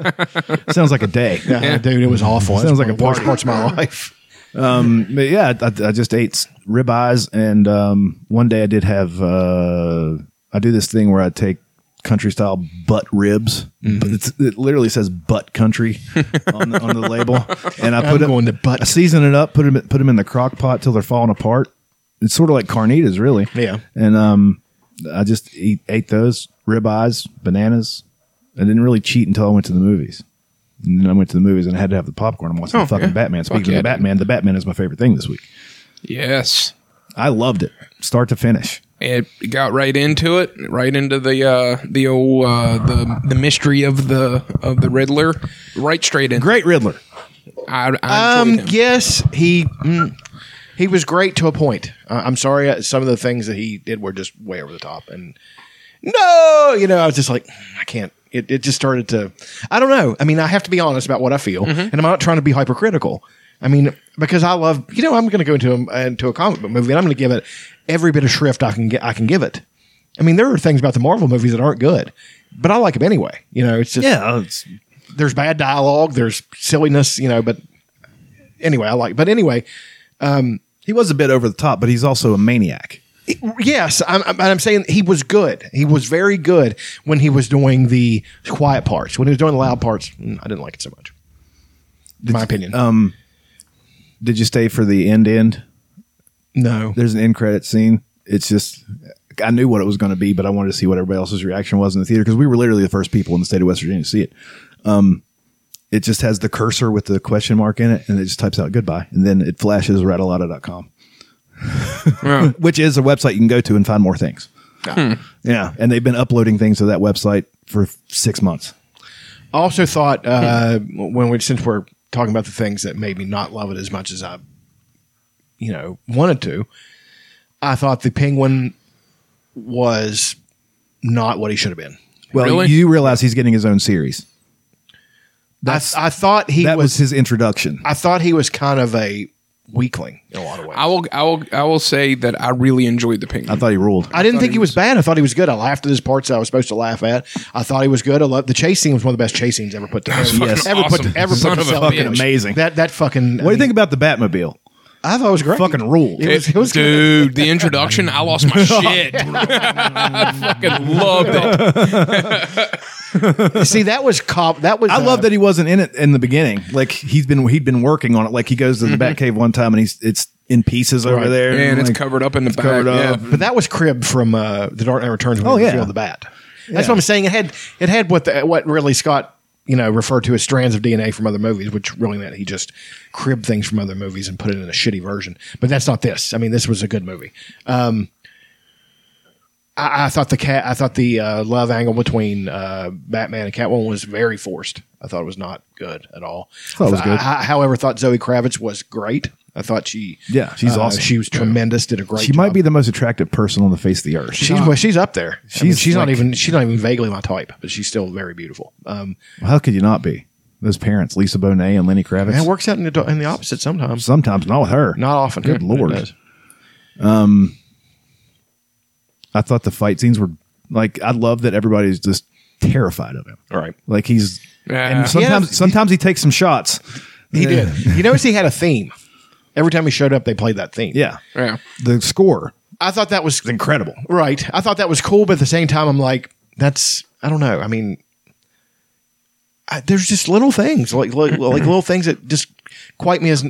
S3: Sounds like a day.
S1: dude, it was awful.
S3: Sounds
S1: That's
S3: like
S1: one
S3: a
S1: of the worst parts
S3: party.
S1: of my *laughs* life.
S3: But yeah, I, I just ate s- ribeyes, and um, one day I did have. Uh, I do this thing where I take country style butt ribs.
S1: Mm-hmm.
S3: But it's, it literally says
S1: *laughs*
S3: butt country on, the, on the label, and I put
S1: I'm
S3: it
S1: going to butt-
S3: I season it up, put them put them in the crock pot till they're falling apart. It's sort of like carnitas, really.
S1: Yeah.
S3: and um, I just eat, ate those ribeyes, bananas. I didn't really cheat until I went to the movies. And then I went to the movies and I had to have the popcorn. I'm watching
S2: Oh,
S3: the fucking
S2: yeah.
S3: Batman. Speaking
S2: yeah,
S3: of the
S2: dude.
S3: Batman, the Batman is my favorite thing this week.
S2: Yes.
S3: I loved it, start to finish.
S2: It got right into it, right into the uh, the old uh, the the mystery of the of the Riddler, right straight in.
S3: Great Riddler.
S2: I, I
S1: Um,
S2: enjoyed him.
S1: yes, he mm, he was great to a point. Uh, I'm sorry, uh, some of the things that he did were just way over the top, and no, you know, I was just like, I can't. It, it just started to, I don't know. I mean, I have to be honest about what I feel, and I'm not trying to be hypercritical. I mean, because I love, you know, I'm going to go into a, into a comic book movie, and I'm going to give it every bit of shrift I can get. I can give it. I mean, there are things about the Marvel movies that aren't good, but I like them anyway. You know, it's just
S3: Yeah, uh, it's,
S1: there's bad dialogue, there's silliness, you know, but anyway, I like, but anyway,
S3: he was a bit over the top, but he's also a maniac.
S1: it- yes, I'm, I'm, I'm saying he was good. He was very good when he was doing the quiet parts. When he was doing the loud parts, mm, I didn't like it so much. In my opinion. Um,
S3: Did you stay for the end? End?
S1: no.
S3: There's an end credit scene. It's just I knew what it was going to be, but I wanted to see what everybody else's reaction was in the theater because we were literally the first people in the state of West Virginia to see it. Um, it just has the cursor with the question mark in it, and it just types out goodbye, and then it flashes rattleada.com,
S2: Yeah.
S3: *laughs* which is a website you can go to and find more things.
S1: Hmm.
S3: Yeah, and they've been uploading things to that website for six months.
S1: I also thought uh, when we since we're talking about the things that made me not love it as much as I, you know, wanted to, I thought the penguin was not what he should have been.
S3: Well,
S2: Really?
S3: you realize he's getting his own series.
S1: I,
S3: That's-
S1: I thought he
S3: that was,
S1: was,
S3: his introduction.
S1: I thought he was kind of a weakling in a lot of ways.
S2: I will, I will, I will say that I really enjoyed the penguin.
S3: I thought he ruled.
S1: I didn't think he was bad. I thought he was good. I laughed at his parts I was supposed to laugh at. I thought he was good. I loved the chase scene was one of the best chase scenes ever put to
S2: Yes.
S1: ever
S2: awesome.
S1: put ever
S2: Son
S1: put
S2: of a
S1: to
S2: bitch.
S1: television.
S3: Amazing.
S1: That that fucking.
S3: What do you think about the Batmobile?
S1: I thought it was great.
S3: Fucking ruled.
S1: It was, it was good.
S2: Dude, the introduction, I lost
S1: *laughs*
S2: my shit. I fucking loved it.
S1: See, that was cop. That was.
S3: I
S1: uh,
S3: love that he wasn't in it in the beginning. Like he's been he'd been working on it. Like he goes to the Batcave one time and he's it's in pieces over
S1: Right.
S3: there.
S2: And it's
S3: like,
S2: covered up in the back.
S3: covered up.
S2: Yeah.
S1: But that was crib from uh, the Dark Knight Returns. When
S3: Oh,
S1: oh
S3: yeah.
S1: yeah, the bat. That's what I'm saying. It had it had what the, what Ridley Scott you know referred to as strands of DNA from other movies, which really meant he just cribbed things from other movies and put it in a shitty version. But that's not this. I mean, this was a good movie. Um, I, I thought the cat. I thought the uh, love angle between uh, Batman and Catwoman was very forced. I thought it was not good at all.
S3: it was good.
S1: I, I, however, thought Zoe Kravitz was great. I thought she,
S3: Yeah, she's
S1: uh,
S3: awesome.
S1: She was tremendous. Did a great.
S3: she might
S1: job.
S3: be the most attractive person on the face of the earth.
S1: She's well, she's up there. She's
S3: She's
S1: she's not
S3: like-
S1: even she's not even vaguely my type, but she's still very beautiful. Um,
S3: How could you not be? Those parents, Lisa Bonet and Lenny Kravitz.
S1: and it works out in the in the opposite sometimes.
S3: Sometimes not with her.
S1: Not often.
S3: Good
S1: Who
S3: lord.
S1: knows?
S3: I thought the fight scenes were like I love that everybody's just terrified of him.
S1: All right.
S3: Like he's
S2: Yeah.
S3: and sometimes
S1: Yeah.
S3: sometimes he takes some shots.
S1: He did. You notice he had a theme. Every time he showed up, they played that theme.
S3: Yeah.
S2: Yeah.
S3: The score
S1: I thought that was
S3: is incredible.
S1: right. I thought that was cool, but at the same time, I'm like, that's I don't know. I mean, I, there's just little things like like, like little things that just quite me as uh,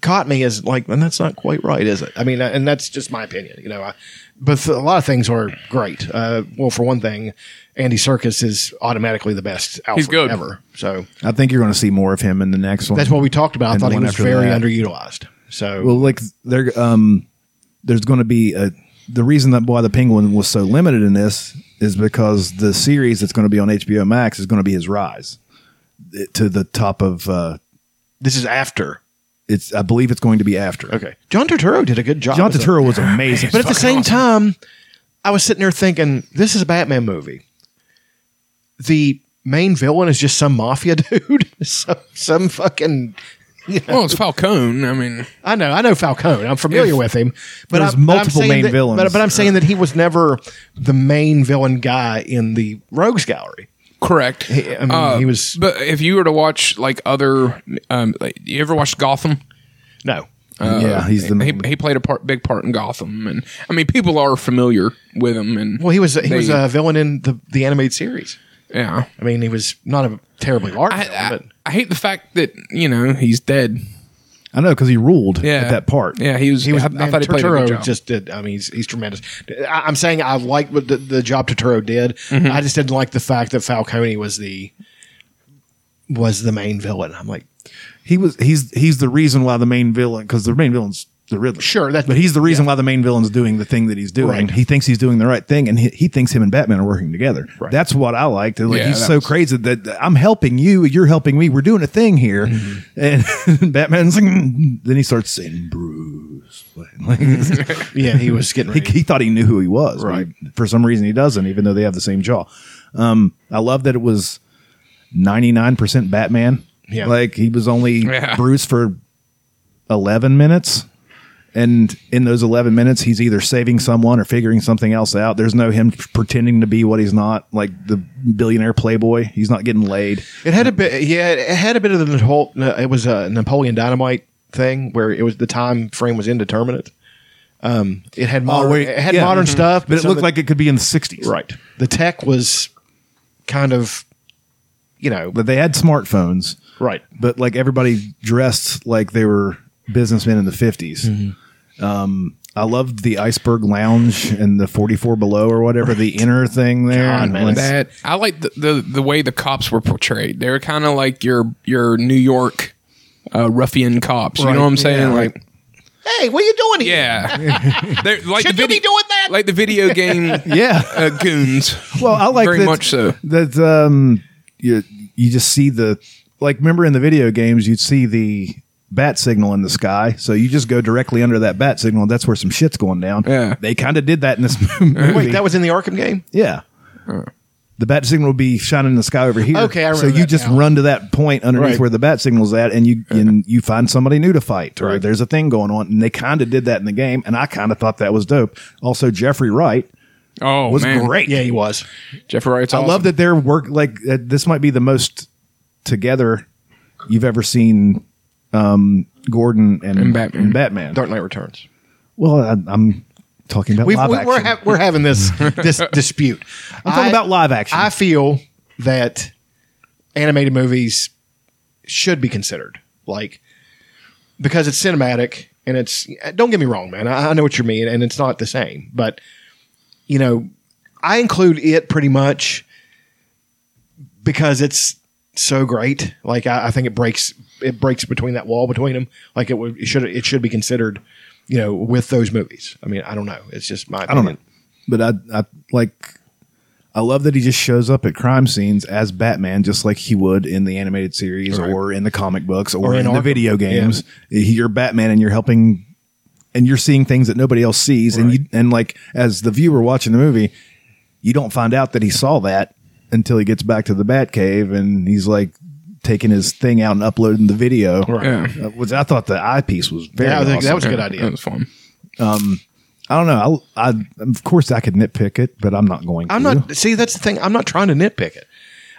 S1: caught me as like, and that's not quite right, is it? I mean, and that's just my opinion, you know. I, but a lot of things are great. Uh, well, for one thing, Andy Circus is automatically the best Alfred
S2: good.
S1: ever. So
S3: I think you're going to see more of him in the next one.
S1: that's what we talked about. I
S3: And
S1: thought he
S3: one
S1: was
S3: after
S1: very
S3: that.
S1: underutilized. So
S3: Well, like there, um, there's going to be a the reason that why the Penguin was so limited in this is because the series that's going to be on HBO Max is going to be his rise eh, to the top of. Uh,
S1: this is after.
S3: it's I believe it's going to be after.
S1: Okay, John Turturro did a good job.
S3: John
S1: as a-
S3: Turturro was amazing,
S1: But at the same time, I was sitting there thinking, this is a Batman movie. The main villain is just some mafia *laughs* dude, some some fucking.
S2: Well, it's Falcone. I mean,
S1: I know, I know Falcone. I'm familiar with him, but
S3: There's
S1: I, but I'm
S3: multiple
S1: saying
S3: main
S1: that-
S3: villains. uh,
S1: But, but I'm saying that he was never the main villain guy in the Rogues Gallery.
S2: correct. Uh,
S1: I mean, he was
S2: But if you were to watch like other, um, like, you ever watched Gotham?
S1: no.
S3: yeah, he's the
S2: he,
S3: main.
S2: he played a part, big part in Gotham, and I mean, people are familiar with him. And
S1: Well, he was he was
S2: They-
S1: a villain in the the animated series.
S2: yeah,
S1: I mean, he was not a terribly large
S2: I,
S1: villain,
S2: I,
S1: but
S2: I hate the fact that you know he's dead.
S3: I know because he ruled
S2: Yeah,
S3: at that part.
S2: Yeah, he was.
S1: He was.
S2: I, I
S1: man,
S2: thought he played a
S1: Turturro
S2: good job.
S1: just did. I mean, he's, he's tremendous. I, I'm saying I liked what the, the job Turturro did. I just didn't like the fact that Falcone was the was the main villain. I'm like,
S3: He was he's he's the reason why the main villain because the main villain's the Riddler.
S1: Sure, that's-
S3: but he's the reason why the main villain's doing the thing that he's doing.
S1: Right.
S3: He thinks he's doing the right thing, and he, he thinks him and Batman are working together. That's what I liked. Like
S2: Yeah,
S3: he's
S2: that
S3: so
S2: was-
S3: crazy that that I'm helping you, you're helping me. We're doing a thing here,
S2: Mm-hmm.
S3: and *laughs* Batman's like, "Mm." then he starts saying Bruce. Wayne. *laughs* Like,
S1: yeah, *laughs* he was getting
S3: he,
S1: ready.
S3: he thought he knew who he was. but
S1: Right.
S3: he- for some reason, he doesn't, even though they have the same jaw. Um, I love that it was 99% Batman.
S1: Yeah.
S3: Like he was only
S2: Yeah.
S3: Bruce for 11 minutes. And in those 11 minutes, he's either saving someone or figuring something else out. There's no him pretending to be what he's not, like the billionaire playboy. He's not getting laid.
S1: It had a bit. Yeah, it had a bit of the whole. It was a Napoleon Dynamite thing where it was the time frame was indeterminate. Um, it had modern. mm-hmm. it had
S3: Yeah.
S1: modern
S3: Mhm.
S1: stuff,
S3: But it
S1: some
S3: looked
S1: of
S3: like it could be in the 60s.
S1: the- right. The tech was kind of, you know,
S3: But they had smartphones.
S1: right.
S3: but like everybody dressed like they were businessmen in the 50s. Um, I loved the iceberg lounge and the 44 below or whatever, the inner thing there.
S1: God, man,
S3: Like,
S2: that I like the, the the way the cops were portrayed. They were kind of like your your New York uh, ruffian cops. You know what I'm saying?
S3: yeah.
S2: like
S1: Hey, what are you doing here? *laughs*
S2: yeah, They're like
S1: Should
S2: the
S1: you be
S2: vide-
S1: doing that?
S2: Like
S1: *laughs*
S2: the video game
S3: yeah. *laughs*
S2: uh, goons.
S3: Well, I like
S2: very
S3: that,
S2: much so.
S3: that um you you just see the like remember in the video games you'd see the bat signal in the sky. So you just go directly under that bat signal. And that's where some shit's going down.
S2: Yeah.
S3: They kind of did that in this *laughs* movie.
S1: Wait, that was in the Arkham game.
S3: yeah. The bat signal would be shining in the sky over here.
S1: Okay, I
S3: so
S1: remember
S3: you
S1: that
S3: just
S1: now.
S3: run to that point underneath
S1: Right.
S3: where the bat signal's at, and you and you find somebody new to fight, or
S1: Right.
S3: there's a thing going on. And they kind of did that in the game, and I kind of thought that was dope. Also, Jeffrey Wright
S2: Oh,
S3: was
S2: man.
S3: great.
S1: Yeah, he was.
S2: Jeffrey Wright's
S3: I love that their work. Like uh, this might be the most together you've ever seen. Um, Gordon and,
S2: And Batman.
S3: and Batman.
S1: Dark Knight Returns.
S3: Well, I, I'm talking about
S1: We've,
S3: live
S1: we,
S3: action.
S1: we're ha- we're having
S3: *laughs*
S1: this this dispute.
S3: I'm talking about live action.
S1: I feel that animated movies should be considered like because it's cinematic and it's don't get me wrong man i, I know what you mean and it's not the same but you know i include it pretty much because it's so great like i, I think it breaks it breaks between that wall between them like it would it should it should be considered you know with those movies i mean i don't know it's just my
S3: I don't know, but I, I like. I love that he just shows up at crime scenes as Batman, just like he would in the animated series or in the comic books or, in,
S1: in
S3: the
S1: Arkham.
S3: video games. You're Batman, and you're helping, and you're seeing things that nobody else sees, and you and like as the viewer watching the movie, you don't find out that he saw that until he gets back to the Batcave, and he's like taking his thing out and uploading the video.
S2: Yeah.
S3: Uh, which I thought the eyepiece was very.
S1: Yeah, I think that
S3: awesome.
S1: was a good idea.
S2: That was fun.
S3: I don't know. I, I of course I could nitpick it, but I'm not going.
S1: I'm
S3: to.
S1: not. See, that's the thing. I'm not trying to nitpick it.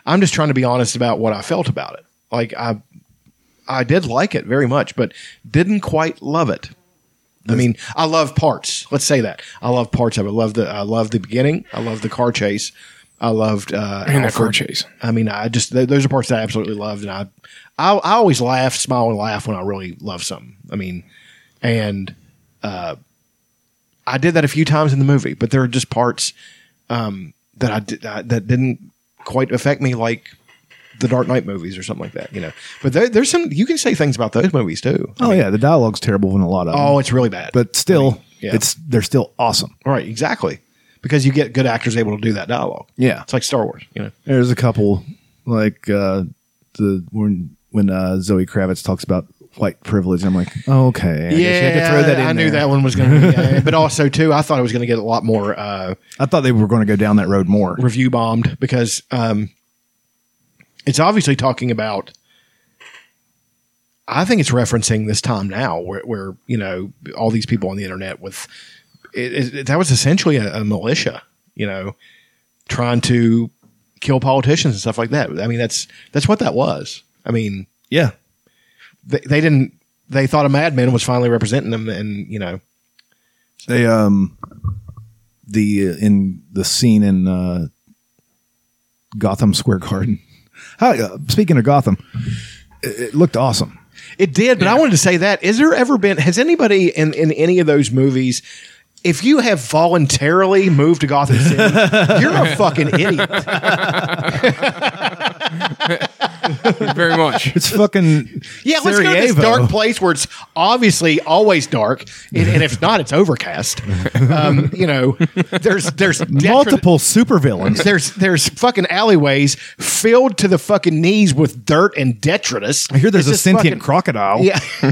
S1: I'm just trying to be honest about what I felt about it. Like I, I did like it very much, but didn't quite love it. I mean, I love parts. Let's say that I love parts of it. I love the I love the beginning. I love the car chase. I loved uh,
S2: And that
S1: Alfred.
S2: car chase.
S1: I mean, I just th- those are parts that I absolutely loved, and I, I I always laugh, smile, and laugh when I really love something. I mean, and uh, I did that a few times in the movie, but there are just parts um, that I did I, that didn't quite affect me, like the Dark Knight movies or something like that. You know, but there, there's some you can say things about those movies too.
S3: Oh yeah, the dialogue's terrible in a lot of them.
S1: Oh, it's really bad.
S3: but still,
S1: yeah.
S3: it's they're still awesome.
S1: right, exactly, because you get good actors able to do that dialogue.
S3: Yeah.
S1: it's like Star Wars. You know,
S3: There's a couple like uh, the when when uh, Zoe Kravitz talks about white privilege. I'm like, oh, okay, I guess you had to throw that in
S1: I knew
S3: there.
S1: that one was going to. be yeah, But also too, I thought it was going to get a lot more uh,
S3: I thought they were going to go down that road more.
S1: review bombed because um, it's obviously talking about. I think it's referencing this time now, where, where you know all these people on the internet with it, it, that was essentially a, a militia, you know, trying to kill politicians and stuff like that. I mean, that's that's what that was. I mean,
S3: Yeah,
S1: they, they didn't. They thought a madman was finally representing them, and you know,
S3: they um the uh, in the scene in uh, Gotham Square Garden. Hi, uh, speaking of Gotham, it, it looked awesome.
S1: It did, but I wanted to say that. Is there ever been, has anybody in, in any of those movies, if you have voluntarily moved to Gotham
S3: *laughs*
S1: City, you're a fucking idiot.
S2: Very
S3: *laughs*
S2: much.
S3: It's fucking
S1: *laughs* Yeah, let's go to this
S3: Sarajevo.
S1: dark place where it's obviously always dark, and, and if not, it's overcast. Um, you know, there's there's detri- *laughs*
S3: multiple supervillains.
S1: There's there's fucking alleyways filled to the fucking knees with dirt and detritus.
S3: I hear there's a sentient
S1: fucking,
S3: crocodile.
S1: Yeah. *laughs*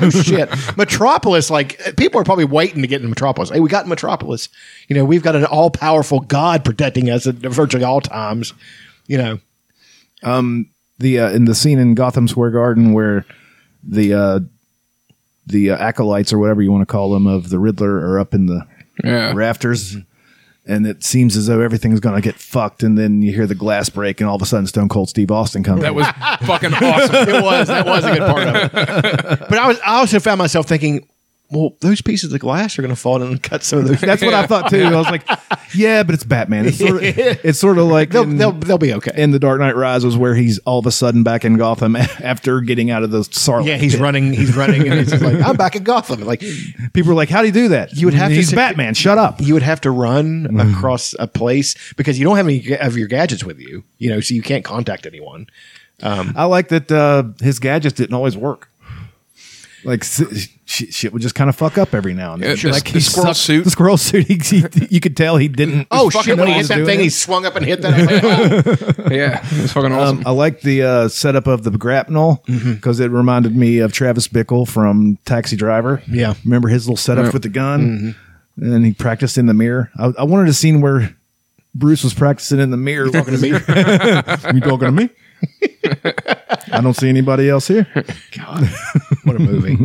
S1: oh shit. Metropolis, like people are probably waiting to get into Metropolis. Hey, we got Metropolis. You know, we've got an all powerful God protecting us at virtually all times. You know.
S3: The uh, in the scene in Gotham Square Garden where the uh, the uh, acolytes or whatever you want to call them of the Riddler are up in the
S2: Yeah.
S3: rafters, and it seems as though everything's going to get fucked, and then you hear the glass break, and all of a sudden Stone Cold Steve Austin comes.
S2: That
S3: in.
S2: was *laughs* fucking
S3: Um,
S2: awesome.
S1: It was that was a good part of it. But I was I also found myself thinking, well, those pieces of glass are gonna fall in and cut some of those.
S3: That's what I thought too. I was like, yeah, but it's Batman. It's *laughs* sort of, it's sort of like
S1: they'll,
S3: in-
S1: they'll they'll be okay.
S3: in the Dark Knight Rises where he's all of a sudden back in Gotham *laughs* after getting out of the Sarlacc.
S1: yeah, he's
S3: pit.
S1: running. He's running, and he's just like, "I'm back in Gotham." Like,
S3: People are like, "How do you do that?"
S1: You would have to
S3: he's
S1: sit-
S3: Batman. Shut up. Mm-hmm.
S1: you would have to run across a place because you don't have any of your gadgets with you. You know, so you can't contact anyone.
S3: I like that uh, his gadgets didn't always work. Like s- shit, shit would just kind of fuck up every now and then.
S2: Yeah, the- the
S3: he
S2: squirrel
S3: sucked-
S2: suit.
S3: The squirrel *laughs* suit. He, he- you could tell he didn't.
S1: Oh
S3: fucking
S1: shit!
S3: know
S1: When he
S3: what
S1: hit that
S3: was
S1: thing,
S3: doing.
S1: he swung up and hit that. I'm
S3: *laughs*
S1: like, oh.
S2: Yeah, it's fucking awesome.
S3: Um, I like the uh, setup of the grapnel because it reminded me of Travis Bickle from Taxi Driver.
S1: Yeah.
S3: remember his little setup
S2: Yeah.
S3: with the gun, and he practiced in the mirror. I, I wanted a scene where Bruce was practicing in the mirror. you talking to me? you talking to me? I don't see anybody else here.
S1: God, *laughs* what a movie!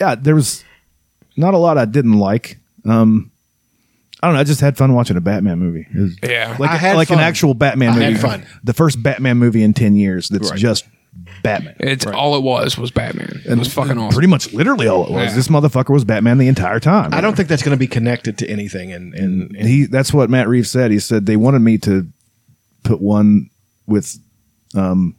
S3: Yeah, there was not a lot I didn't like. Um, I don't know. I just had fun watching a Batman movie. It was-
S2: Yeah.
S3: like
S1: I had
S3: like an
S1: fun.
S3: actual Batman
S1: I
S3: movie.
S1: had fun.
S3: The first Batman movie in ten years. That's
S1: Right.
S3: just Batman.
S2: it's all it was was Batman. It was fucking awesome.
S3: pretty much literally all it was.
S2: Yeah.
S3: This motherfucker was Batman the entire time.
S1: I don't think that's going to be connected to anything. And and, and
S3: He that's what Matt Reeves said. He said they wanted me to put one with um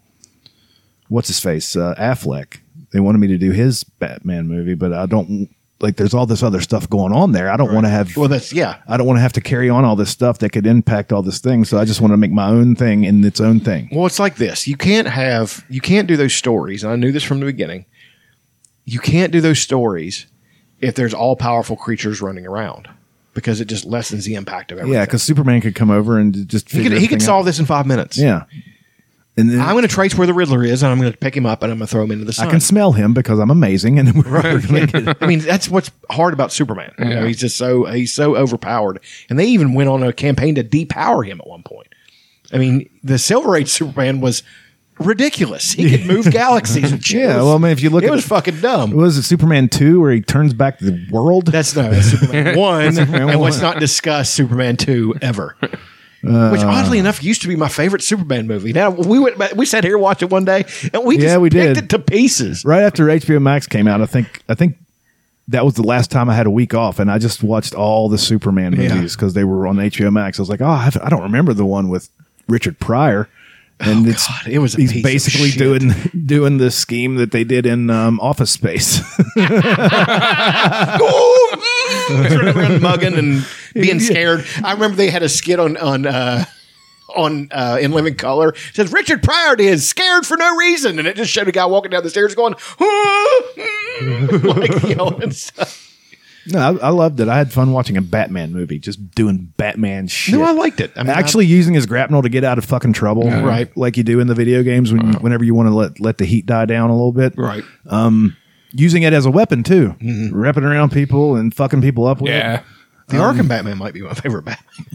S3: what's his face? Uh, Affleck. They wanted me to do his Batman movie, but I don't like there's all this other stuff going on there. I don't want to have
S1: well, that's yeah.
S3: I don't want to have to carry on all this stuff that could impact all this thing, so I just want to make my own thing in its own thing.
S1: Well, it's like this. You can't have you can't do those stories, and I knew this from the beginning. You can't do those stories if there's all powerful creatures running around because it just lessens the impact of everything.
S3: Yeah, because Superman could come over and just
S1: he could
S3: figure
S1: he could
S3: everything
S1: solve
S3: out.
S1: this in five minutes.
S3: Yeah, and then
S1: I'm going to trace where the Riddler is, and I'm going to pick him up, and I'm going to throw him into the sun.
S3: I can smell him because I'm amazing, and *laughs* we're gonna get
S1: I mean, that's what's hard about Superman. You know,
S2: Yeah.
S1: he's just so he's so overpowered, and they even went on a campaign to depower him at one point. I mean, the Silver Age Superman was ridiculous. He could
S3: *laughs*
S1: move galaxies. and shit.
S3: Yeah,
S1: It was-
S3: well, I mean, if you look
S1: it
S3: at-
S1: was fucking
S3: What
S1: dumb.
S3: was it Superman two where he turns back the world?
S1: That's no that's Superman
S3: *laughs*
S1: one,
S3: Superman
S1: and let's
S3: one. Uh,
S1: not discuss Superman two ever. Which oddly enough used to be my favorite Superman movie. Now we went, back, we sat here watched it one day, and we just
S3: Yeah, we
S1: picked
S3: did.
S1: it to pieces.
S3: right after HBO Max came out. I think I think that was the last time I had a week off, and I just watched all the Superman
S1: Yeah.
S3: movies because they were on HBO Max. I was like, oh, I, have, I don't remember the one with Richard Pryor. And it's
S1: God, it was a
S3: he's
S1: piece of
S3: basically
S1: shit.
S3: doing *laughs* doing the scheme that they did in um, Office Space. *laughs*
S1: turning around mugging and being scared. I remember they had a skit on on uh, on uh, in Living Color. It says Richard Pryor is scared for no reason, and it just showed a guy walking down the stairs going, "Ah, mm," *laughs* like yelling stuff.
S3: no, I, I loved it. I had fun watching a Batman movie, just doing Batman shit.
S1: No, I liked it. I mean,
S3: actually using his grapnel to get out of fucking trouble,
S1: Right.
S3: Like you do in the video games when whenever you want to let let the heat die down a little bit,
S1: right.
S3: Using it as a weapon too,
S1: Mm-hmm.
S3: wrapping around people and fucking people up with.
S2: yeah.
S3: it.
S1: The Arkham Batman might be my favorite Batman.
S3: *laughs*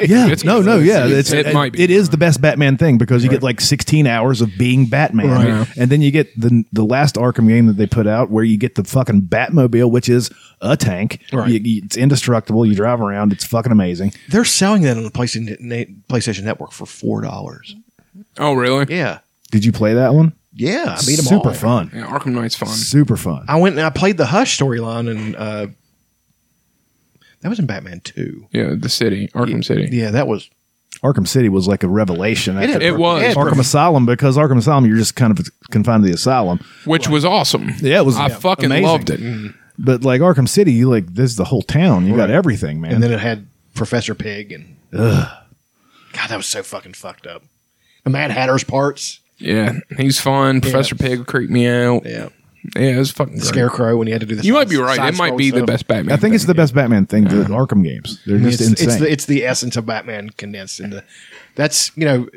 S3: yeah,
S2: It's-
S3: no, no, yeah,
S2: it's- it might be.
S3: It is the best Batman thing because you get like 16 hours of being Batman,
S2: Right.
S3: and then you get the the last Arkham game that they put out where you get the fucking Batmobile, which is a tank.
S1: Right.
S3: You- you- it's indestructible. You drive around. It's fucking amazing.
S1: They're selling that on the PlayStation, PlayStation Network for four dollars.
S2: Oh, really?
S1: Yeah,
S3: Did you play that one?
S1: yeah. I beat 'em
S3: Super
S1: all.
S3: fun.
S2: Yeah, Arkham Knight's fun.
S3: Super fun.
S1: I went and I played the Hush storyline, and uh, that was in Batman Two.
S2: Yeah, the city, Arkham City.
S1: Yeah, that was
S3: Arkham City was like a revelation. after
S1: had-
S2: It was.
S1: had
S3: Arkham Asylum because Arkham Asylum, you're just kind of confined to the asylum.
S2: which was awesome.
S3: Yeah, it was
S2: I
S3: yeah,
S2: fucking
S3: amazing.
S2: loved it.
S3: But like Arkham City, you like this is the whole town. You got everything, man.
S1: and then it had Professor Pig and God, that was so fucking fucked up. The Mad Hatter's parts,
S2: Yeah, he's fun. Professor Pig creeped me out. Yeah,
S1: yeah,
S2: it was fucking great.
S1: Scarecrow when you had to do this.
S2: You might be right. It might be the best Batman.
S3: I think it's
S2: thing.
S3: the best Batman thing. The Arkham games, they're
S1: It's,
S3: just
S1: it's
S3: insane.
S1: the it's the essence of Batman condensed into. That's you know,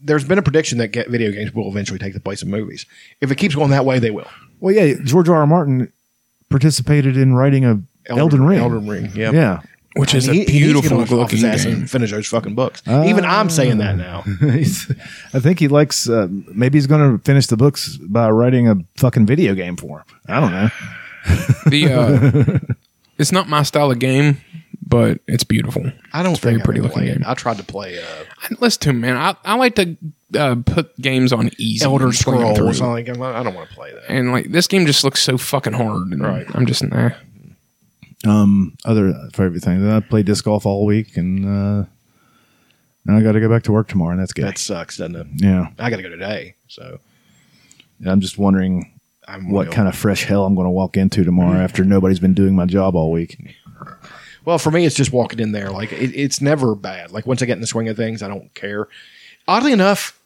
S1: there's been a prediction that get video games will eventually take the place of movies. If it keeps going that way, they will.
S3: well, yeah, George R. R. Martin participated in writing a Elden, Ring.
S1: Elden Ring. Yeah.
S3: Yeah,
S2: which is
S1: And he-
S2: a
S1: and he's gonna
S2: beautiful
S1: off his
S2: looking
S1: ass
S2: game.
S1: and finish those fucking books. Even I'm saying that now.
S3: He's- I think he likes. Uh, maybe he's going to finish the books by writing a fucking video game for him. I don't know.
S2: The uh, it's not my style of game, but it's beautiful.
S1: I don't
S2: It's very
S1: think pretty
S2: pretty
S1: I
S2: looking
S1: play it.
S2: game.
S1: I tried to play uh,
S2: I- Listen to him, man. I, I like to uh, put games on easy.
S1: Elder
S2: and play them
S1: Scrolls.
S2: through.
S1: or something. I'm not- I don't want to play that.
S2: and like this game just looks so fucking hard. And
S1: Right.
S2: I'm just nah.
S3: um other favorite thing then i played disc golf all week and uh now i gotta go back to work tomorrow and that's good
S1: That sucks, doesn't it?
S3: yeah
S1: I got to go today, so
S3: and i'm just wondering
S1: I'm
S3: what
S1: real-
S3: kind of fresh hell i'm gonna walk into tomorrow after nobody's been doing my job all week
S1: Well, for me, it's just walking in there. Like it, it's never bad. Like once I get in the swing of things, I don't care. Oddly enough,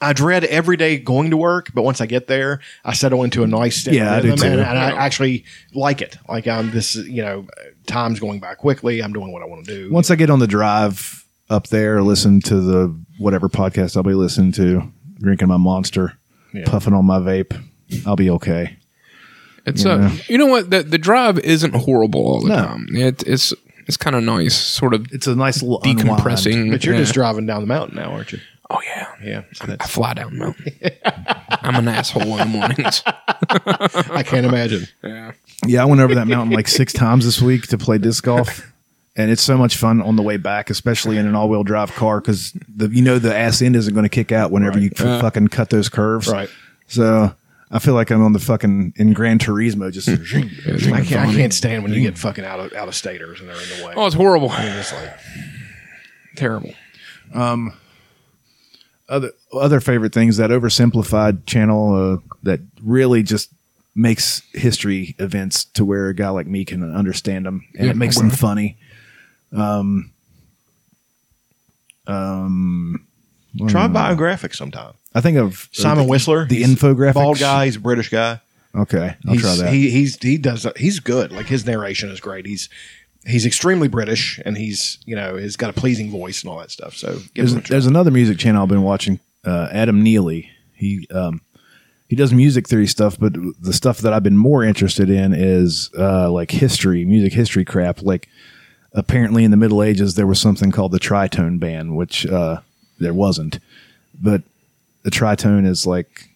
S1: I dread every day going to work, but once I get there, I settle into a nice steady
S3: Yeah, I do
S1: rhythm,
S3: too.
S1: and, and I actually like it. Like I'm this, you know, time's going by quickly. I'm doing what I want to do.
S3: Once I get on the drive up there, listen to the whatever podcast I'll be listening to, drinking my monster,
S1: Yeah.
S3: puffing on my vape, I'll be okay.
S2: It's uh you know what the the drive isn't horrible all the
S3: No.
S2: time. It, it's it's kind of nice, sort of
S3: It's a nice little
S2: decompressing.
S1: but you're
S2: Yeah.
S1: just driving down the mountain now, aren't you?
S2: oh yeah,
S1: Yeah, so
S2: I
S1: that's,
S2: fly down the mountain. I'm an asshole in the
S1: *laughs*
S2: mornings.
S1: I
S3: *laughs*
S1: can't imagine.
S2: yeah,
S3: Yeah, I went over that mountain like six times this week to play disc golf, and it's so much fun on the way back, especially in an all-wheel drive car, because the you know the ass end isn't going to kick out whenever you f- fucking cut those curves.
S1: Right.
S3: So I feel like I'm on the fucking in Gran Turismo, just
S1: I can't, I can't stand when you get fucking out of out of staters and they're in the way.
S2: oh, it's horrible,
S1: It's like
S2: terrible.
S3: other other favorite things that oversimplified channel uh, that really just makes history events to where a guy like me can understand them and
S2: Yeah.
S3: it makes them funny.
S1: try biographic sometime.
S3: I think of uh,
S1: Simon Whistler,
S3: the
S1: he's
S3: infographics?
S1: bald guy. He's a British guy.
S3: Okay, I'll
S1: he's,
S3: try that.
S1: He he's he does he's good. Like his narration is great. He's he's extremely British and he's you know he's got a pleasing voice and all that stuff. So give
S3: there's,
S1: him a try.
S3: there's another music channel I've been watching. Uh, Adam Neely. He um, he does music theory stuff, but the stuff that I've been more interested in is uh, like history, music history crap. Like apparently in the Middle Ages there was something called the tritone ban, which uh, there wasn't. But the tritone is like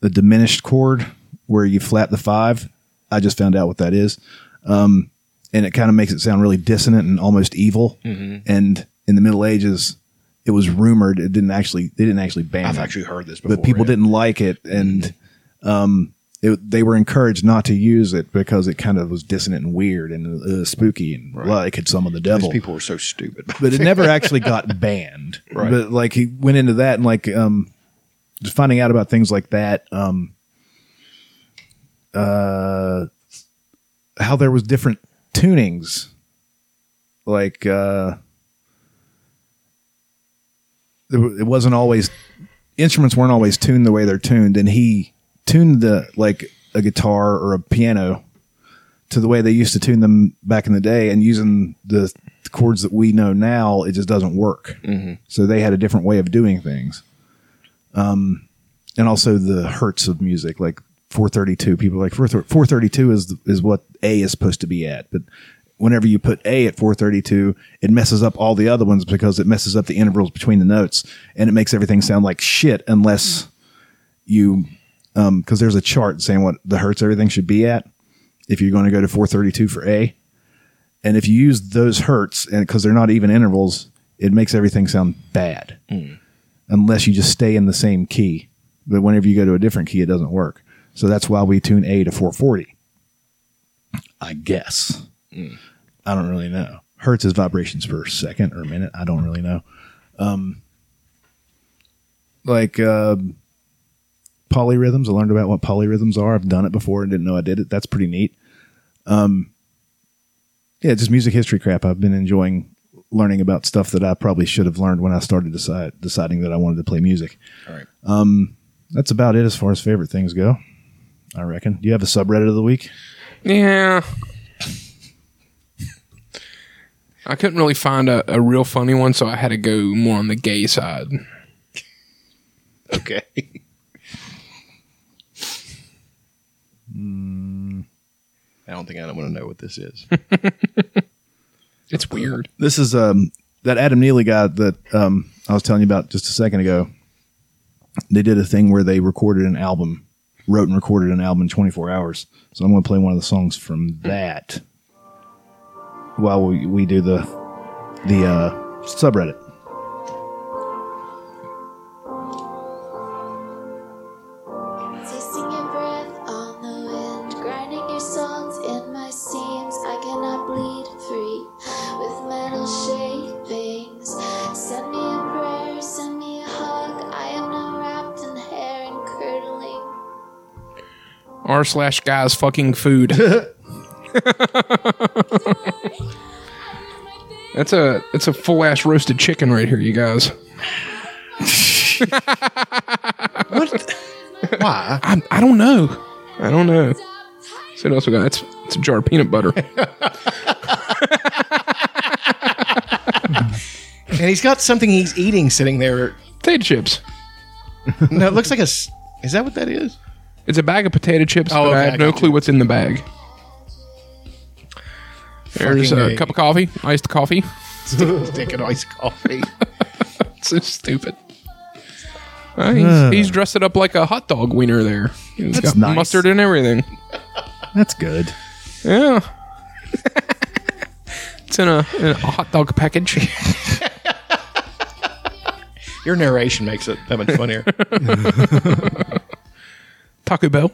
S3: the diminished chord where you flat the five. I just found out what that is Um, and it kind of makes it sound really dissonant and almost evil.
S1: Mm-hmm.
S3: And in the Middle Ages, it was rumored it didn't actually they didn't actually ban.
S1: I've
S3: it,
S1: actually heard this before.
S3: but people
S1: yeah. Mm-hmm.
S3: didn't like it, and um, it, they were encouraged not to use it because it kind of was dissonant and weird and uh, spooky and like it summon the
S1: These
S3: devil.
S1: people were so stupid. *laughs*
S3: But it never actually got banned.
S1: Right.
S3: But like he went into that and like um, just finding out about things like that. Um, uh, how there was different tunings like uh there wa- it wasn't always instruments weren't always tuned the way they're tuned and he tuned the like a guitar or a piano to the way they used to tune them back in the day and using the chords that we know now it just doesn't work so they had a different way of doing things um and also the hertz of music like 432 people are like 430 432 is is what a is supposed to be at but whenever you put A at 432, it messes up all the other ones because it messes up the intervals between the notes and it makes everything sound like shit unless you, um, cause there's a chart saying what the Hertz everything should be at if you're going to go to 432 for A. And if you use those Hertz and cause they're not even intervals, it makes everything sound bad unless you just stay in the same key. But whenever you go to a different key, it doesn't work. So that's why we tune A to 440. I guess. I don't really know. Hertz is vibrations per second or minute. I don't really know. Um, like uh, polyrhythms. I learned about what polyrhythms are. I've done it before and didn't know I did it. That's pretty neat. Um, yeah, just music history crap. I've been enjoying learning about stuff that I probably should have learned when I started decide, deciding that I wanted to play music. Um,
S1: All right.
S3: That's about it as far as favorite things go. I reckon. Do you have a subreddit of the week?
S2: Yeah. I couldn't really find a, a real funny one, so I had to go more on the gay side.
S1: Okay. I don't think I want to know what this
S3: *laughs*
S1: is.
S2: It's weird.
S3: This is um that Adam Neely guy that um I was telling you about just a second ago. They did a thing where they recorded an album, wrote and recorded an album in 24 hours. So I'm going to play one of the songs from that while we, we do the the uh, subreddit.
S4: Tasting your breath on the wind, grinding your salt in my seams. I cannot bleed free with metal shavings. Send me a prayer, send me a hug. I am now wrapped in hair and curdling.
S2: R slash guys
S1: *laughs*
S2: fucking food. That's a that's a full ass roasted chicken right here, you guys.
S1: what? Why?
S2: I, I don't know. I don't know. So what else we got? That's it's a jar of
S1: *laughs*
S2: peanut butter.
S1: And he's got something he's eating sitting there.
S2: potato chips.
S1: No, it looks like a. s- Is that what that is?
S2: It's a bag of potato chips.
S1: Oh,
S2: but I
S1: okay,
S2: have
S1: I
S2: no
S1: got
S2: clue what's in the bag. There's
S1: Fucking
S2: a
S1: A.
S2: cup of coffee, iced coffee.
S1: *laughs* Stick stick an iced coffee.
S2: It's *laughs* so stupid. Uh, he's, he's dressed it up like a hot dog wiener there. He's
S3: That's
S2: got
S3: nice.
S2: mustard and everything.
S3: That's good.
S2: Yeah. *laughs* it's in a, in a hot dog package. *laughs*
S1: Your narration makes it that much
S3: *laughs*
S1: funnier.
S2: Taco Bell.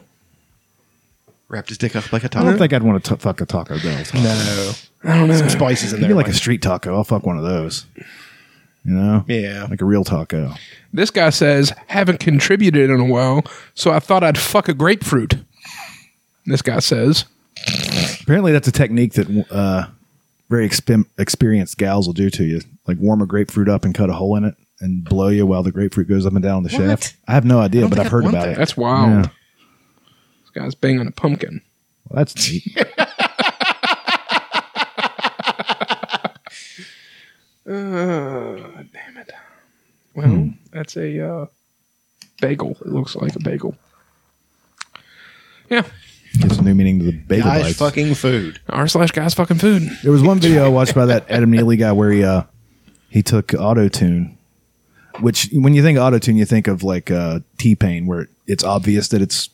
S1: Wrapped his dick up like a
S3: I don't
S1: taco.
S3: think I'd want to t- fuck a Taco Bell.
S1: No, I don't know. Some spices in
S3: Give
S1: there.
S3: me Uh, like a
S1: like-
S3: street taco. I'll fuck one of those. You know?
S1: Yeah.
S3: Like a real taco.
S2: This guy says, haven't contributed in a while, so I thought I'd fuck a grapefruit. This guy says,
S3: Apparently, that's a technique that uh, very expen- experienced gals will do to you. Like warm a grapefruit up and cut a hole in it and blow you while the grapefruit goes up and down the shaft. I have no idea, but
S1: think
S3: I've
S1: I'd
S3: heard
S1: want
S3: about
S1: that.
S3: it.
S2: that's wild.
S3: Yeah.
S2: This guy's banging a pumpkin.
S3: Well, that's neat.
S2: Uh, damn it. Well,
S3: Hmm.
S2: that's a uh, bagel. It looks like a bagel. Yeah.
S3: Gives new meaning to the bagel
S1: Guys,
S3: bites.
S1: fucking food.
S2: R slash guys fucking food.
S3: There was one video I watched by that Adam Neely guy where he uh, he took auto tune, which when you think auto tune, you think of like uh, T Pain, where it's obvious that it's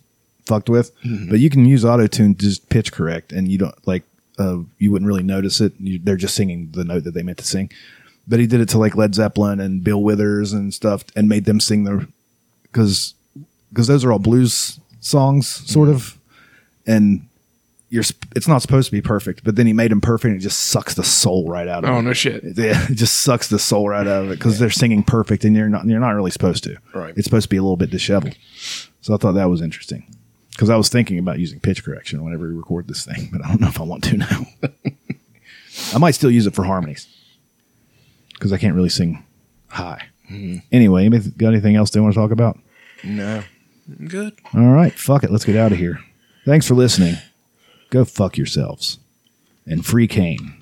S3: fucked with.
S2: Mm-hmm.
S3: But you can use auto tune to just pitch correct, and you don't like uh, you wouldn't really notice it. You, they're just singing the note that they meant to sing. But he did it to like Led Zeppelin and Bill Withers and stuff, and made them sing their because because those are all blues songs, sort
S2: Mm-hmm.
S3: of, and you're sp- it's not supposed to be perfect, but then he made him perfect, and it just sucks the soul right out of
S2: Oh
S3: it.
S2: no shit.
S3: Yeah, *laughs* it just sucks the soul right out of it because they're singing perfect, and you're not you're not really supposed to.
S1: Right.
S3: It's supposed to be a little bit disheveled. So I thought that was interesting because I was thinking about using pitch correction whenever we record this thing, but I don't know if I want to *laughs* now. I might still use it for harmonies because I can't really sing high. Anyway, anybody got anything else they want to talk about?
S1: No.
S2: Good.
S3: All right, fuck it. Let's get out of here. Thanks for listening. Go fuck yourselves. And free Kane.